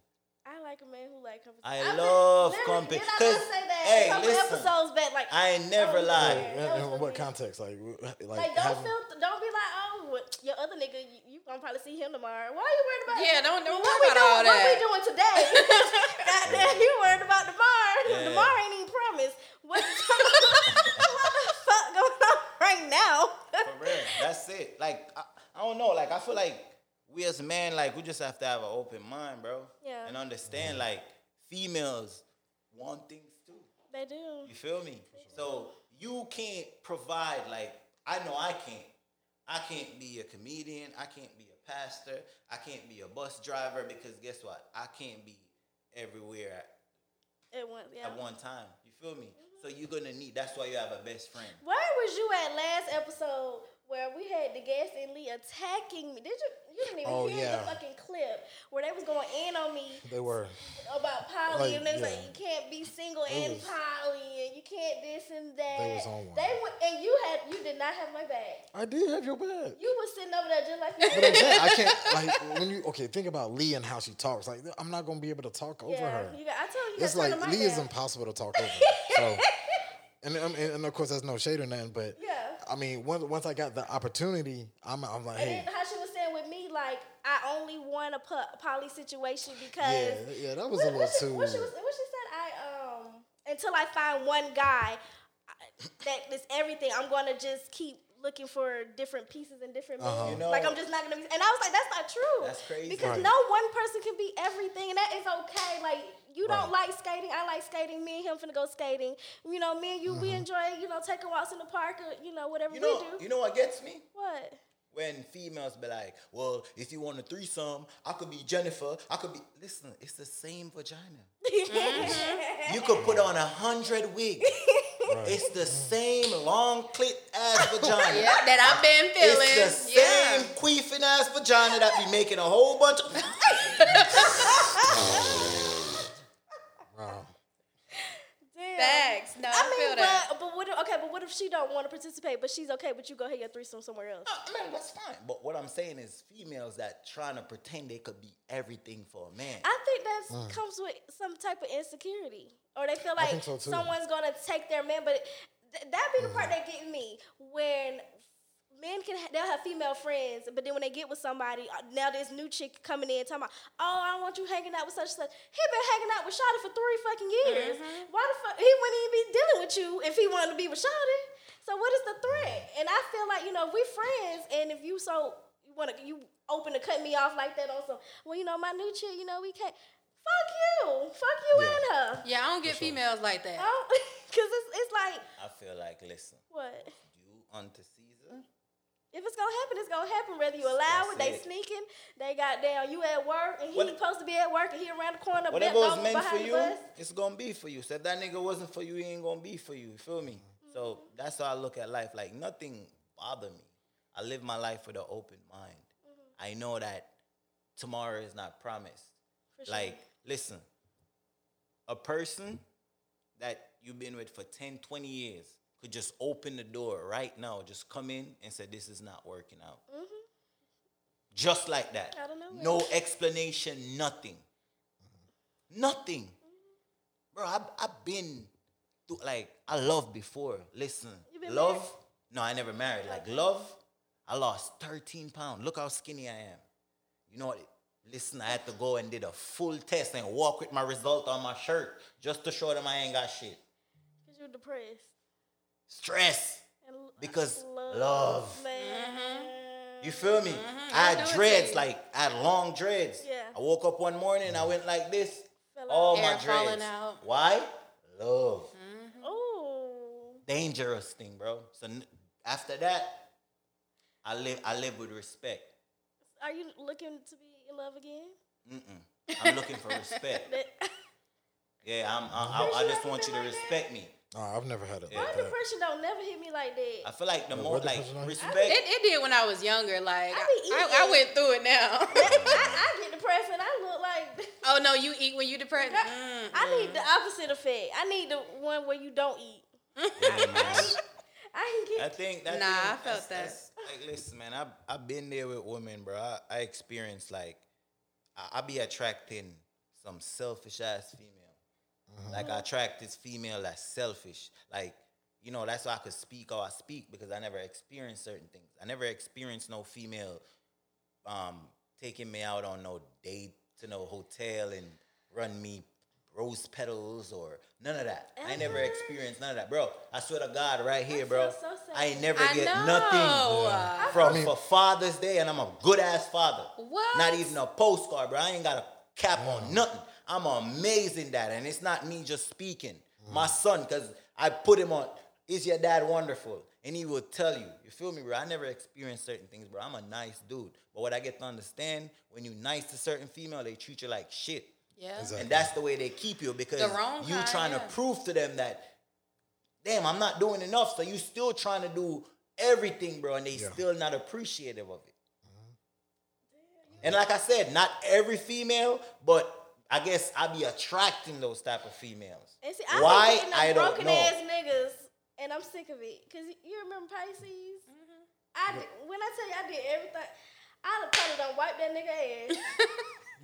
[SPEAKER 2] I like a man who like competition.
[SPEAKER 4] I
[SPEAKER 2] I've been-
[SPEAKER 4] love
[SPEAKER 2] literally, Did
[SPEAKER 4] compet-
[SPEAKER 2] I
[SPEAKER 4] 'cause,
[SPEAKER 2] just say that
[SPEAKER 4] hey,
[SPEAKER 2] a couple
[SPEAKER 4] listen,
[SPEAKER 2] episodes back? Like
[SPEAKER 4] I ain't never
[SPEAKER 2] oh, yeah,
[SPEAKER 4] lied.
[SPEAKER 2] that
[SPEAKER 3] Yeah,
[SPEAKER 2] was
[SPEAKER 3] in
[SPEAKER 2] for
[SPEAKER 3] what
[SPEAKER 2] me.
[SPEAKER 3] context? Like, w- like,
[SPEAKER 2] Like don't
[SPEAKER 3] having-
[SPEAKER 2] feel, don't be like, oh, what- your other nigga, you, you gonna probably see him tomorrow. Why are you worried about?
[SPEAKER 5] Yeah, don't- don't
[SPEAKER 2] what we
[SPEAKER 5] worry about
[SPEAKER 2] doing,
[SPEAKER 5] all
[SPEAKER 2] What we
[SPEAKER 5] that.
[SPEAKER 2] doing today? Goddamn, you worried about tomorrow?
[SPEAKER 4] Yeah.
[SPEAKER 2] Tomorrow ain't even promised. What, what the fuck going on right now?
[SPEAKER 4] For real, that's it. Like I, I don't know. Like I feel like we as men, like we just have to have an open mind, bro.
[SPEAKER 2] Yeah.
[SPEAKER 4] And understand like females want things too.
[SPEAKER 2] they do.
[SPEAKER 4] You feel me? So you can't provide like I know I can't. I can't be a comedian. I can't be a pastor. I can't be a bus driver because guess what? I can't be everywhere at,
[SPEAKER 2] It went, yeah. Mm-hmm.
[SPEAKER 4] at one time. You feel me? So you're gonna need. That's why you have a best friend.
[SPEAKER 2] Where was you at last episode where we had the guest and Lee attacking me? Did you? You didn't even
[SPEAKER 3] Oh,
[SPEAKER 2] hear
[SPEAKER 3] yeah.
[SPEAKER 2] the fucking clip where they was going in on me
[SPEAKER 3] they were.
[SPEAKER 2] about poly,
[SPEAKER 3] Like,
[SPEAKER 2] and they was
[SPEAKER 3] yeah.
[SPEAKER 2] like, you can't be single
[SPEAKER 3] They
[SPEAKER 2] and
[SPEAKER 3] was-
[SPEAKER 2] poly, and you can't this and that.
[SPEAKER 3] They was on one.
[SPEAKER 2] They went, and you had you did not have my back.
[SPEAKER 3] I did have your bad.
[SPEAKER 2] You was sitting over there just like you.
[SPEAKER 3] But I'm saying I can't like when you okay. Think about Lee and how she talks. Like I'm not gonna be able to talk over
[SPEAKER 2] yeah,
[SPEAKER 3] her.
[SPEAKER 2] you got, I told you.
[SPEAKER 3] It's like Lee is
[SPEAKER 2] down.
[SPEAKER 3] impossible to talk over. So, and, um, and and of course that's no shade or nothing. But
[SPEAKER 2] Yeah.
[SPEAKER 3] I mean, once once I got the opportunity, I'm I'm like,
[SPEAKER 2] And
[SPEAKER 3] hey,
[SPEAKER 2] then how she was saying with me, like I only want a po- poly situation because
[SPEAKER 3] yeah, yeah, that was a
[SPEAKER 2] What-
[SPEAKER 3] little
[SPEAKER 2] what she-
[SPEAKER 3] too.
[SPEAKER 2] What she, was, what she said, I um until I find one guy I- that is everything, I'm gonna just keep looking for different pieces and different men.
[SPEAKER 3] Uh-huh.
[SPEAKER 4] You know-
[SPEAKER 2] like I'm just not gonna be. And I was like, that's not true.
[SPEAKER 4] That's crazy.
[SPEAKER 2] Because
[SPEAKER 3] Right.
[SPEAKER 2] no one person can be everything, and that is okay. Like you don't like skating, I like skating. Me and him finna go skating. You know, me and you, we enjoy you know taking walks in the park or you know whatever
[SPEAKER 4] You know.
[SPEAKER 2] we do.
[SPEAKER 4] You know what gets me?
[SPEAKER 2] what?
[SPEAKER 4] When females be like, "Well, if you want a threesome, I could be Jennifer. I could be." Listen, it's the same vagina.
[SPEAKER 5] Mm-hmm.
[SPEAKER 4] You could put on a hundred wigs. It's the same long clit ass vagina.
[SPEAKER 5] Yeah, that I've been feeling.
[SPEAKER 4] It's the
[SPEAKER 5] yeah.
[SPEAKER 4] same queefing ass vagina that be making a whole bunch of. Ah,
[SPEAKER 3] Wow.
[SPEAKER 2] Damn.
[SPEAKER 5] Facts. No, I,
[SPEAKER 2] I mean,
[SPEAKER 5] feel that.
[SPEAKER 2] but, but what? If, okay, but what if she don't want to participate, but she's okay, but you go have your threesome somewhere else?
[SPEAKER 4] Oh, man, that's fine. But what I'm saying is females that trying to pretend they could be everything for a man.
[SPEAKER 2] I think that comes with some type of insecurity, or they feel like
[SPEAKER 3] Mm. think so, too. Mm-hmm.
[SPEAKER 2] someone's gonna take their man. But th- that be the part that get me when men can ha- they'll have female friends, but then when they get with somebody, uh, now this new chick coming in talking about, oh, I don't want you hanging out with such and such. He been hanging out with Shawty for three fucking years. Why the fuck he wouldn't even be dealing with you if he wanted to be with Shawty? So what is the threat? And I feel like you know if we friends, and if you so you want to you open to cut me off like that on some, well you know my new chick, you know we can't. Fuck you, fuck you
[SPEAKER 3] Yeah.
[SPEAKER 2] and her.
[SPEAKER 5] yeah, I don't get females like that.
[SPEAKER 2] I don't, Cause it's it's like
[SPEAKER 4] I feel like, listen,
[SPEAKER 2] what.
[SPEAKER 4] you onto Caesar.
[SPEAKER 2] If it's gonna happen, it's gonna happen. Whether you allow it,
[SPEAKER 4] That's
[SPEAKER 2] they
[SPEAKER 4] it.
[SPEAKER 2] sneaking, they got down. You at work, and he
[SPEAKER 4] What-
[SPEAKER 2] supposed to be at work, and he around the corner, bent
[SPEAKER 4] Whatever was
[SPEAKER 2] over
[SPEAKER 4] meant for
[SPEAKER 2] behind the
[SPEAKER 4] you,
[SPEAKER 2] bus.
[SPEAKER 4] it's gonna be for you. So if that nigga wasn't for you, he ain't gonna be for you. You feel me? So that's how I look at life. Like nothing bother me. I live my life with an open mind.
[SPEAKER 2] Mm-hmm.
[SPEAKER 4] I know that tomorrow is not promised.
[SPEAKER 2] For sure.
[SPEAKER 4] Like, listen, a person that you've been with for 10, 20 years, could just open the door right now, just come in and say, This is not working out. Just like that.
[SPEAKER 2] Mm-hmm. Out of nowhere.
[SPEAKER 4] No explanation, nothing. Nothing. Bro, I've, I've been through, like, I loved before. Listen,
[SPEAKER 2] You been
[SPEAKER 4] love.
[SPEAKER 2] married?
[SPEAKER 4] No, I never married. Like, love, I lost 13 pounds. Look how skinny I am. You know what? Listen, I had to go and did a full test and walk with my result on my shirt just to show them I ain't got shit.
[SPEAKER 2] Because you're depressed.
[SPEAKER 4] Stress.
[SPEAKER 2] And l-
[SPEAKER 4] Because
[SPEAKER 2] love.
[SPEAKER 4] love. Mm-hmm.
[SPEAKER 2] Man.
[SPEAKER 4] You feel me? I
[SPEAKER 5] I know
[SPEAKER 4] had
[SPEAKER 5] it
[SPEAKER 4] dreads,
[SPEAKER 5] too.
[SPEAKER 4] like I had long dreads.
[SPEAKER 2] Yeah.
[SPEAKER 4] I woke up one morning and I went like this.
[SPEAKER 2] Fell
[SPEAKER 4] All
[SPEAKER 2] out.
[SPEAKER 4] my
[SPEAKER 5] Hair falling
[SPEAKER 4] dreads.
[SPEAKER 5] out.
[SPEAKER 4] Why? Love.
[SPEAKER 2] Oh.
[SPEAKER 4] Dangerous thing, bro. So n- after that, I live. I live with respect.
[SPEAKER 2] Are you looking to be in love again?
[SPEAKER 4] Mm-mm. I'm looking for respect.
[SPEAKER 2] That-
[SPEAKER 4] Yeah, I'm, I, I, I
[SPEAKER 2] you
[SPEAKER 4] just
[SPEAKER 2] ever
[SPEAKER 4] want you
[SPEAKER 2] been
[SPEAKER 4] to
[SPEAKER 2] like that?
[SPEAKER 4] respect me.
[SPEAKER 3] Nah, oh, I've never had it.
[SPEAKER 4] Yeah.
[SPEAKER 3] Like
[SPEAKER 2] Why
[SPEAKER 3] that.
[SPEAKER 2] depression don't never hit me like
[SPEAKER 4] I
[SPEAKER 2] that?
[SPEAKER 4] feel like the
[SPEAKER 3] Well,
[SPEAKER 4] more
[SPEAKER 3] what the
[SPEAKER 4] like
[SPEAKER 3] person like-
[SPEAKER 4] respect.
[SPEAKER 5] It, it did when I was younger. Like
[SPEAKER 2] I be
[SPEAKER 5] I, I
[SPEAKER 2] eating.
[SPEAKER 5] went through it now.
[SPEAKER 2] I, I get depressed and I look like
[SPEAKER 5] oh no, you eat when you depressed. Mm.
[SPEAKER 2] I need the opposite effect. I need the one where you don't eat.
[SPEAKER 4] Yeah, man.
[SPEAKER 2] I can
[SPEAKER 4] I
[SPEAKER 2] get
[SPEAKER 4] think that
[SPEAKER 5] Nah, I
[SPEAKER 4] thing-
[SPEAKER 5] felt
[SPEAKER 4] that's-
[SPEAKER 5] that.
[SPEAKER 4] that's- like, listen, man, I've I've been there with women, bro. I, I experienced like I, I be attracting some selfish ass female. Like I attract this female that's selfish. Like you know, that's why I could speak how I speak because I never experienced certain things. I never experienced no female um taking me out on no date to no hotel and run me rose petals or none of that. I never experienced none of that, bro. I swear to God, right here, bro.
[SPEAKER 2] feel so sad.
[SPEAKER 4] I ain't never
[SPEAKER 5] I
[SPEAKER 4] get
[SPEAKER 5] know.
[SPEAKER 4] nothing
[SPEAKER 5] Yeah.
[SPEAKER 4] from for Father's Day, and I'm a good ass father.
[SPEAKER 5] What?
[SPEAKER 4] Not even a postcard, bro. I ain't got a cap on nothing. I'm amazing dad, and it's not me just speaking. My son, because I put him on. Is your dad wonderful? And he will tell you. You feel me, bro? I never experienced certain things, bro. I'm a nice dude, but what I get to understand when you nice to certain female, they treat you like shit.
[SPEAKER 5] Yeah.
[SPEAKER 3] Exactly.
[SPEAKER 4] And that's the way they keep you because
[SPEAKER 5] The wrong
[SPEAKER 4] you
[SPEAKER 5] kind,
[SPEAKER 4] trying
[SPEAKER 5] yeah.
[SPEAKER 4] to prove to them that, damn, I'm not doing enough. So you still trying to do everything, bro, and they
[SPEAKER 3] Yeah.
[SPEAKER 4] still not appreciative of it.
[SPEAKER 5] Mm-hmm.
[SPEAKER 4] And like I said, not every female, but I guess I be attracting those type of females.
[SPEAKER 2] and see, I
[SPEAKER 4] Why?
[SPEAKER 2] Why?
[SPEAKER 4] I
[SPEAKER 2] I
[SPEAKER 4] don't
[SPEAKER 2] broken
[SPEAKER 4] know.
[SPEAKER 2] ass niggas, and I'm sick of it. Cause you remember Pisces? I did, when I tell you I did everything, I probably done wiped that nigga ass.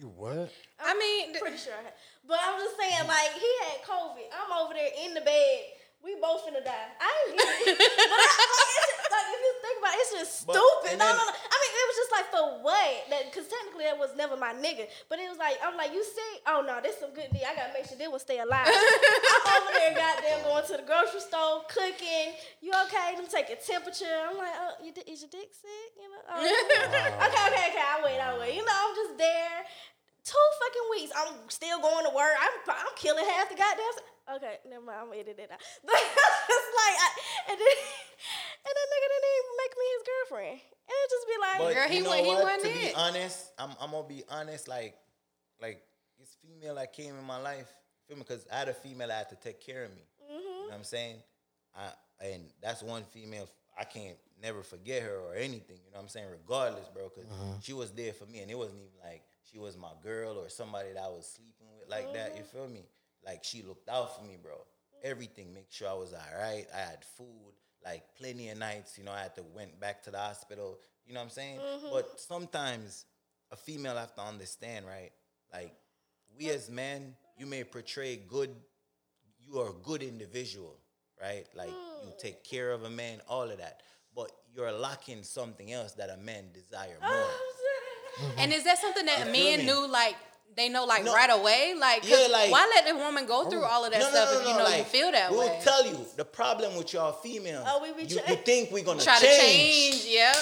[SPEAKER 3] You what?
[SPEAKER 5] I mean, th-
[SPEAKER 2] Pretty sure I had. But I'm just saying,
[SPEAKER 4] Mm.
[SPEAKER 2] like, he had COVID. I'm over there in the bed. We both finna die. I ain't get it. but I, like, it's just, like, if you think about it, it's just
[SPEAKER 4] But-
[SPEAKER 2] stupid.
[SPEAKER 4] and
[SPEAKER 2] No,
[SPEAKER 4] then-
[SPEAKER 2] no, no. I mean, it was just like, for what? Because technically, that was never my nigga. But it was like, I'm like, you sick? Oh, no, this some good D. I gotta make sure this one stay alive. I'm over there, goddamn, going to the grocery store, cooking. You okay? Them taking temperature. I'm like, oh, you, di- is your dick sick? You know? Oh, okay, okay, okay. I wait, I wait. You know, I'm just there. Two fucking weeks. I'm still going to work. I'm I'm killing half the goddamn. s- Okay, never mind. I'm gonna edit it out. But it's like, I, and then and that nigga didn't even make me his girlfriend. And it just be like,
[SPEAKER 4] But
[SPEAKER 5] Girl, he
[SPEAKER 4] you know
[SPEAKER 5] wa- he
[SPEAKER 4] what?
[SPEAKER 5] wasn't
[SPEAKER 4] To be
[SPEAKER 5] it.
[SPEAKER 4] honest, I'm, I'm gonna be honest. Like, like this female that came in my life, feel me? Because I had a female that had to take care of me.
[SPEAKER 5] Mm-hmm.
[SPEAKER 4] You know what I'm saying? I and that's one female I can't never forget her or anything. You know what I'm saying? Regardless, bro, because she was there for me, and it wasn't even like she was my girl or somebody that I was sleeping with like that. You feel me? Like she looked out for me, bro. Everything, make sure I was all right. I had food, like plenty of nights. You know, I had to went back to the hospital. You know what I'm saying? But sometimes a female have to understand, right? Like we as men, you may portray good you are a good individual, right? Like you take care of a man, all of that. But you're lacking something else that a man desire more.
[SPEAKER 5] and is that something that
[SPEAKER 4] You feel
[SPEAKER 5] men
[SPEAKER 4] me?
[SPEAKER 5] knew like they know like
[SPEAKER 4] No.
[SPEAKER 5] right away? Like, 'cause
[SPEAKER 4] Yeah, like-
[SPEAKER 5] why let the woman go through all of that stuff if you know you
[SPEAKER 4] like,
[SPEAKER 5] feel that
[SPEAKER 4] we'll
[SPEAKER 5] way?
[SPEAKER 4] tell you the problem with y'all females.
[SPEAKER 2] Oh, we be
[SPEAKER 4] you,
[SPEAKER 2] try-
[SPEAKER 4] you think we're gonna
[SPEAKER 5] Try
[SPEAKER 4] change.
[SPEAKER 5] to change. Yep.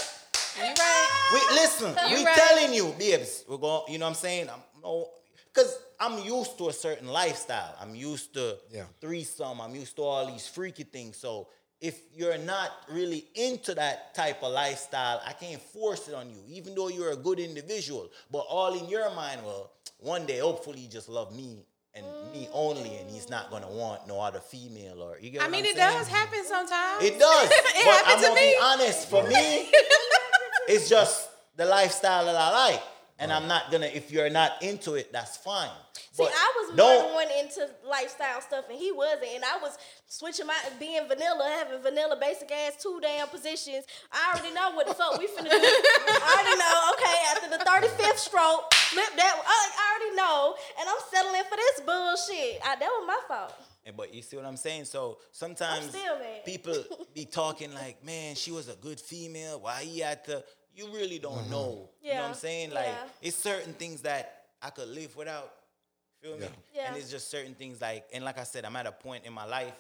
[SPEAKER 5] You right.
[SPEAKER 4] We listen.
[SPEAKER 5] You
[SPEAKER 4] we
[SPEAKER 5] right.
[SPEAKER 4] telling you, babes. We're going. You know what I'm saying? I'm no, because I'm used to a certain lifestyle. I'm used to
[SPEAKER 3] Yeah.
[SPEAKER 4] threesome. I'm used to all these freaky things. So if you're not really into that type of lifestyle, I can't force it on you. Even though you're a good individual, but all in your mind, well, one day hopefully you just love me. And me only, and he's not gonna want no other female, or you get. What
[SPEAKER 5] I mean,
[SPEAKER 4] am
[SPEAKER 5] it does happen sometimes.
[SPEAKER 4] it does. but I'm
[SPEAKER 5] happened to
[SPEAKER 4] gonna be
[SPEAKER 5] me.
[SPEAKER 4] honest. For me, it's just the lifestyle that I like, and I'm not gonna. If you're not into it, that's fine.
[SPEAKER 2] See,
[SPEAKER 4] But
[SPEAKER 2] I was
[SPEAKER 4] don't-
[SPEAKER 2] more the one into lifestyle stuff, and he wasn't. And I was switching my being vanilla, having vanilla basic ass two damn positions. I already know what the fuck we finna do. I already know. Okay, after the thirty fifth stroke, flip that. I, I already know, and I'm settling for this bullshit. I, that was my fault.
[SPEAKER 4] And but you see what I'm saying? So sometimes
[SPEAKER 2] still mad.
[SPEAKER 4] people be talking like, man, she was a good female. Why he had to you really don't know. You know what
[SPEAKER 2] Yeah,
[SPEAKER 4] I'm saying? Like
[SPEAKER 2] yeah.
[SPEAKER 4] it's certain things that I could live without. Feel me?
[SPEAKER 2] Yeah. Yeah.
[SPEAKER 4] And it's just certain things like and like I said, I'm at a point in my life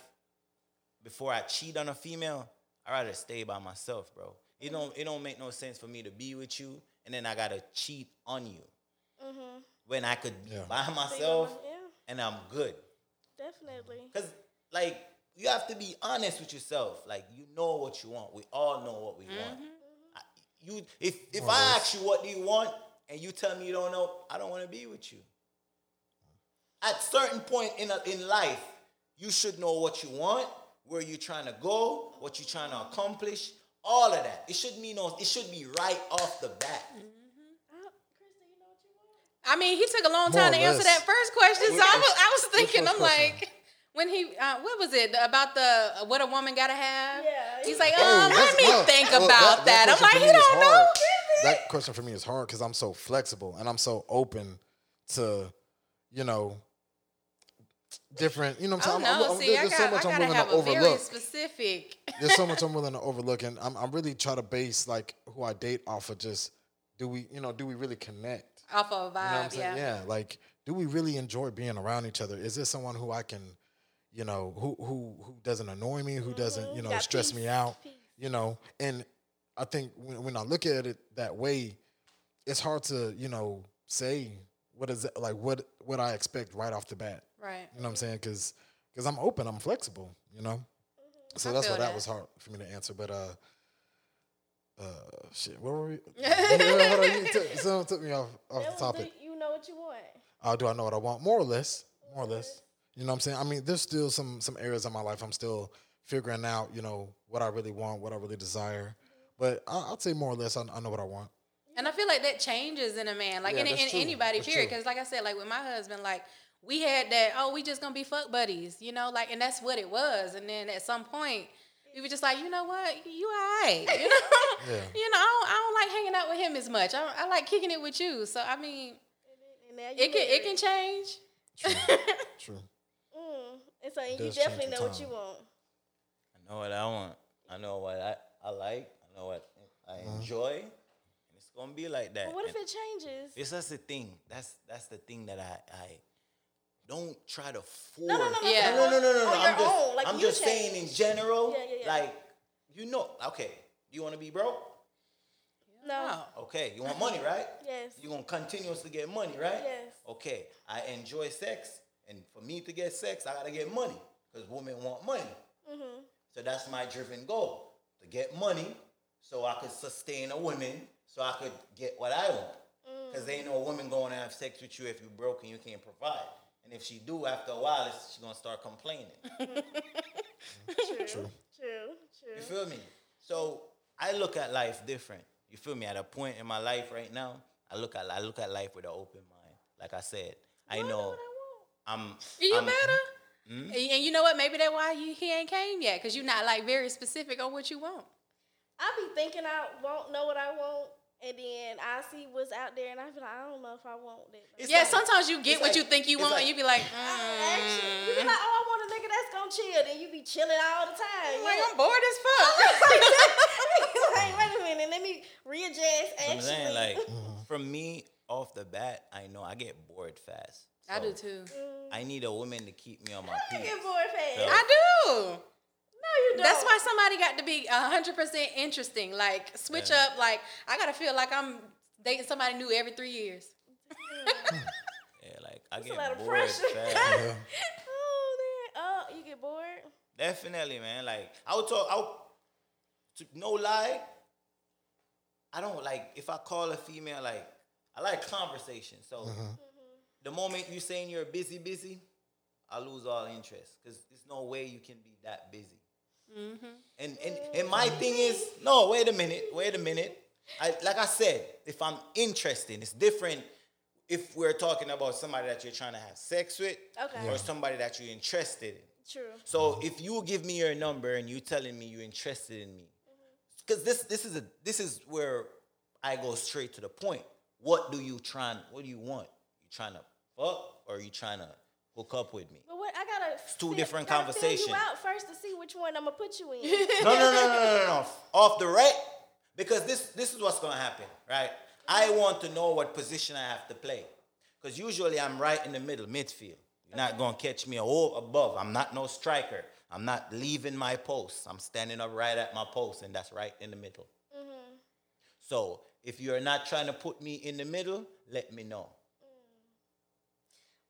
[SPEAKER 4] before I cheat on a female, I'd rather stay by myself, bro. It don't it don't make no sense for me to be with you and then I gotta cheat on you.
[SPEAKER 2] Mm-hmm.
[SPEAKER 4] When I could be
[SPEAKER 3] Yeah.
[SPEAKER 4] by myself
[SPEAKER 2] Yeah,
[SPEAKER 4] and I'm good.
[SPEAKER 2] definitely.
[SPEAKER 4] Cause like you have to be honest with yourself. Like you know what you want. We all know what we want.
[SPEAKER 2] Mm-hmm.
[SPEAKER 4] I, you if if
[SPEAKER 3] More or
[SPEAKER 4] I
[SPEAKER 3] less.
[SPEAKER 4] ask you what do you want and you tell me you don't know, I don't want to be with you. At certain point in a, in life, you should know what you want, where you're trying to go, what you're trying to accomplish, all of that. It should mean no, it should be right off the bat.
[SPEAKER 2] Oh, Krista, you know what you want?
[SPEAKER 5] I mean, he took a long
[SPEAKER 3] More
[SPEAKER 5] time
[SPEAKER 3] or
[SPEAKER 5] to answer
[SPEAKER 3] less.
[SPEAKER 5] that first question. So I was, I was thinking,
[SPEAKER 3] first
[SPEAKER 5] I'm
[SPEAKER 3] question?
[SPEAKER 5] like, when he, uh, what was it about the uh, what a woman gotta have?
[SPEAKER 2] Yeah.
[SPEAKER 5] He's like, um,
[SPEAKER 3] Oh,
[SPEAKER 5] let
[SPEAKER 3] that's-
[SPEAKER 5] me
[SPEAKER 3] no,
[SPEAKER 5] think
[SPEAKER 3] well,
[SPEAKER 5] about that. I'm
[SPEAKER 3] question for
[SPEAKER 5] like, he
[SPEAKER 3] me is
[SPEAKER 5] don't know.
[SPEAKER 3] hard. That question for me is hard because I'm so flexible and I'm so open to, you know, different. You know what
[SPEAKER 5] Oh
[SPEAKER 3] I'm saying? I'm-
[SPEAKER 5] no!
[SPEAKER 3] I'm-
[SPEAKER 5] See, I
[SPEAKER 3] there's
[SPEAKER 5] got,
[SPEAKER 3] so much
[SPEAKER 5] I
[SPEAKER 3] I'm
[SPEAKER 5] gotta
[SPEAKER 3] willing
[SPEAKER 5] have
[SPEAKER 3] to
[SPEAKER 5] a very
[SPEAKER 3] overlook.
[SPEAKER 5] specific.
[SPEAKER 3] There's so much I'm willing to overlook, and I'm, I'm really try to base like who I date off of just do we, you know, do we really connect?
[SPEAKER 5] off of
[SPEAKER 3] You know
[SPEAKER 5] a
[SPEAKER 3] what
[SPEAKER 5] vibe.
[SPEAKER 3] I'm saying?
[SPEAKER 5] Um, yeah.
[SPEAKER 3] Yeah. Like, do we really enjoy being around each other? Is this someone who I can, you know, who who who doesn't annoy me, who doesn't, you know,
[SPEAKER 2] Got
[SPEAKER 3] stress
[SPEAKER 2] peace,
[SPEAKER 3] me out?
[SPEAKER 2] peace.
[SPEAKER 3] You know, and I think when, when I look at it that way, it's hard to, you know, say what is it like what what I expect right off the bat.
[SPEAKER 5] Right.
[SPEAKER 3] You know what I'm saying? Because because I'm open, I'm flexible. You know, so
[SPEAKER 5] I
[SPEAKER 3] that's why
[SPEAKER 5] feel
[SPEAKER 3] that.
[SPEAKER 5] that.
[SPEAKER 3] was hard for me to answer. But uh, uh, shit, where were we? Yeah, hold on, you took, someone took me off off
[SPEAKER 2] That
[SPEAKER 3] the
[SPEAKER 2] was
[SPEAKER 3] topic.
[SPEAKER 2] the- you know what you want.
[SPEAKER 3] Uh, do I know what I want? More or less. More or less. You know what I'm saying? I mean, there's still some some areas of my life I'm still figuring out. You know what I really want, what I really desire. But I, I'd say more or less, I, I know what I want.
[SPEAKER 5] And I feel like that changes in a man, like
[SPEAKER 3] Yeah,
[SPEAKER 5] in, in
[SPEAKER 3] that's true.
[SPEAKER 5] anybody,
[SPEAKER 3] That's
[SPEAKER 5] period.
[SPEAKER 3] true.
[SPEAKER 5] Because, like I said, like with my husband, like we had that, oh, we just gonna be fuck buddies, you know, like, and that's what it was. And then at some point, we were just like, you know what, you all right, you know,
[SPEAKER 3] Yeah.
[SPEAKER 5] you know, I don't, I don't like hanging out with him as much. I, I like kicking it with you. So I mean,
[SPEAKER 2] And now you
[SPEAKER 5] it can
[SPEAKER 2] married.
[SPEAKER 5] it can change.
[SPEAKER 3] True. True.
[SPEAKER 2] Mm. And so you
[SPEAKER 3] does change
[SPEAKER 2] definitely
[SPEAKER 3] with
[SPEAKER 2] know what
[SPEAKER 3] time.
[SPEAKER 2] you want.
[SPEAKER 4] I know what I want. I know what I, I like. I know what I enjoy. And it's gonna be like that.
[SPEAKER 2] But what if
[SPEAKER 4] And-
[SPEAKER 2] it changes?
[SPEAKER 4] It's that's the thing. That's that's the thing that I I don't try to force.
[SPEAKER 2] no, no, no,
[SPEAKER 5] Yeah.
[SPEAKER 4] no, no, no, no, no.
[SPEAKER 2] On
[SPEAKER 4] I'm
[SPEAKER 2] your
[SPEAKER 4] just,
[SPEAKER 2] own, like,
[SPEAKER 4] I'm
[SPEAKER 2] you
[SPEAKER 4] just
[SPEAKER 2] change.
[SPEAKER 4] saying in general.
[SPEAKER 2] Yeah, yeah, yeah.
[SPEAKER 4] Like you know, okay. You want to be broke?
[SPEAKER 2] No.
[SPEAKER 5] Oh.
[SPEAKER 4] Okay. You want money, right?
[SPEAKER 2] Yes.
[SPEAKER 4] You're gonna continuously get money, right?
[SPEAKER 2] Yes.
[SPEAKER 4] Okay. I enjoy sex, and for me to get sex, I gotta get money because women want money.
[SPEAKER 2] Mm-hmm.
[SPEAKER 4] So that's my driven goal to get money, so I could sustain a woman, so I could get what I want.
[SPEAKER 2] Mm.
[SPEAKER 4] Because ain't no woman going to have sex with you if you're broke and you can't provide. And if she do, after a while, it's, she's gonna start complaining.
[SPEAKER 2] True. True. True.
[SPEAKER 4] You feel me? So I look at life different. You feel me? At a point in my life right now, I look at I look at life with an open mind. Like I said, I know I'm.
[SPEAKER 5] You
[SPEAKER 4] I'm-
[SPEAKER 5] better.
[SPEAKER 4] mm-hmm.
[SPEAKER 5] And and you know what? Maybe that's why you, he ain't came yet, cause you're not like very specific on what you want.
[SPEAKER 2] I be thinking I won't know what I want, and then I see what's out there, and I be like, I don't know if I want that.
[SPEAKER 4] It's
[SPEAKER 5] yeah,
[SPEAKER 4] like-
[SPEAKER 5] sometimes you get
[SPEAKER 4] it's
[SPEAKER 5] what
[SPEAKER 4] like-
[SPEAKER 5] you think you
[SPEAKER 4] it's
[SPEAKER 5] want,
[SPEAKER 4] like-
[SPEAKER 5] and you be like,
[SPEAKER 2] Actually, you be
[SPEAKER 5] "Mm."
[SPEAKER 2] like, oh, I want a nigga that's gonna chill, then you be chilling all the time.
[SPEAKER 5] I'm
[SPEAKER 2] You
[SPEAKER 5] like,
[SPEAKER 2] know?
[SPEAKER 5] I'm bored as fuck.
[SPEAKER 2] like, wait a minute, let me readjust.
[SPEAKER 4] I'm
[SPEAKER 2] Actually,
[SPEAKER 4] saying like, for me off the bat, I know I get bored fast.
[SPEAKER 5] I do
[SPEAKER 4] So
[SPEAKER 5] too.
[SPEAKER 4] I need a woman to keep me on my
[SPEAKER 2] I
[SPEAKER 4] feet.
[SPEAKER 2] get bored fast.
[SPEAKER 4] So-
[SPEAKER 5] I do.
[SPEAKER 2] no, you don't.
[SPEAKER 5] That's why somebody got to be hundred percent interesting. Like switch
[SPEAKER 4] Yeah.
[SPEAKER 5] up. Like I gotta feel like I'm dating somebody new every three years.
[SPEAKER 4] Yeah, like I
[SPEAKER 2] a lot of
[SPEAKER 4] get bored
[SPEAKER 2] pressure.
[SPEAKER 4] fast.
[SPEAKER 3] Yeah.
[SPEAKER 2] Oh, man. Oh, you get bored.
[SPEAKER 4] Definitely, man. Like I would talk. I would, to- no lie. I don't like if I call a female. Like I like conversation. So the moment you saying you're busy, busy, I lose all interest because there's no way you can be that busy. And and and my thing is no. Wait a minute. Wait a minute. I like I said. If I'm interested, it's different. if we're talking about somebody that you're trying to have sex with
[SPEAKER 2] Okay.
[SPEAKER 4] or
[SPEAKER 2] Yeah.
[SPEAKER 4] somebody that you're interested in.
[SPEAKER 2] True.
[SPEAKER 4] So if you give me your number and you telling me you're interested in me, because this this is a this is where I go straight to the point. What do you trying? What do you want? You trying to fuck or you trying to hook up with me?
[SPEAKER 2] But what I gotta
[SPEAKER 4] two
[SPEAKER 2] feel-
[SPEAKER 4] different
[SPEAKER 2] gotta feel
[SPEAKER 4] conversation.
[SPEAKER 2] You out first to see which one I'm gonna put you in.
[SPEAKER 4] No, no, no, no, no, no, no. Off the rip, because this this is what's gonna happen, right? I want to know what position I have to play, because usually I'm right in the middle, midfield. You're not gonna catch me all above. I'm not no striker. I'm not leaving my post. I'm standing up right at my post, and that's right in the middle.
[SPEAKER 2] Mm-hmm.
[SPEAKER 4] So if you're not trying to put me in the middle, let me know.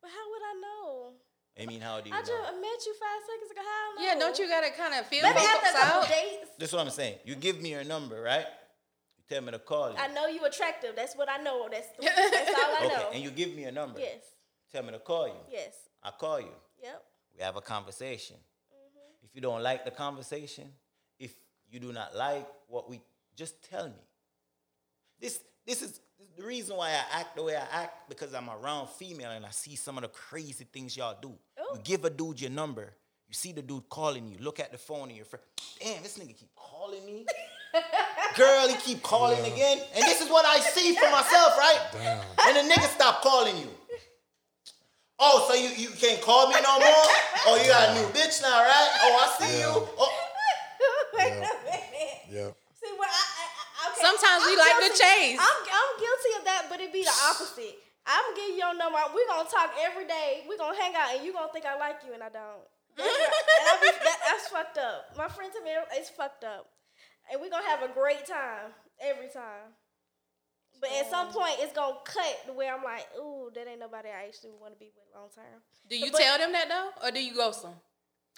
[SPEAKER 2] but how would I know?
[SPEAKER 4] I mean, how do you
[SPEAKER 2] I
[SPEAKER 4] know?
[SPEAKER 2] just met you five seconds ago. How I know?
[SPEAKER 5] Yeah, don't you gotta kind of feel
[SPEAKER 2] Maybe
[SPEAKER 5] both
[SPEAKER 2] after a couple
[SPEAKER 5] sides out?
[SPEAKER 2] dates,
[SPEAKER 4] This is what I'm saying. You give me your number, right? You tell me to call you.
[SPEAKER 2] I know you attractive. That's what I know. That's the, that's all I
[SPEAKER 4] okay,
[SPEAKER 2] know.
[SPEAKER 4] and you give me your number.
[SPEAKER 2] yes,
[SPEAKER 4] Tell me to call you.
[SPEAKER 2] yes,
[SPEAKER 4] I call you.
[SPEAKER 2] yep.
[SPEAKER 4] We have a conversation. If you don't like the conversation, if you do not like what we just tell me. This this is the reason why I act the way I act because I'm around female and I see some of the crazy things y'all do. You
[SPEAKER 2] Oh.
[SPEAKER 4] give a dude your number. You see the dude calling you. Look at the phone and your friend. Damn, this nigga keep calling me. Girl, he keep calling
[SPEAKER 3] Yeah.
[SPEAKER 4] again. And this is what I see for myself, right?
[SPEAKER 3] Damn.
[SPEAKER 4] and the nigga stop calling you. Oh, so you, you can't call me no more? Oh, you got a new bitch now, right? Oh, I see
[SPEAKER 3] Yeah.
[SPEAKER 4] you. Oh,
[SPEAKER 2] Wait
[SPEAKER 3] Yeah.
[SPEAKER 2] a minute.
[SPEAKER 3] Yep.
[SPEAKER 2] See, well, I, I, I, okay.
[SPEAKER 5] Sometimes we like the
[SPEAKER 2] guilty-
[SPEAKER 5] chase.
[SPEAKER 2] I'm, I'm guilty of that, but it be the opposite. I'm giving your number. We're gonna talk every day. We're gonna hang out, and you gonna think I like you, and I don't. That's, right. and I be, that, that's fucked up. My friend to me, it's fucked up, and we're gonna have a great time every time. But at some point, it's gonna cut to where I'm like, ooh, that ain't nobody I actually want to be with long term.
[SPEAKER 5] Do you
[SPEAKER 2] But-
[SPEAKER 5] tell them that though, or do you ghost them?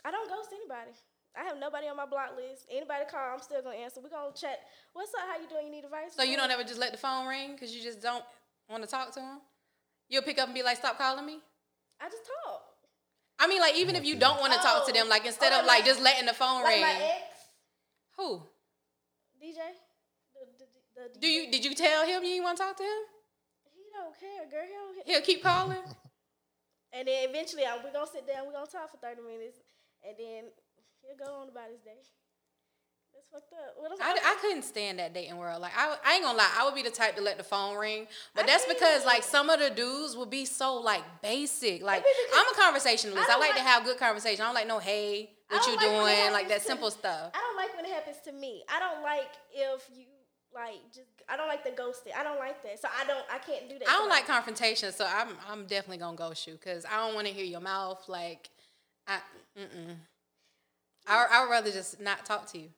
[SPEAKER 2] I don't ghost anybody. I have nobody on my block list. Anybody call, I'm still gonna answer. We're gonna chat. What's up? How you doing? You need advice?
[SPEAKER 5] So you don't ever just let the phone ring because you just don't want to talk to them. You'll pick up and be like, "Stop calling me."
[SPEAKER 2] I just talk.
[SPEAKER 5] I mean, like even if you don't want to talk to them, like instead
[SPEAKER 2] Oh,
[SPEAKER 5] of like
[SPEAKER 2] like-
[SPEAKER 5] just letting the phone
[SPEAKER 2] Like eh.
[SPEAKER 5] ring,
[SPEAKER 2] my ex,
[SPEAKER 5] who
[SPEAKER 2] DJ. The, the, the,
[SPEAKER 5] do you did you tell him you didn't want to talk to him?
[SPEAKER 2] He don't care, girl. He don't.
[SPEAKER 5] He'll keep calling.
[SPEAKER 2] And then eventually, I, we're gonna sit down. We're gonna talk for thirty minutes, and then he'll go on about his day. That's fucked up. What
[SPEAKER 5] I,
[SPEAKER 2] I'm-
[SPEAKER 5] I couldn't stand that dating world. Like I, I ain't gonna lie, I would be the type to let the phone ring, but
[SPEAKER 2] I
[SPEAKER 5] that's
[SPEAKER 2] did.
[SPEAKER 5] because like some of the dudes will be so like basic. Like
[SPEAKER 2] be because-
[SPEAKER 5] I'm a conversationalist. I,
[SPEAKER 2] I don't
[SPEAKER 5] like, to
[SPEAKER 2] like-
[SPEAKER 5] have good conversation. I don't like no hey,
[SPEAKER 2] I
[SPEAKER 5] what
[SPEAKER 2] don't
[SPEAKER 5] you
[SPEAKER 2] like when it
[SPEAKER 5] doing, like
[SPEAKER 2] happens
[SPEAKER 5] that
[SPEAKER 2] to-
[SPEAKER 5] simple stuff.
[SPEAKER 2] I don't like when it happens to me. I don't like if you like just. I don't like the ghosting. I don't like that. So I don't. I can't do that.
[SPEAKER 5] I
[SPEAKER 2] to
[SPEAKER 5] don't
[SPEAKER 2] my-
[SPEAKER 5] like confrontation, so I'm I'm definitely gonna ghost you because I don't want to hear your mouth. Like I, mm-mm. I I would rather just not talk to you.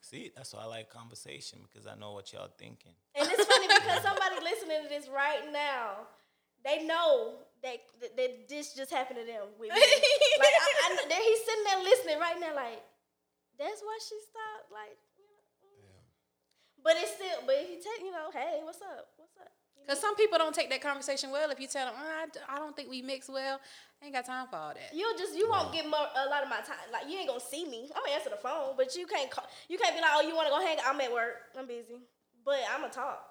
[SPEAKER 4] see, that's why I like conversation because I know what y'all thinking.
[SPEAKER 2] And it's funny because somebody listening to this right now, they know that, that, that this just happened to them. With me. like I, I, know- that he's sitting there listening right now, like that's why she stopped. Like, you know, mm. but it's still, but if you take, you know, hey, what's up? What's up?
[SPEAKER 5] Because some people don't take that conversation well. If you tell them, "Uh, I, d- I don't think we mix well, I ain't got time for all that.
[SPEAKER 2] You'll just you won't get more, a lot of my time. Like you ain't gonna see me. I'm gonna answer the phone, but you can't call. You can't be like, oh, you wanna go hang? I'm at work. I'm busy, but I'm gonna talk.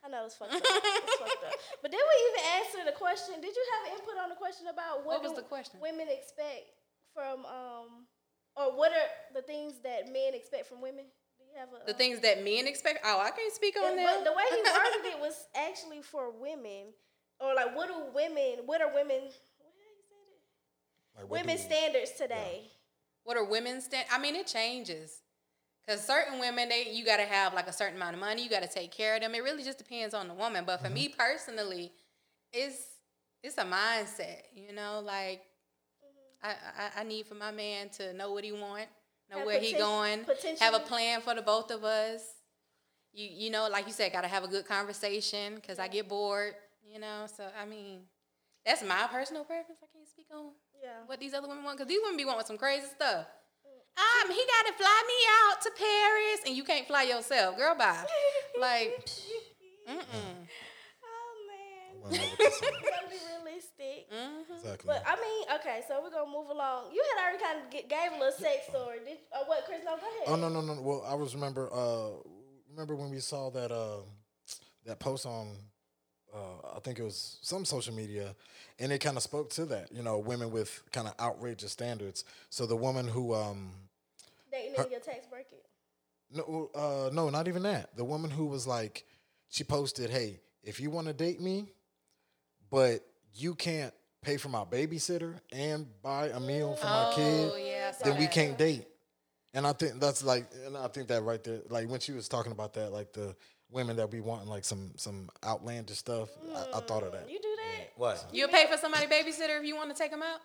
[SPEAKER 2] I know it's fucked up. it's fucked up. But did we even answer the question? Did you have input on the question about what,
[SPEAKER 5] What was
[SPEAKER 2] do
[SPEAKER 5] the question?
[SPEAKER 2] women expect from um or what are the things that men expect from women? Do you have a
[SPEAKER 5] The
[SPEAKER 2] um,
[SPEAKER 5] things that men expect. Oh, I can't speak on
[SPEAKER 2] it-
[SPEAKER 5] that.
[SPEAKER 2] but the way he worded it was actually for women, or like what do women? What are women? what did he say it?
[SPEAKER 3] Like, what do
[SPEAKER 2] Women's
[SPEAKER 3] we-
[SPEAKER 2] standards today.
[SPEAKER 5] what are women stand? I mean, it changes. Cause certain women, they you gotta have like a certain amount of money. You gotta take care of them. It really just depends on the woman. But for me
[SPEAKER 2] Mm-hmm.
[SPEAKER 5] personally, it's it's a mindset. You know, like I, I I need for my man to know what he want,
[SPEAKER 2] Mm-hmm.
[SPEAKER 5] know
[SPEAKER 2] Have
[SPEAKER 5] where he
[SPEAKER 2] poten-
[SPEAKER 5] going, have a
[SPEAKER 2] potential.
[SPEAKER 5] plan for the both of us. You you know, like you said, gotta have a good conversation. Cause I get bored. You know, so I mean, that's my personal preference. I can't speak on
[SPEAKER 2] Yeah.
[SPEAKER 5] what these other women want because these women be wanting some crazy stuff. Um, he gotta fly me out to Paris, and you can't fly yourself, girl. Bye. like, mm-mm.
[SPEAKER 2] Oh
[SPEAKER 3] Well,
[SPEAKER 2] man.
[SPEAKER 3] never consider-
[SPEAKER 2] Gotta be realistic.
[SPEAKER 5] mm-hmm.
[SPEAKER 3] Exactly.
[SPEAKER 2] But I mean, okay, so we're gonna move along. You had already kind of g gave a little sex story. Did or what, Chris? No, go ahead.
[SPEAKER 3] Oh no no no! Well, I was remember uh remember when we saw that uh that post on uh, I think it was some social media, and it kind of spoke to that. You know, women with kind of outrageous standards. So the woman who um,
[SPEAKER 2] Dating in your tax bracket.
[SPEAKER 3] no, uh, no, not even that. The woman who was like, she posted, "Hey, if you want to date me, but you can't pay for my babysitter and buy a meal for my kid,
[SPEAKER 5] Oh, yeah. I saw
[SPEAKER 3] then we
[SPEAKER 5] that.
[SPEAKER 3] can't date." And I think that's like, and I think that right there, like when she was talking about that, like the women that be wanting like some some outlandish stuff. I, I thought of
[SPEAKER 5] Mm,
[SPEAKER 3] that.
[SPEAKER 2] You do that?
[SPEAKER 4] What?
[SPEAKER 5] You'll pay for somebody babysitter if you want to take them out?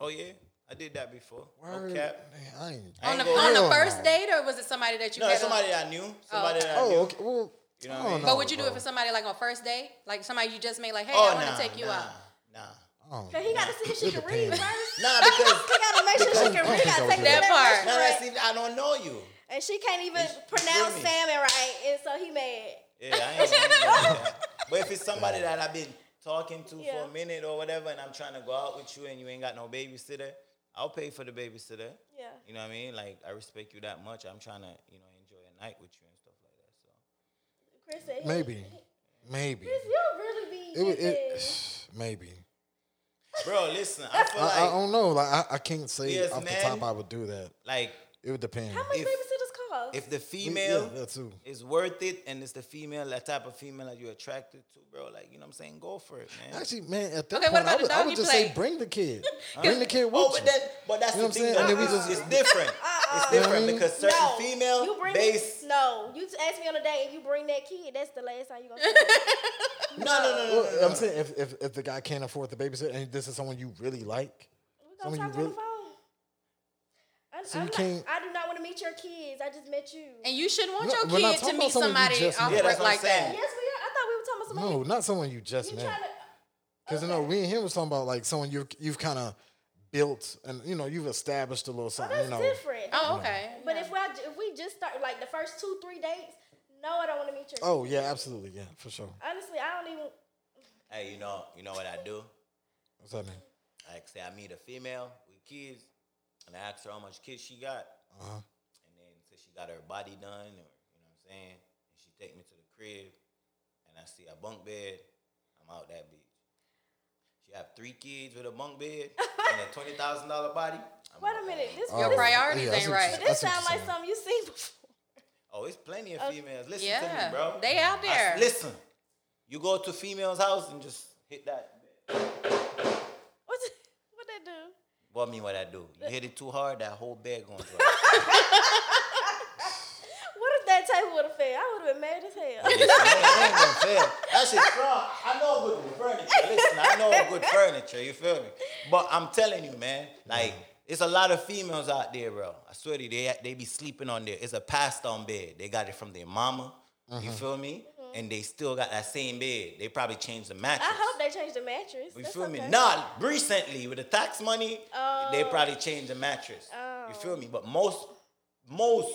[SPEAKER 4] Oh yeah, I did that before.
[SPEAKER 3] Word,
[SPEAKER 4] No Oh, cap.
[SPEAKER 3] man, I ain't.
[SPEAKER 4] I
[SPEAKER 5] On
[SPEAKER 4] ain't
[SPEAKER 5] the,
[SPEAKER 4] gonna-
[SPEAKER 5] on
[SPEAKER 3] Hell
[SPEAKER 5] the first
[SPEAKER 3] no.
[SPEAKER 5] date, or was it somebody that you
[SPEAKER 4] No,
[SPEAKER 5] met
[SPEAKER 4] it's
[SPEAKER 5] on-
[SPEAKER 4] somebody I knew. Somebody that I knew.
[SPEAKER 3] Oh, okay. Well, oh,
[SPEAKER 4] You know
[SPEAKER 3] I
[SPEAKER 4] what I
[SPEAKER 3] don't
[SPEAKER 4] mean?
[SPEAKER 5] But would you do
[SPEAKER 3] bro.
[SPEAKER 5] it for somebody like on first date? Like somebody you just made, like, hey,
[SPEAKER 4] Oh,
[SPEAKER 5] I want to
[SPEAKER 4] nah,
[SPEAKER 5] take you
[SPEAKER 4] nah,
[SPEAKER 5] out.
[SPEAKER 4] Nah.
[SPEAKER 3] Oh,
[SPEAKER 2] Cause he gotta see if she
[SPEAKER 3] It
[SPEAKER 2] can read
[SPEAKER 3] depends.
[SPEAKER 2] first.
[SPEAKER 4] Nah, because
[SPEAKER 2] He gotta make sure she can read. He gotta take
[SPEAKER 5] That part.
[SPEAKER 4] now that
[SPEAKER 2] part.
[SPEAKER 4] see, I don't know you.
[SPEAKER 2] And she can't even
[SPEAKER 4] It's
[SPEAKER 2] pronounce
[SPEAKER 4] creamy.
[SPEAKER 2] salmon right, and so he mad.
[SPEAKER 4] Yeah, I ain't. gonna do that. but if it's somebody that I've been talking to
[SPEAKER 2] Yeah.
[SPEAKER 4] for a minute or whatever, and I'm trying to go out with you, and you ain't got no babysitter, I'll pay for the babysitter.
[SPEAKER 2] Yeah.
[SPEAKER 4] You know what I mean? Like I respect you that much. I'm trying to, you know, enjoy a night with you and stuff like that. So.
[SPEAKER 2] Chris said he-
[SPEAKER 3] Maybe, maybe.
[SPEAKER 2] Chris, you'll really be.
[SPEAKER 3] It, would-
[SPEAKER 2] getting-
[SPEAKER 3] it maybe.
[SPEAKER 4] Bro, listen, I
[SPEAKER 3] I,
[SPEAKER 4] feel
[SPEAKER 3] I
[SPEAKER 4] like
[SPEAKER 3] don't know. Like I, I can't say
[SPEAKER 4] Yes,
[SPEAKER 3] off the
[SPEAKER 4] man.
[SPEAKER 3] top I would do that.
[SPEAKER 4] like
[SPEAKER 3] It would depend.
[SPEAKER 2] How much
[SPEAKER 4] if-
[SPEAKER 2] babysitters cost?
[SPEAKER 4] if the
[SPEAKER 3] We-
[SPEAKER 4] female
[SPEAKER 3] Yeah, that too.
[SPEAKER 4] is worth it and it's the female, that type of female that you're attracted to, bro, like you know what I'm saying, go for it, man.
[SPEAKER 3] Actually, man, at that
[SPEAKER 5] Okay,
[SPEAKER 3] point,
[SPEAKER 5] what
[SPEAKER 3] I
[SPEAKER 5] about the
[SPEAKER 3] would, I
[SPEAKER 5] doggy
[SPEAKER 3] would just
[SPEAKER 5] play?
[SPEAKER 3] say bring the kid. bring the kid with
[SPEAKER 4] oh, but
[SPEAKER 3] you.
[SPEAKER 4] that but that's
[SPEAKER 3] You know what
[SPEAKER 4] the
[SPEAKER 3] I'm
[SPEAKER 4] thing.
[SPEAKER 3] saying? And
[SPEAKER 4] though.
[SPEAKER 3] then we just-
[SPEAKER 4] it's different. It's different because certain
[SPEAKER 2] Uh-uh. no,
[SPEAKER 4] female
[SPEAKER 2] you bring
[SPEAKER 4] base
[SPEAKER 2] No, you t- ask me on a date if you bring that kid. That's the last time you gonna. see me.
[SPEAKER 4] no, no, no, no, no,
[SPEAKER 3] Well, I'm saying if, if if the guy can't afford the babysitter and this is someone you really like,
[SPEAKER 2] We gonna
[SPEAKER 3] Some of you
[SPEAKER 2] talk on
[SPEAKER 3] really-
[SPEAKER 2] the phone. I,
[SPEAKER 3] So
[SPEAKER 2] I'm
[SPEAKER 3] you
[SPEAKER 2] not,
[SPEAKER 3] can't-
[SPEAKER 2] I do not want to meet your kids. I just met you.
[SPEAKER 5] And you shouldn't want
[SPEAKER 3] No,
[SPEAKER 5] your
[SPEAKER 3] we're not
[SPEAKER 5] kid to
[SPEAKER 3] talking
[SPEAKER 5] meet
[SPEAKER 3] about someone you
[SPEAKER 5] somebody
[SPEAKER 3] just
[SPEAKER 5] off
[SPEAKER 3] met.
[SPEAKER 4] Yeah,
[SPEAKER 5] work
[SPEAKER 4] that's what I'm
[SPEAKER 5] like that.
[SPEAKER 4] saying.
[SPEAKER 2] yes, we are. I thought we were talking about somebody.
[SPEAKER 3] no, not someone you just
[SPEAKER 2] you
[SPEAKER 3] met.
[SPEAKER 2] trying to?
[SPEAKER 3] Because you know, me and him was talking about like someone you've you've kind of built and you know you've established a little
[SPEAKER 2] Oh,
[SPEAKER 3] something.
[SPEAKER 2] that's
[SPEAKER 3] you know,
[SPEAKER 2] different.
[SPEAKER 5] Oh, okay.
[SPEAKER 2] But if we if we just start like the first two three dates, no, I don't want to meet your.
[SPEAKER 3] oh yeah, absolutely, yeah, for sure.
[SPEAKER 2] Honestly, I don't even.
[SPEAKER 4] Hey, you know, you know what I do?
[SPEAKER 3] What's that mean?
[SPEAKER 4] Like say I meet a female with kids and I ask her how much kids she got.
[SPEAKER 3] Uh huh.
[SPEAKER 4] and then so she got her body done, or you know what I'm saying. And she take me to the crib, and I see a bunk bed. I'm out that bitch. She have three kids with a bunk bed and a twenty thousand dollar body. I'm
[SPEAKER 2] Wait
[SPEAKER 4] out
[SPEAKER 2] a
[SPEAKER 4] that
[SPEAKER 2] minute.
[SPEAKER 4] bitch.
[SPEAKER 3] Oh,
[SPEAKER 2] This
[SPEAKER 5] Your
[SPEAKER 2] this,
[SPEAKER 5] priorities
[SPEAKER 3] I
[SPEAKER 5] ain't
[SPEAKER 3] see what you're
[SPEAKER 5] right.
[SPEAKER 3] saying. I
[SPEAKER 2] This
[SPEAKER 3] see what
[SPEAKER 2] sounds
[SPEAKER 3] you're
[SPEAKER 2] like
[SPEAKER 3] saying.
[SPEAKER 2] something you seen before.
[SPEAKER 4] Oh, it's plenty of females. Listen to
[SPEAKER 5] Yeah,
[SPEAKER 4] me, bro.
[SPEAKER 5] they out
[SPEAKER 4] I-
[SPEAKER 5] there.
[SPEAKER 4] listen, you go to females' house and just hit that.
[SPEAKER 2] What what that do?
[SPEAKER 4] What I mean what I do? You hit it too hard, that whole bed going. dry.
[SPEAKER 2] What if that table would have failed? I would have been mad as hell.
[SPEAKER 3] Oh.
[SPEAKER 4] Listen, I ain't gonna fail. That shit's strong. I know good furniture. Listen, I know good furniture. You feel me? But I'm telling you, man, like it's a lot of females out there, bro. I swear to you, they they be sleeping on there. It's a passed on bed. They got it from their mama. You feel me? And they still got that same bed. They probably changed the mattress.
[SPEAKER 2] I hope they changed the mattress.
[SPEAKER 4] You
[SPEAKER 2] That's
[SPEAKER 4] feel me?
[SPEAKER 2] okay.
[SPEAKER 4] Nah, recently with the tax money, they
[SPEAKER 2] Oh.
[SPEAKER 4] probably changed the mattress. You feel
[SPEAKER 2] Oh.
[SPEAKER 4] me? But most, most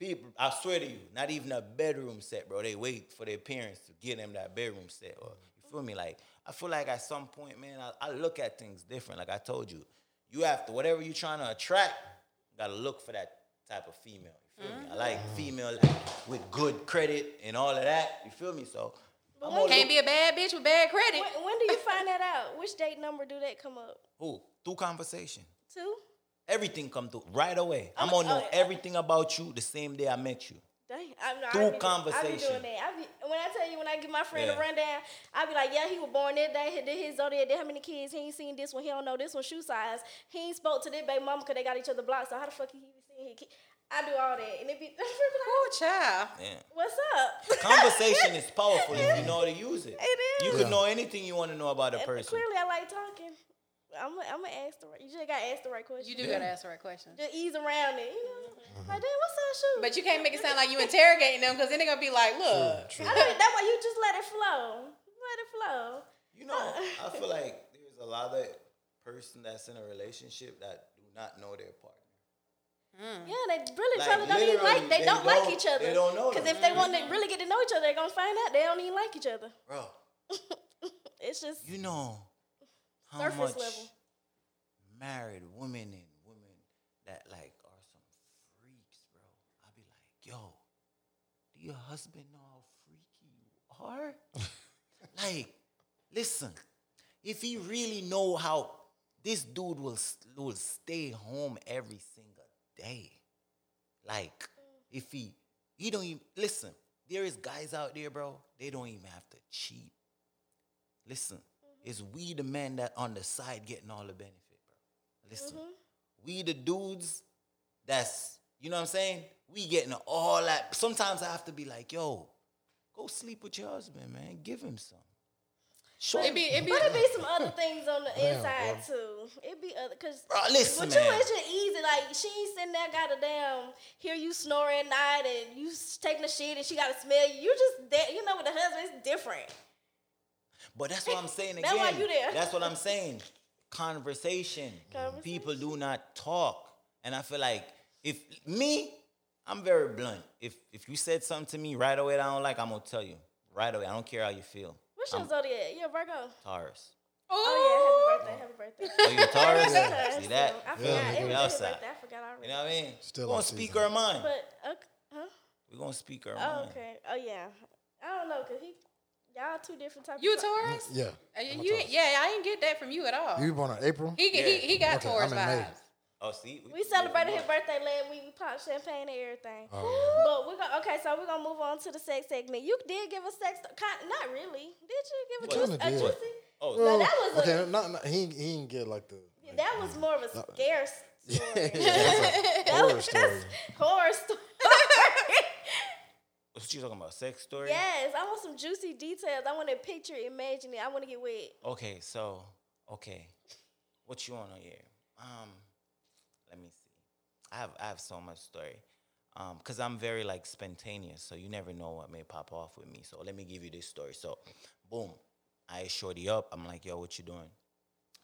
[SPEAKER 4] people, I swear to you, not even a bedroom set, bro. They wait for their parents to get them that bedroom set. Or you feel me? Like I feel like at some point, man, I, I look at things different. Like I told you, you have to whatever you're trying to attract, gotta look for that type of female. You feel me? I
[SPEAKER 2] Mm-hmm.
[SPEAKER 4] like female like, with good credit and all of that. You feel me? So. I'm
[SPEAKER 2] when-
[SPEAKER 4] all
[SPEAKER 5] Can't be a bad bitch with bad credit.
[SPEAKER 2] When, when do you find that out? Which date number do that come up
[SPEAKER 4] Who? Through conversation.
[SPEAKER 2] to?
[SPEAKER 4] Everything come through right away. I'm
[SPEAKER 2] Oh,
[SPEAKER 4] gonna know
[SPEAKER 2] oh, yeah.
[SPEAKER 4] everything about you the same day I met you.
[SPEAKER 2] Dang, I, no,
[SPEAKER 4] Through
[SPEAKER 2] I be, I be
[SPEAKER 4] conversation.
[SPEAKER 2] doing that. I be, when I tell you, when I give my friend
[SPEAKER 4] Yeah.
[SPEAKER 2] a rundown, I be like, yeah, he was born that day. He did his zodiac. Did how many kids? He ain't seen this one. He don't know this one shoe size. He ain't spoke to this baby mama because they got each other blocked. So how the fuck he even seen his kid? I do all that, and it be,
[SPEAKER 5] Oh, child.
[SPEAKER 4] Yeah.
[SPEAKER 2] what's up?
[SPEAKER 4] Conversation is powerful if you know how to use it.
[SPEAKER 2] It
[SPEAKER 4] You
[SPEAKER 2] is.
[SPEAKER 4] can
[SPEAKER 3] Yeah.
[SPEAKER 4] know anything you want to know about a
[SPEAKER 2] And
[SPEAKER 4] person.
[SPEAKER 2] Clearly, I like talking. I'm I'm gonna ask the right. You just gotta ask the right question.
[SPEAKER 5] You do
[SPEAKER 4] Yeah.
[SPEAKER 5] gotta ask the right questions.
[SPEAKER 2] Just ease around it. You know,
[SPEAKER 4] Mm-hmm.
[SPEAKER 2] like, damn, what's that shoe?
[SPEAKER 5] But you can't make it sound like you interrogating them because then they're gonna be like, look.
[SPEAKER 3] True.
[SPEAKER 2] I mean, that way you just let it flow. Let it flow.
[SPEAKER 4] You know, I feel like there's a lot of person that's in a relationship that do not know their partner.
[SPEAKER 2] Yeah, they really
[SPEAKER 4] Like,
[SPEAKER 2] probably don't even
[SPEAKER 4] literally,
[SPEAKER 2] Hmm. like. They,
[SPEAKER 4] they
[SPEAKER 2] don't, Mm-hmm.
[SPEAKER 4] don't-
[SPEAKER 2] like each other.
[SPEAKER 4] they don't know
[SPEAKER 2] Because
[SPEAKER 4] them.
[SPEAKER 2] if they want to really get to know each other, they're gonna find out they don't even like each other.
[SPEAKER 4] Bro,
[SPEAKER 2] It's just
[SPEAKER 4] you know how
[SPEAKER 2] Surface
[SPEAKER 4] much
[SPEAKER 2] level.
[SPEAKER 4] married women and women that like are some freaks, bro. I be like, yo, do your husband know how freaky you are? Like, listen, if he really know how this dude will s- will stay home every single day, like if he he don't even listen. There is guys out there, bro. They don't even have to cheat. Listen, it's we the men that on the side getting all the benefit, bro. Listen,
[SPEAKER 2] Mm-hmm.
[SPEAKER 4] we the dudes that's you know what I'm saying. We getting all that. Sometimes I have to be like, yo, go sleep with your husband, man. Give him some. Show
[SPEAKER 5] It
[SPEAKER 4] him-
[SPEAKER 5] be, it be,
[SPEAKER 2] But it be some other things on the
[SPEAKER 3] Damn,
[SPEAKER 2] inside too. It be other cause
[SPEAKER 4] Bro, listen,
[SPEAKER 2] with you
[SPEAKER 4] man.
[SPEAKER 2] it's just easy. Like she ain't sitting there gotta damn hear you snoring night and you s- taking a shit and she gotta smell you. You just that you know with the husband it's different.
[SPEAKER 4] But that's what I'm saying again.
[SPEAKER 2] That's why you there.
[SPEAKER 4] That's what I'm saying. Conversation. People do not talk. And I feel like if me, I'm very blunt. If if you said something to me right away that I don't like, I'm gonna tell you. Right away. I don't care how you feel.
[SPEAKER 2] What's your
[SPEAKER 4] I'm
[SPEAKER 2] zodiac? You're a Virgo.
[SPEAKER 4] Taurus.
[SPEAKER 5] oh,
[SPEAKER 2] Oh yeah, happy birthday, happy birthday.
[SPEAKER 4] Oh, you a Taurus?
[SPEAKER 2] Yeah,
[SPEAKER 4] See
[SPEAKER 2] so
[SPEAKER 4] that?
[SPEAKER 2] I
[SPEAKER 4] You
[SPEAKER 2] forgot.
[SPEAKER 3] nigga.
[SPEAKER 2] It was
[SPEAKER 4] Outside.
[SPEAKER 2] happy birthday. I forgot already.
[SPEAKER 4] uh, know what I mean?
[SPEAKER 3] Still
[SPEAKER 4] We're gonna
[SPEAKER 3] in
[SPEAKER 4] speak
[SPEAKER 3] season.
[SPEAKER 4] our mind.
[SPEAKER 2] But okay, huh?
[SPEAKER 4] We're gonna speak our
[SPEAKER 2] Oh,
[SPEAKER 4] mind.
[SPEAKER 2] okay. Oh yeah. I don't know, cause he y'all two different types.
[SPEAKER 5] you a
[SPEAKER 2] of
[SPEAKER 5] Taurus?
[SPEAKER 3] Yeah.
[SPEAKER 5] Uh,
[SPEAKER 3] I'm a
[SPEAKER 5] you,
[SPEAKER 3] Taurus.
[SPEAKER 5] yeah, I didn't get that from you at all.
[SPEAKER 3] You born in April?
[SPEAKER 5] he, get- he,
[SPEAKER 4] Yeah.
[SPEAKER 5] he got
[SPEAKER 3] Okay,
[SPEAKER 5] Taurus
[SPEAKER 3] I'm in May.
[SPEAKER 5] vibes.
[SPEAKER 4] Oh, see? Oh,
[SPEAKER 2] We celebrated his birthday last week. We popped champagne and everything.
[SPEAKER 3] Oh,
[SPEAKER 2] But we're gonna okay, so we're gonna move on to the sex segment. You did give a sex, kind- not really. Did you give a,
[SPEAKER 4] What?
[SPEAKER 2] juice, a
[SPEAKER 3] Kinda did.
[SPEAKER 2] juicy?
[SPEAKER 4] Oh,
[SPEAKER 2] No, that was
[SPEAKER 3] okay.
[SPEAKER 2] a-
[SPEAKER 3] not, not, he he didn't get like the. Like,
[SPEAKER 2] That was more of a scare story.
[SPEAKER 3] that's a horror story.
[SPEAKER 2] Horror story.
[SPEAKER 4] what you talking about? Sex story?
[SPEAKER 2] yes, I want some juicy details. I want to picture, imagine it. I want to get wet.
[SPEAKER 4] Okay, so okay, what you want to hear? Um, let me see. I have I have so much story, um, cause I'm very like spontaneous, so you never know what may pop off with me. So let me give you this story. So, boom, I shorty up. I'm like, yo, what you doing?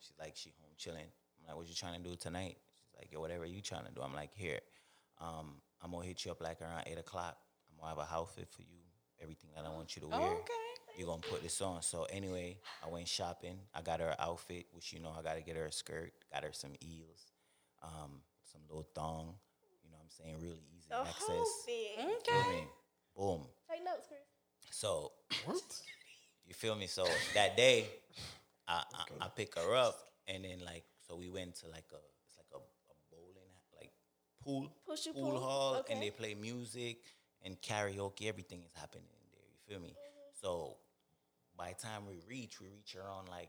[SPEAKER 4] She's like, she home chilling. I'm like, what you trying to do tonight? She's like, yo, whatever you trying to do. I'm like, here, um, I'm gonna hit you up like around eight o'clock. I'm gonna have a outfit for you, everything that I want you to wear
[SPEAKER 5] Oh, okay.
[SPEAKER 4] you're gonna put this on. So anyway, I went shopping. I got her an outfit, which you know I gotta get her a skirt. Got her some eels, um, some little thong. You know what I'm saying? Really easy
[SPEAKER 2] The
[SPEAKER 4] access.
[SPEAKER 2] whole thing.
[SPEAKER 4] You know what I
[SPEAKER 5] Okay.
[SPEAKER 4] mean? Boom.
[SPEAKER 2] Take notes, Chris.
[SPEAKER 4] So
[SPEAKER 3] What?
[SPEAKER 4] you feel me? So that day, I, I I pick her up, and then like so we went to like a it's like a, a bowling like pool
[SPEAKER 2] Push your
[SPEAKER 4] pool
[SPEAKER 2] pool,
[SPEAKER 4] hall,
[SPEAKER 2] okay.
[SPEAKER 4] and they play music and karaoke. Everything is happening in there. You feel me? So by the time we reach, we reach around like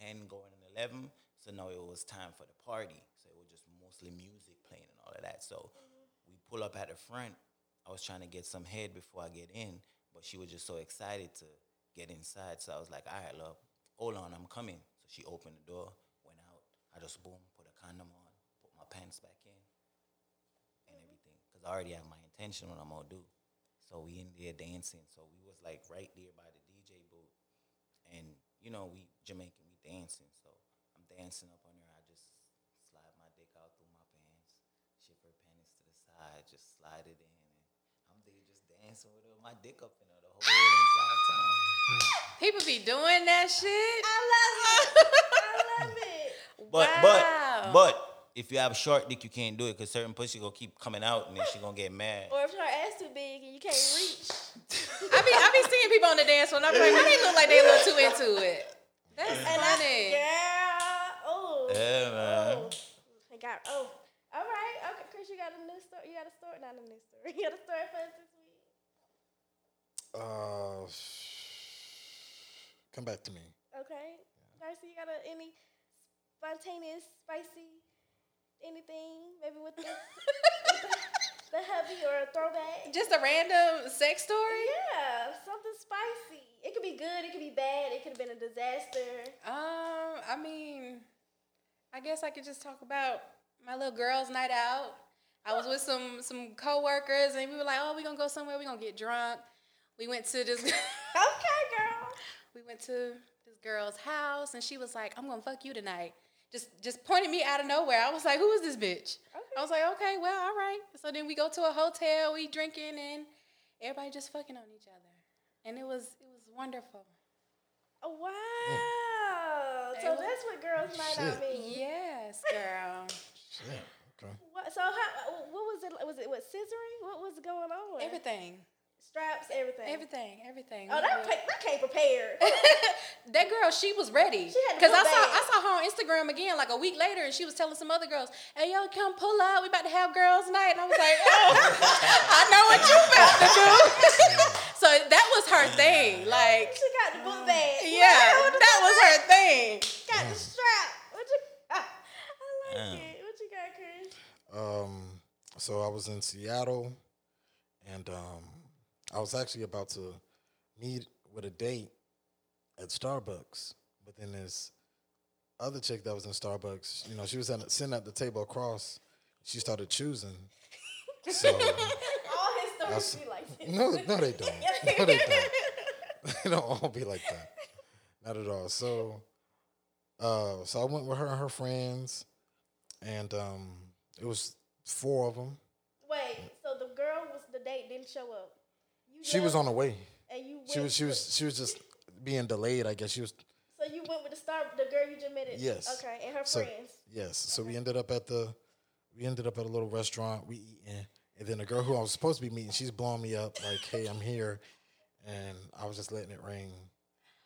[SPEAKER 4] ten going on eleven. So now it was time for the party. So it was just mostly music playing and all of that. So we pull up at the front. I was trying to get some head before I get in, but she was just so excited to get inside. So I was like, all right, love, hold on, I'm coming. So she opened the door, went out. I just boom, put a condom on, put my pants back in, and everything. Cause I already have my intention what I'm gonna do. So we in there dancing. So we was like right there by the DJ booth, and you know we Jamaican, we dancing. So I'm dancing up on her. I just slide my dick out through my pants, shift her panties to the side, just slide it in, and I'm there just dancing with her, my dick up in her the whole entire time.
[SPEAKER 5] People be doing that shit.
[SPEAKER 2] I love it. I love it.
[SPEAKER 4] But but
[SPEAKER 5] Wow.
[SPEAKER 4] but if you have a short dick, you can't do it because certain pussy gonna keep coming out, and then she gonna get mad.
[SPEAKER 2] Or if her ass too big and you can't reach.
[SPEAKER 5] I be I be seeing people on the dance floor, and I'm like, how they look like they a little too into it. That's
[SPEAKER 2] And I,
[SPEAKER 5] funny.
[SPEAKER 2] yeah. Oh.
[SPEAKER 4] Yeah, man.
[SPEAKER 2] Oh. I got. Oh. All right. Okay, Chris, you got a new story. You got a story. Not a new story. You got a story for us this week.
[SPEAKER 3] Uh, come back to me.
[SPEAKER 2] Okay. Darcy, you got a, any spontaneous, spicy, anything? Maybe with the, with the, the hubby or a throwback?
[SPEAKER 5] Just a random sex story.
[SPEAKER 2] Yeah, something spicy. It could be good. It could be bad. It could have been a disaster.
[SPEAKER 5] Um, I mean, I guess I could just talk about my little girls' night out. I was with some some coworkers, and we were like, "Oh, we gonna go somewhere. We gonna get drunk." We went to this.
[SPEAKER 2] Okay, girl.
[SPEAKER 5] we went to this girl's house and she was like, I'm gonna fuck you tonight. Just just pointed me out of nowhere. I was like, Who is this bitch? I was like, Okay, well, all right. So then we go to a hotel, we drinking and everybody just fucking on each other. And it was it was wonderful.
[SPEAKER 2] Oh, wow. So
[SPEAKER 5] Hey, what-
[SPEAKER 2] that's what girls might not
[SPEAKER 3] Shit.
[SPEAKER 2] mean.
[SPEAKER 5] Yes, girl.
[SPEAKER 3] Yeah. Okay.
[SPEAKER 2] What, so how, what was it? Was it what scissoring? What was going on?
[SPEAKER 5] Everything.
[SPEAKER 2] straps, everything.
[SPEAKER 5] Everything, everything.
[SPEAKER 2] Oh, that, pa- that came prepared.
[SPEAKER 5] that girl, she was ready.
[SPEAKER 2] She had to
[SPEAKER 5] Cause I
[SPEAKER 2] come
[SPEAKER 5] saw I
[SPEAKER 2] back.
[SPEAKER 5] saw her on Instagram again like a week later, and she was telling some other girls, "Hey, yo, come pull up. We about to have girls' night." And I was like, "Oh, I know what you about to do." so that was her thing. Like,
[SPEAKER 2] she got the book bag.
[SPEAKER 5] yeah, that was her thing.
[SPEAKER 2] Got the strap. What you got? I like
[SPEAKER 4] Damn.
[SPEAKER 2] it. What you got, Chris?
[SPEAKER 3] Um, so I was in Seattle, and um, I was actually about to meet with a date at Starbucks, but then this other chick that was in Starbucks, you know, she was at, sitting at the table across. She started choosing. So
[SPEAKER 2] All his
[SPEAKER 3] That's-
[SPEAKER 2] stories be like this.
[SPEAKER 3] no, no, they don't. No, they don't. They don't all be like that. Not at all. So, uh, so I went with her and her friends, and um, it was four of them.
[SPEAKER 2] Wait, so the girl was the date didn't show up. You
[SPEAKER 3] She was
[SPEAKER 2] left
[SPEAKER 3] on the way.
[SPEAKER 2] And you went
[SPEAKER 3] She was she was she was just being delayed. I guess she was.
[SPEAKER 2] So you went with the star, the girl you just met. At,
[SPEAKER 3] Yes.
[SPEAKER 2] Okay, and her
[SPEAKER 3] So
[SPEAKER 2] friends.
[SPEAKER 3] yes, so we ended up at the we ended up at a little restaurant. We eating, and then the girl who I was supposed to be meeting, she's blowing me up like, "Hey, I'm here," and I was just letting it ring.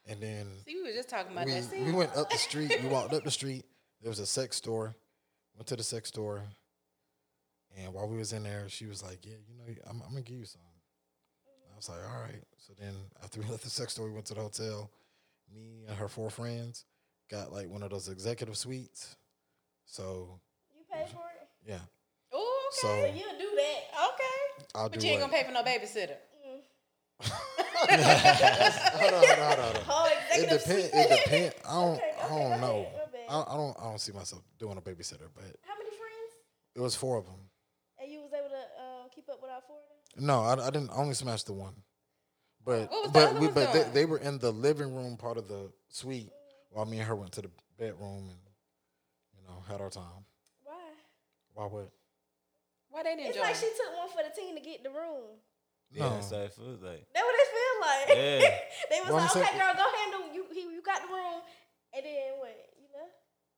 [SPEAKER 3] And then
[SPEAKER 5] See, we were just talking about
[SPEAKER 3] we,
[SPEAKER 5] that.
[SPEAKER 3] we went up the street. We walked up the street. There was a sex store. Went to the sex store, and while we was in there, she was like, "Yeah, you know, I'm, I'm gonna give you some." I was like, "All right." So then, after we left the sex store, we went to the hotel. Me and her four friends got like one of those executive suites. So
[SPEAKER 2] You paid for it.
[SPEAKER 3] yeah,
[SPEAKER 5] Ooh, okay.
[SPEAKER 3] so
[SPEAKER 2] So you do that.
[SPEAKER 5] okay.
[SPEAKER 3] I'll do.
[SPEAKER 5] But you ain't
[SPEAKER 3] what-
[SPEAKER 5] gonna pay for no babysitter.
[SPEAKER 3] Hold on, hold on, hold on.
[SPEAKER 2] Whole
[SPEAKER 3] It
[SPEAKER 2] executive
[SPEAKER 3] depends.
[SPEAKER 2] suite.
[SPEAKER 3] It depends. I don't.
[SPEAKER 2] Okay,
[SPEAKER 3] I
[SPEAKER 2] okay,
[SPEAKER 3] don't
[SPEAKER 2] go
[SPEAKER 3] know.
[SPEAKER 2] ahead, my bad.
[SPEAKER 3] I, I don't. I don't see myself doing a babysitter, but
[SPEAKER 2] How many friends?
[SPEAKER 3] it was four of them.
[SPEAKER 2] And you was able to uh, keep up with all four of them.
[SPEAKER 3] No, I, I didn't. I only smashed the one. But
[SPEAKER 5] What was the
[SPEAKER 3] but
[SPEAKER 5] other
[SPEAKER 3] we
[SPEAKER 5] one
[SPEAKER 3] but they,
[SPEAKER 5] doing?
[SPEAKER 3] they were in the living room part of the suite while me and her went to the bedroom and you know had our time.
[SPEAKER 2] Why?
[SPEAKER 3] Why what?
[SPEAKER 5] Why they didn't
[SPEAKER 2] It's
[SPEAKER 5] join?
[SPEAKER 2] like she took one for the team to get the room.
[SPEAKER 3] No.
[SPEAKER 4] Yeah, that's how it feels like.
[SPEAKER 2] That what it feel like.
[SPEAKER 4] Yeah.
[SPEAKER 2] they was
[SPEAKER 3] Well, I'm
[SPEAKER 2] like, okay,
[SPEAKER 3] saying-
[SPEAKER 2] girl, go handle you. He, you got the room, and then what?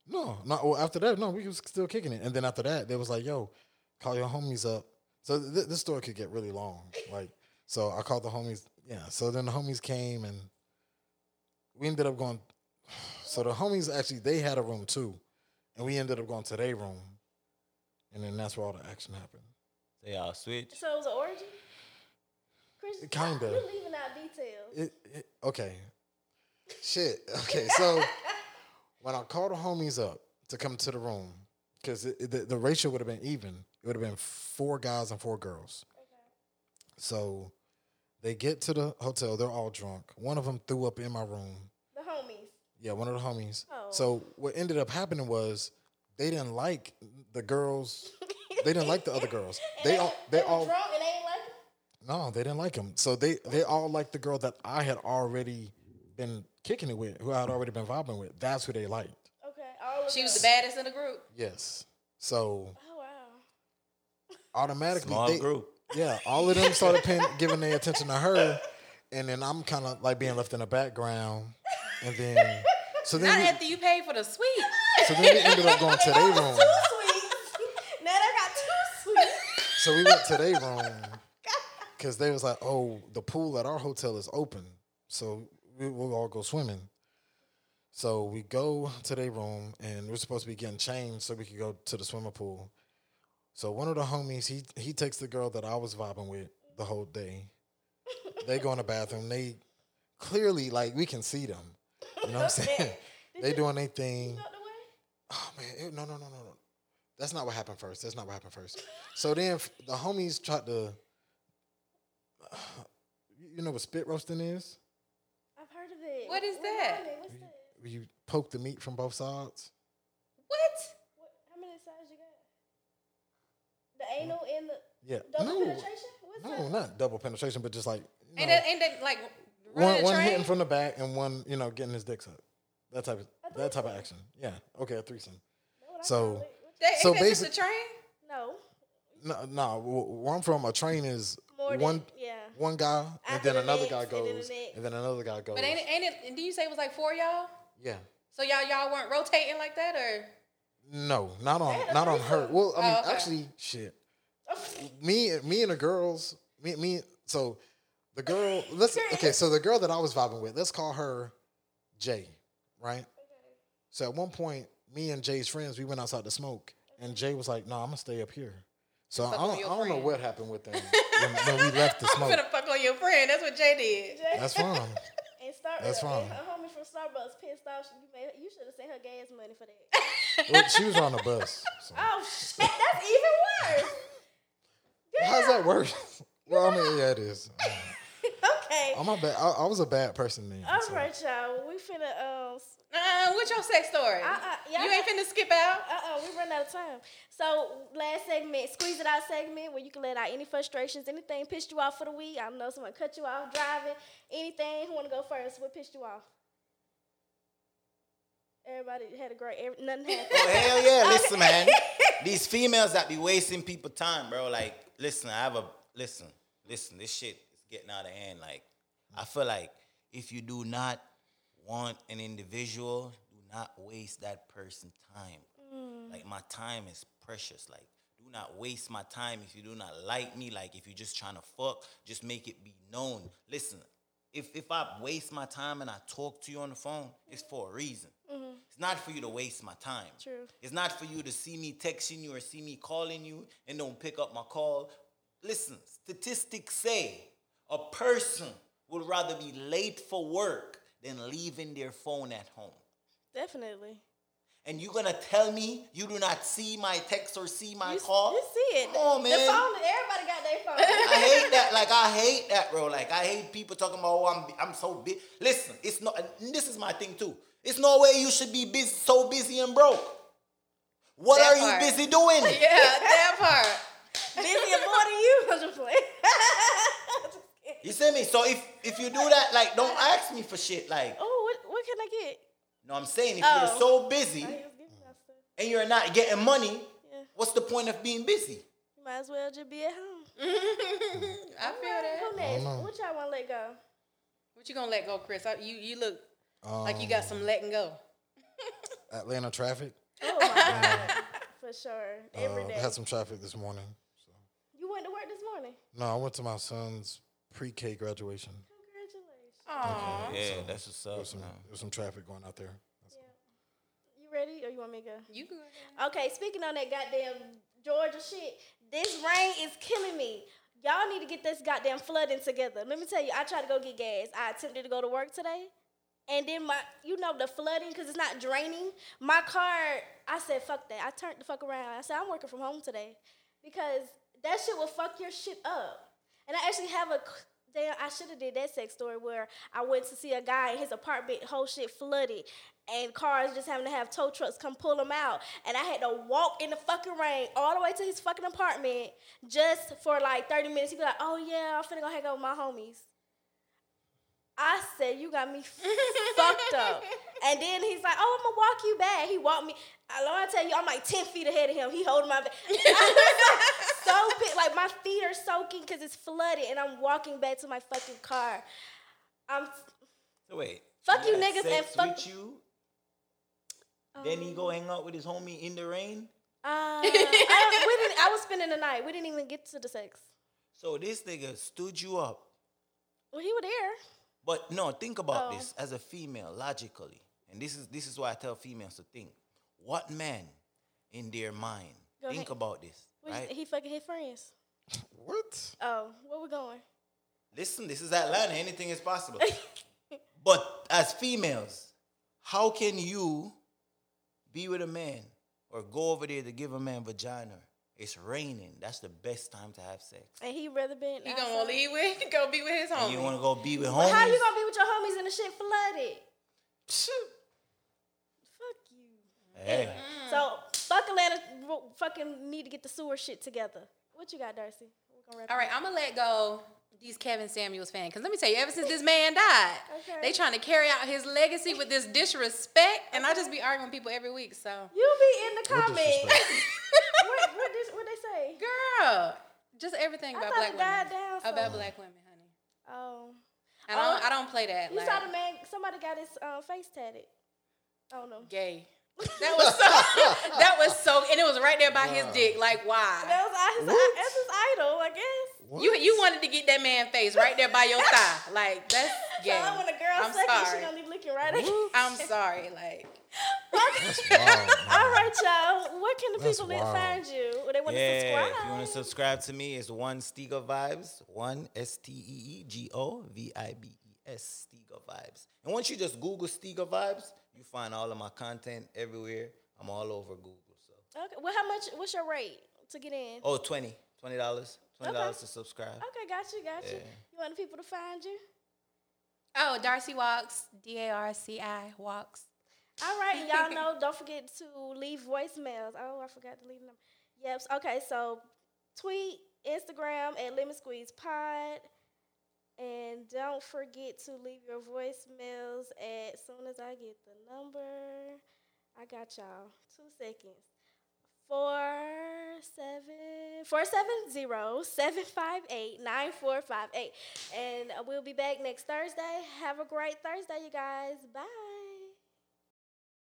[SPEAKER 2] You know?
[SPEAKER 3] No, no. Well, after that, no, we was still kicking it. And then after that, they was like, "Yo, call your homies up." So th- this story could get really long. Like, so I called the homies. Yeah. So then the homies came, and we ended up going. So the homies actually they had a room too, and we ended up going to their room, and then that's where all the action happened.
[SPEAKER 4] So y'all switch.
[SPEAKER 2] So it was an orgy. Chris,
[SPEAKER 3] Kinda.
[SPEAKER 2] You're leaving out details.
[SPEAKER 3] It, it okay. Shit. Okay. So when I called the homies up to come to the room, because the, the ratio would have been even. It would have been four guys and four girls. So they get to the hotel. They're all drunk. One of them threw up in my room.
[SPEAKER 2] The homies.
[SPEAKER 3] Yeah, one of the homies.
[SPEAKER 2] Oh.
[SPEAKER 3] So what ended up happening was they didn't like the girls. they didn't like the other girls.
[SPEAKER 2] And
[SPEAKER 3] They all they
[SPEAKER 2] were
[SPEAKER 5] Oh.
[SPEAKER 3] all
[SPEAKER 2] drunk and they ain't like it.
[SPEAKER 3] no, they didn't like him. So they they all liked the girl that I had already been kicking it with, who I had already been vibing with. That's who they liked.
[SPEAKER 2] Okay, all of
[SPEAKER 5] She was
[SPEAKER 2] them.
[SPEAKER 5] the baddest in the group.
[SPEAKER 3] Yes. So
[SPEAKER 2] Oh wow.
[SPEAKER 3] automatically,
[SPEAKER 4] Small
[SPEAKER 3] they,
[SPEAKER 4] group.
[SPEAKER 3] yeah, all of them started paying, giving their attention to her, and then I'm kind of like being left in the background, and then so
[SPEAKER 5] Not
[SPEAKER 3] then
[SPEAKER 5] after you paid for the suite.
[SPEAKER 3] we, so then we ended up going to their room.
[SPEAKER 2] Sweet. now they got two sweets.
[SPEAKER 3] So we went to their room because they was like, "Oh, the pool at our hotel is open, so we, we'll all go swimming." So we go to their room, and we're supposed to be getting changed so we could go to the swimming pool. So one of the homies, he he takes the girl that I was vibing with the whole day. They go in the bathroom. They clearly like we can see them. You know what I'm saying? They doing their thing.
[SPEAKER 2] Out the way.
[SPEAKER 3] Oh man, it- no, no, no, no, no. That's not what happened first. That's not what happened first. So then f- the homies tried to. you you know what spit roasting is?
[SPEAKER 2] I've heard of it.
[SPEAKER 5] What is
[SPEAKER 2] Remind
[SPEAKER 5] that?
[SPEAKER 2] me, What's that?
[SPEAKER 3] Where you poke the meat from both sides.
[SPEAKER 5] What?
[SPEAKER 2] What, how many sides you got? The anal and the
[SPEAKER 3] Yeah.
[SPEAKER 2] double
[SPEAKER 3] no,
[SPEAKER 2] penetration? What's
[SPEAKER 3] no,
[SPEAKER 2] that?
[SPEAKER 3] not double penetration, but just like you
[SPEAKER 5] Ain't
[SPEAKER 3] know,
[SPEAKER 5] that ain't that like running
[SPEAKER 3] one,
[SPEAKER 5] a
[SPEAKER 3] one
[SPEAKER 5] train?
[SPEAKER 3] hitting from the back and one, you know, getting his dick sucked. That type of that type of
[SPEAKER 2] threesome.
[SPEAKER 3] action. Yeah. Okay, a threesome.
[SPEAKER 2] That's what I
[SPEAKER 3] So-
[SPEAKER 2] call it. What-
[SPEAKER 5] That- ain't
[SPEAKER 3] So
[SPEAKER 5] that just a
[SPEAKER 3] basic-
[SPEAKER 5] train?
[SPEAKER 2] No.
[SPEAKER 3] No, no. wh- Where I'm from, a train is
[SPEAKER 2] More than-
[SPEAKER 3] one
[SPEAKER 2] yeah.
[SPEAKER 3] one guy, and
[SPEAKER 2] After
[SPEAKER 3] then
[SPEAKER 2] the
[SPEAKER 3] another
[SPEAKER 2] next,
[SPEAKER 3] guy
[SPEAKER 2] and then the
[SPEAKER 3] goes,
[SPEAKER 2] next.
[SPEAKER 3] and then another guy goes.
[SPEAKER 5] But ain't it ain't it do you say it was like four y'all?
[SPEAKER 3] Yeah.
[SPEAKER 5] So y'all y'all weren't rotating like that or
[SPEAKER 3] No, not on
[SPEAKER 2] had a
[SPEAKER 3] not on her.
[SPEAKER 2] threesome.
[SPEAKER 3] Well, I mean,
[SPEAKER 5] Oh, okay.
[SPEAKER 3] actually, shit. Me, me and the girls, me, me. So The girl, let's okay. So the girl that I was vibing with, let's call her Jay, right? So at one point, me and Jay's friends, we went outside to smoke, and Jay was like, "No, I'm gonna stay up here." So I
[SPEAKER 5] fuck
[SPEAKER 3] don't,
[SPEAKER 5] with
[SPEAKER 3] I
[SPEAKER 5] your
[SPEAKER 3] don't know
[SPEAKER 5] friend.
[SPEAKER 3] what happened with them when, when we left the
[SPEAKER 5] I'm
[SPEAKER 3] smoke.
[SPEAKER 5] gonna fuck on your friend. That's what Jay did.
[SPEAKER 3] That's fine.
[SPEAKER 2] And Star-
[SPEAKER 3] That's fine.
[SPEAKER 2] And her homie from Starbucks pissed off. She, you, made, you should have sent her gas money for that.
[SPEAKER 3] Well, she was on the bus. So.
[SPEAKER 2] oh shit, that's even worse.
[SPEAKER 3] How's that work? Well, I mean, yeah, it is.
[SPEAKER 2] Okay.
[SPEAKER 3] I'm a bad. I, I was a bad person then.
[SPEAKER 2] All
[SPEAKER 3] so.
[SPEAKER 2] right, y'all. We finna um. s-
[SPEAKER 5] Uh, what's your sex story?
[SPEAKER 2] Uh-uh, yeah,
[SPEAKER 5] you ain't finna skip out.
[SPEAKER 2] Uh-uh, we run out of time. So last segment, squeeze it out segment where you can let out any frustrations, anything pissed you off for the week. I know someone cut you off driving, anything. Who wanna go first? What pissed you off? Everybody had a great. every- Nothing
[SPEAKER 4] Oh,
[SPEAKER 2] happened.
[SPEAKER 4] hell yeah, listen, man. These females that be wasting people time, bro. Like, listen, I have a listen, listen, this shit is getting out of hand. Like, I feel like if you do not want an individual, do not waste that person's time. Like my time is precious. Like, do not waste my time if you do not like me. Like if you're just trying to fuck, just make it be known. Listen, if if I waste my time and I talk to you on the phone, it's for a reason. It's not for you to waste my time.
[SPEAKER 2] True.
[SPEAKER 4] It's not for you to see me texting you or see me calling you and don't pick up my call. Listen, statistics say a person would rather be late for work than leaving their phone at home.
[SPEAKER 2] Definitely.
[SPEAKER 4] And you're gonna tell me you do not see my text or see my
[SPEAKER 2] You,
[SPEAKER 4] call?
[SPEAKER 2] you see it.
[SPEAKER 4] Come on, man.
[SPEAKER 2] The phone. Everybody got their phone.
[SPEAKER 4] I hate that. Like I hate that, bro. Like I hate people talking about, oh, I'm I'm so busy. Listen, it's not. and this is my thing too. It's no way you should be busy, so busy and broke. What
[SPEAKER 5] That
[SPEAKER 4] are
[SPEAKER 5] part.
[SPEAKER 4] you busy doing?
[SPEAKER 5] Yeah, that part.
[SPEAKER 2] Busy and more than you. I'm just playing. Just kidding.
[SPEAKER 4] You see me? So if if you do that, like, don't ask me for shit. Like,
[SPEAKER 2] oh, what, what can I get?
[SPEAKER 4] no, I'm saying if
[SPEAKER 2] Oh.
[SPEAKER 4] you're so busy
[SPEAKER 2] I was giving y'all stuff.
[SPEAKER 4] and you're not getting money,
[SPEAKER 2] Yeah.
[SPEAKER 4] what's the point of being busy?
[SPEAKER 2] You might as well just be at home.
[SPEAKER 5] I feel that.
[SPEAKER 2] Who next?
[SPEAKER 3] know.
[SPEAKER 2] What y'all want to let go?
[SPEAKER 5] What you gonna let go, Chris? I, you you look
[SPEAKER 3] Um,
[SPEAKER 5] like you got some letting go.
[SPEAKER 3] Atlanta traffic.
[SPEAKER 2] Oh my god, for sure. Every
[SPEAKER 3] Uh,
[SPEAKER 2] day.
[SPEAKER 3] had some traffic this morning. So.
[SPEAKER 2] you went to work this morning.
[SPEAKER 3] No, I went to my son's pre-K graduation.
[SPEAKER 2] Congratulations.
[SPEAKER 5] Aw.
[SPEAKER 4] Yeah,
[SPEAKER 3] So,
[SPEAKER 4] that's what's
[SPEAKER 3] There
[SPEAKER 4] up.
[SPEAKER 3] was some, there was some traffic going out there. That's-
[SPEAKER 2] You ready, or you want me to go?
[SPEAKER 5] You good?
[SPEAKER 2] Okay. Speaking on that goddamn Georgia shit, this rain is killing me. Y'all need to get this goddamn flooding together. Let me tell you, I tried to go get gas. I attempted to go to work today. And then my, you know, the flooding because it's not draining. My car, I said, fuck that. I turned the fuck around. I said, I'm working from home today because that shit will fuck your shit up. And I actually have a c- damn. I should have did that sex story where I went to see a guy in his apartment, whole shit flooded, and cars just having to have tow trucks come pull him out. And I had to walk in the fucking rain all the way to his fucking apartment just for like 30 minutes. He be like, "Oh yeah, I'm finna go hang out with my homies." I said, "You got me fucked up." And then he's like, "Oh, I'm gonna walk you back." He walked me. I know I tell you, I'm like ten feet ahead of him. He holding my back. I was like, so pit, like my feet are soaking because it's flooded, and I'm walking back to my fucking car. I'm
[SPEAKER 4] So wait.
[SPEAKER 2] Fuck
[SPEAKER 4] he
[SPEAKER 2] you
[SPEAKER 4] had
[SPEAKER 2] niggas
[SPEAKER 4] sex
[SPEAKER 2] and fuck- Um,
[SPEAKER 4] with you. Then he go hang out with his homie in the rain.
[SPEAKER 2] uh, I, don't- we didn't, I was spending the night. We didn't even get to the sex.
[SPEAKER 4] So this nigga stood you up.
[SPEAKER 2] Well, he was there.
[SPEAKER 4] But no, think about
[SPEAKER 2] Oh.
[SPEAKER 4] this as a female, logically. And this is this is why I tell females to think. What man in their mind
[SPEAKER 2] Go
[SPEAKER 4] think
[SPEAKER 2] ahead.
[SPEAKER 4] about this?
[SPEAKER 2] We-
[SPEAKER 4] Right?
[SPEAKER 2] He fucking his friends.
[SPEAKER 3] What?
[SPEAKER 2] Oh, where we going?
[SPEAKER 4] Listen, this is Atlanta. Anything is possible. but as females, how can you be with a man or go over there to give a man vagina? It's raining. That's the best time to have sex.
[SPEAKER 2] And he rather been.
[SPEAKER 5] You
[SPEAKER 2] outside.
[SPEAKER 5] gonna leave with? Go be with his
[SPEAKER 4] And
[SPEAKER 5] homie.
[SPEAKER 4] you want to go be with
[SPEAKER 2] But
[SPEAKER 4] homies?
[SPEAKER 2] how you gonna be with your homies and the shit flooded? Fuck you.
[SPEAKER 4] Hey,
[SPEAKER 2] So fuck Atlanta. w- Fucking need to get the sewer shit together. What you got, Darcy? We're gonna wrap
[SPEAKER 5] All
[SPEAKER 2] it
[SPEAKER 5] right, I'm gonna let go these Kevin Samuels fans because let me tell you, ever since this man died,
[SPEAKER 2] Okay.
[SPEAKER 5] they trying to carry out his legacy with this disrespect, and I just be arguing with people every week. So,
[SPEAKER 2] You be in the
[SPEAKER 3] What
[SPEAKER 2] comments.
[SPEAKER 3] disrespect?
[SPEAKER 2] what what dis- what they say?
[SPEAKER 5] girl, just everything
[SPEAKER 2] I
[SPEAKER 5] about
[SPEAKER 2] thought
[SPEAKER 5] black
[SPEAKER 2] it died
[SPEAKER 5] women.
[SPEAKER 2] down, so-
[SPEAKER 5] About black women, honey.
[SPEAKER 2] Oh,
[SPEAKER 5] I don't,
[SPEAKER 2] Oh.
[SPEAKER 5] I don't play that.
[SPEAKER 2] you
[SPEAKER 5] like,
[SPEAKER 2] saw the man? Somebody got his uh, face tatted. I don't know.
[SPEAKER 5] gay. That was so. that was so, and it was right there by his dick. Like why?
[SPEAKER 2] That was our- his,
[SPEAKER 3] What?
[SPEAKER 2] that's his idol, I guess.
[SPEAKER 3] What?
[SPEAKER 5] You you wanted to get that man face right there by your thigh. Like that's gay.
[SPEAKER 2] So when a girl
[SPEAKER 5] I'm
[SPEAKER 2] suck it, she
[SPEAKER 5] sorry.
[SPEAKER 2] gonna be looking right at you.
[SPEAKER 5] I'm sorry. Like
[SPEAKER 3] Wow.
[SPEAKER 2] All right, y'all. Where can the
[SPEAKER 3] That's
[SPEAKER 2] people that
[SPEAKER 3] wild.
[SPEAKER 2] find you? Where they want to
[SPEAKER 4] yeah,
[SPEAKER 2] subscribe?
[SPEAKER 4] if you want to subscribe to me, it's one Stego Vibes, one S T E E G O V I B E S Stego Vibes. And once you just Google Stego Vibes, you find all of my content everywhere. I'm all over Google. So,
[SPEAKER 2] Okay. Well, how much? What's your rate to get in?
[SPEAKER 4] oh, 20 twenty dollars, twenty dollars to subscribe.
[SPEAKER 2] Okay, got you, got you.
[SPEAKER 4] Oh. Yeah.
[SPEAKER 2] You want the people to find you?
[SPEAKER 5] oh, Darcy walks. D A R C I walks.
[SPEAKER 2] All right, and y'all know. Don't forget to leave voicemails. Oh, I forgot to leave them. Yep. Okay, so tweet, Instagram at Lemon Squeeze Pod, and don't forget to leave your voicemails as soon as I get the number. I got y'all. Two seconds. Four seven four seven zero seven five eight nine four five eight, and uh, we'll be back next Thursday. Have a great Thursday, you guys. Bye.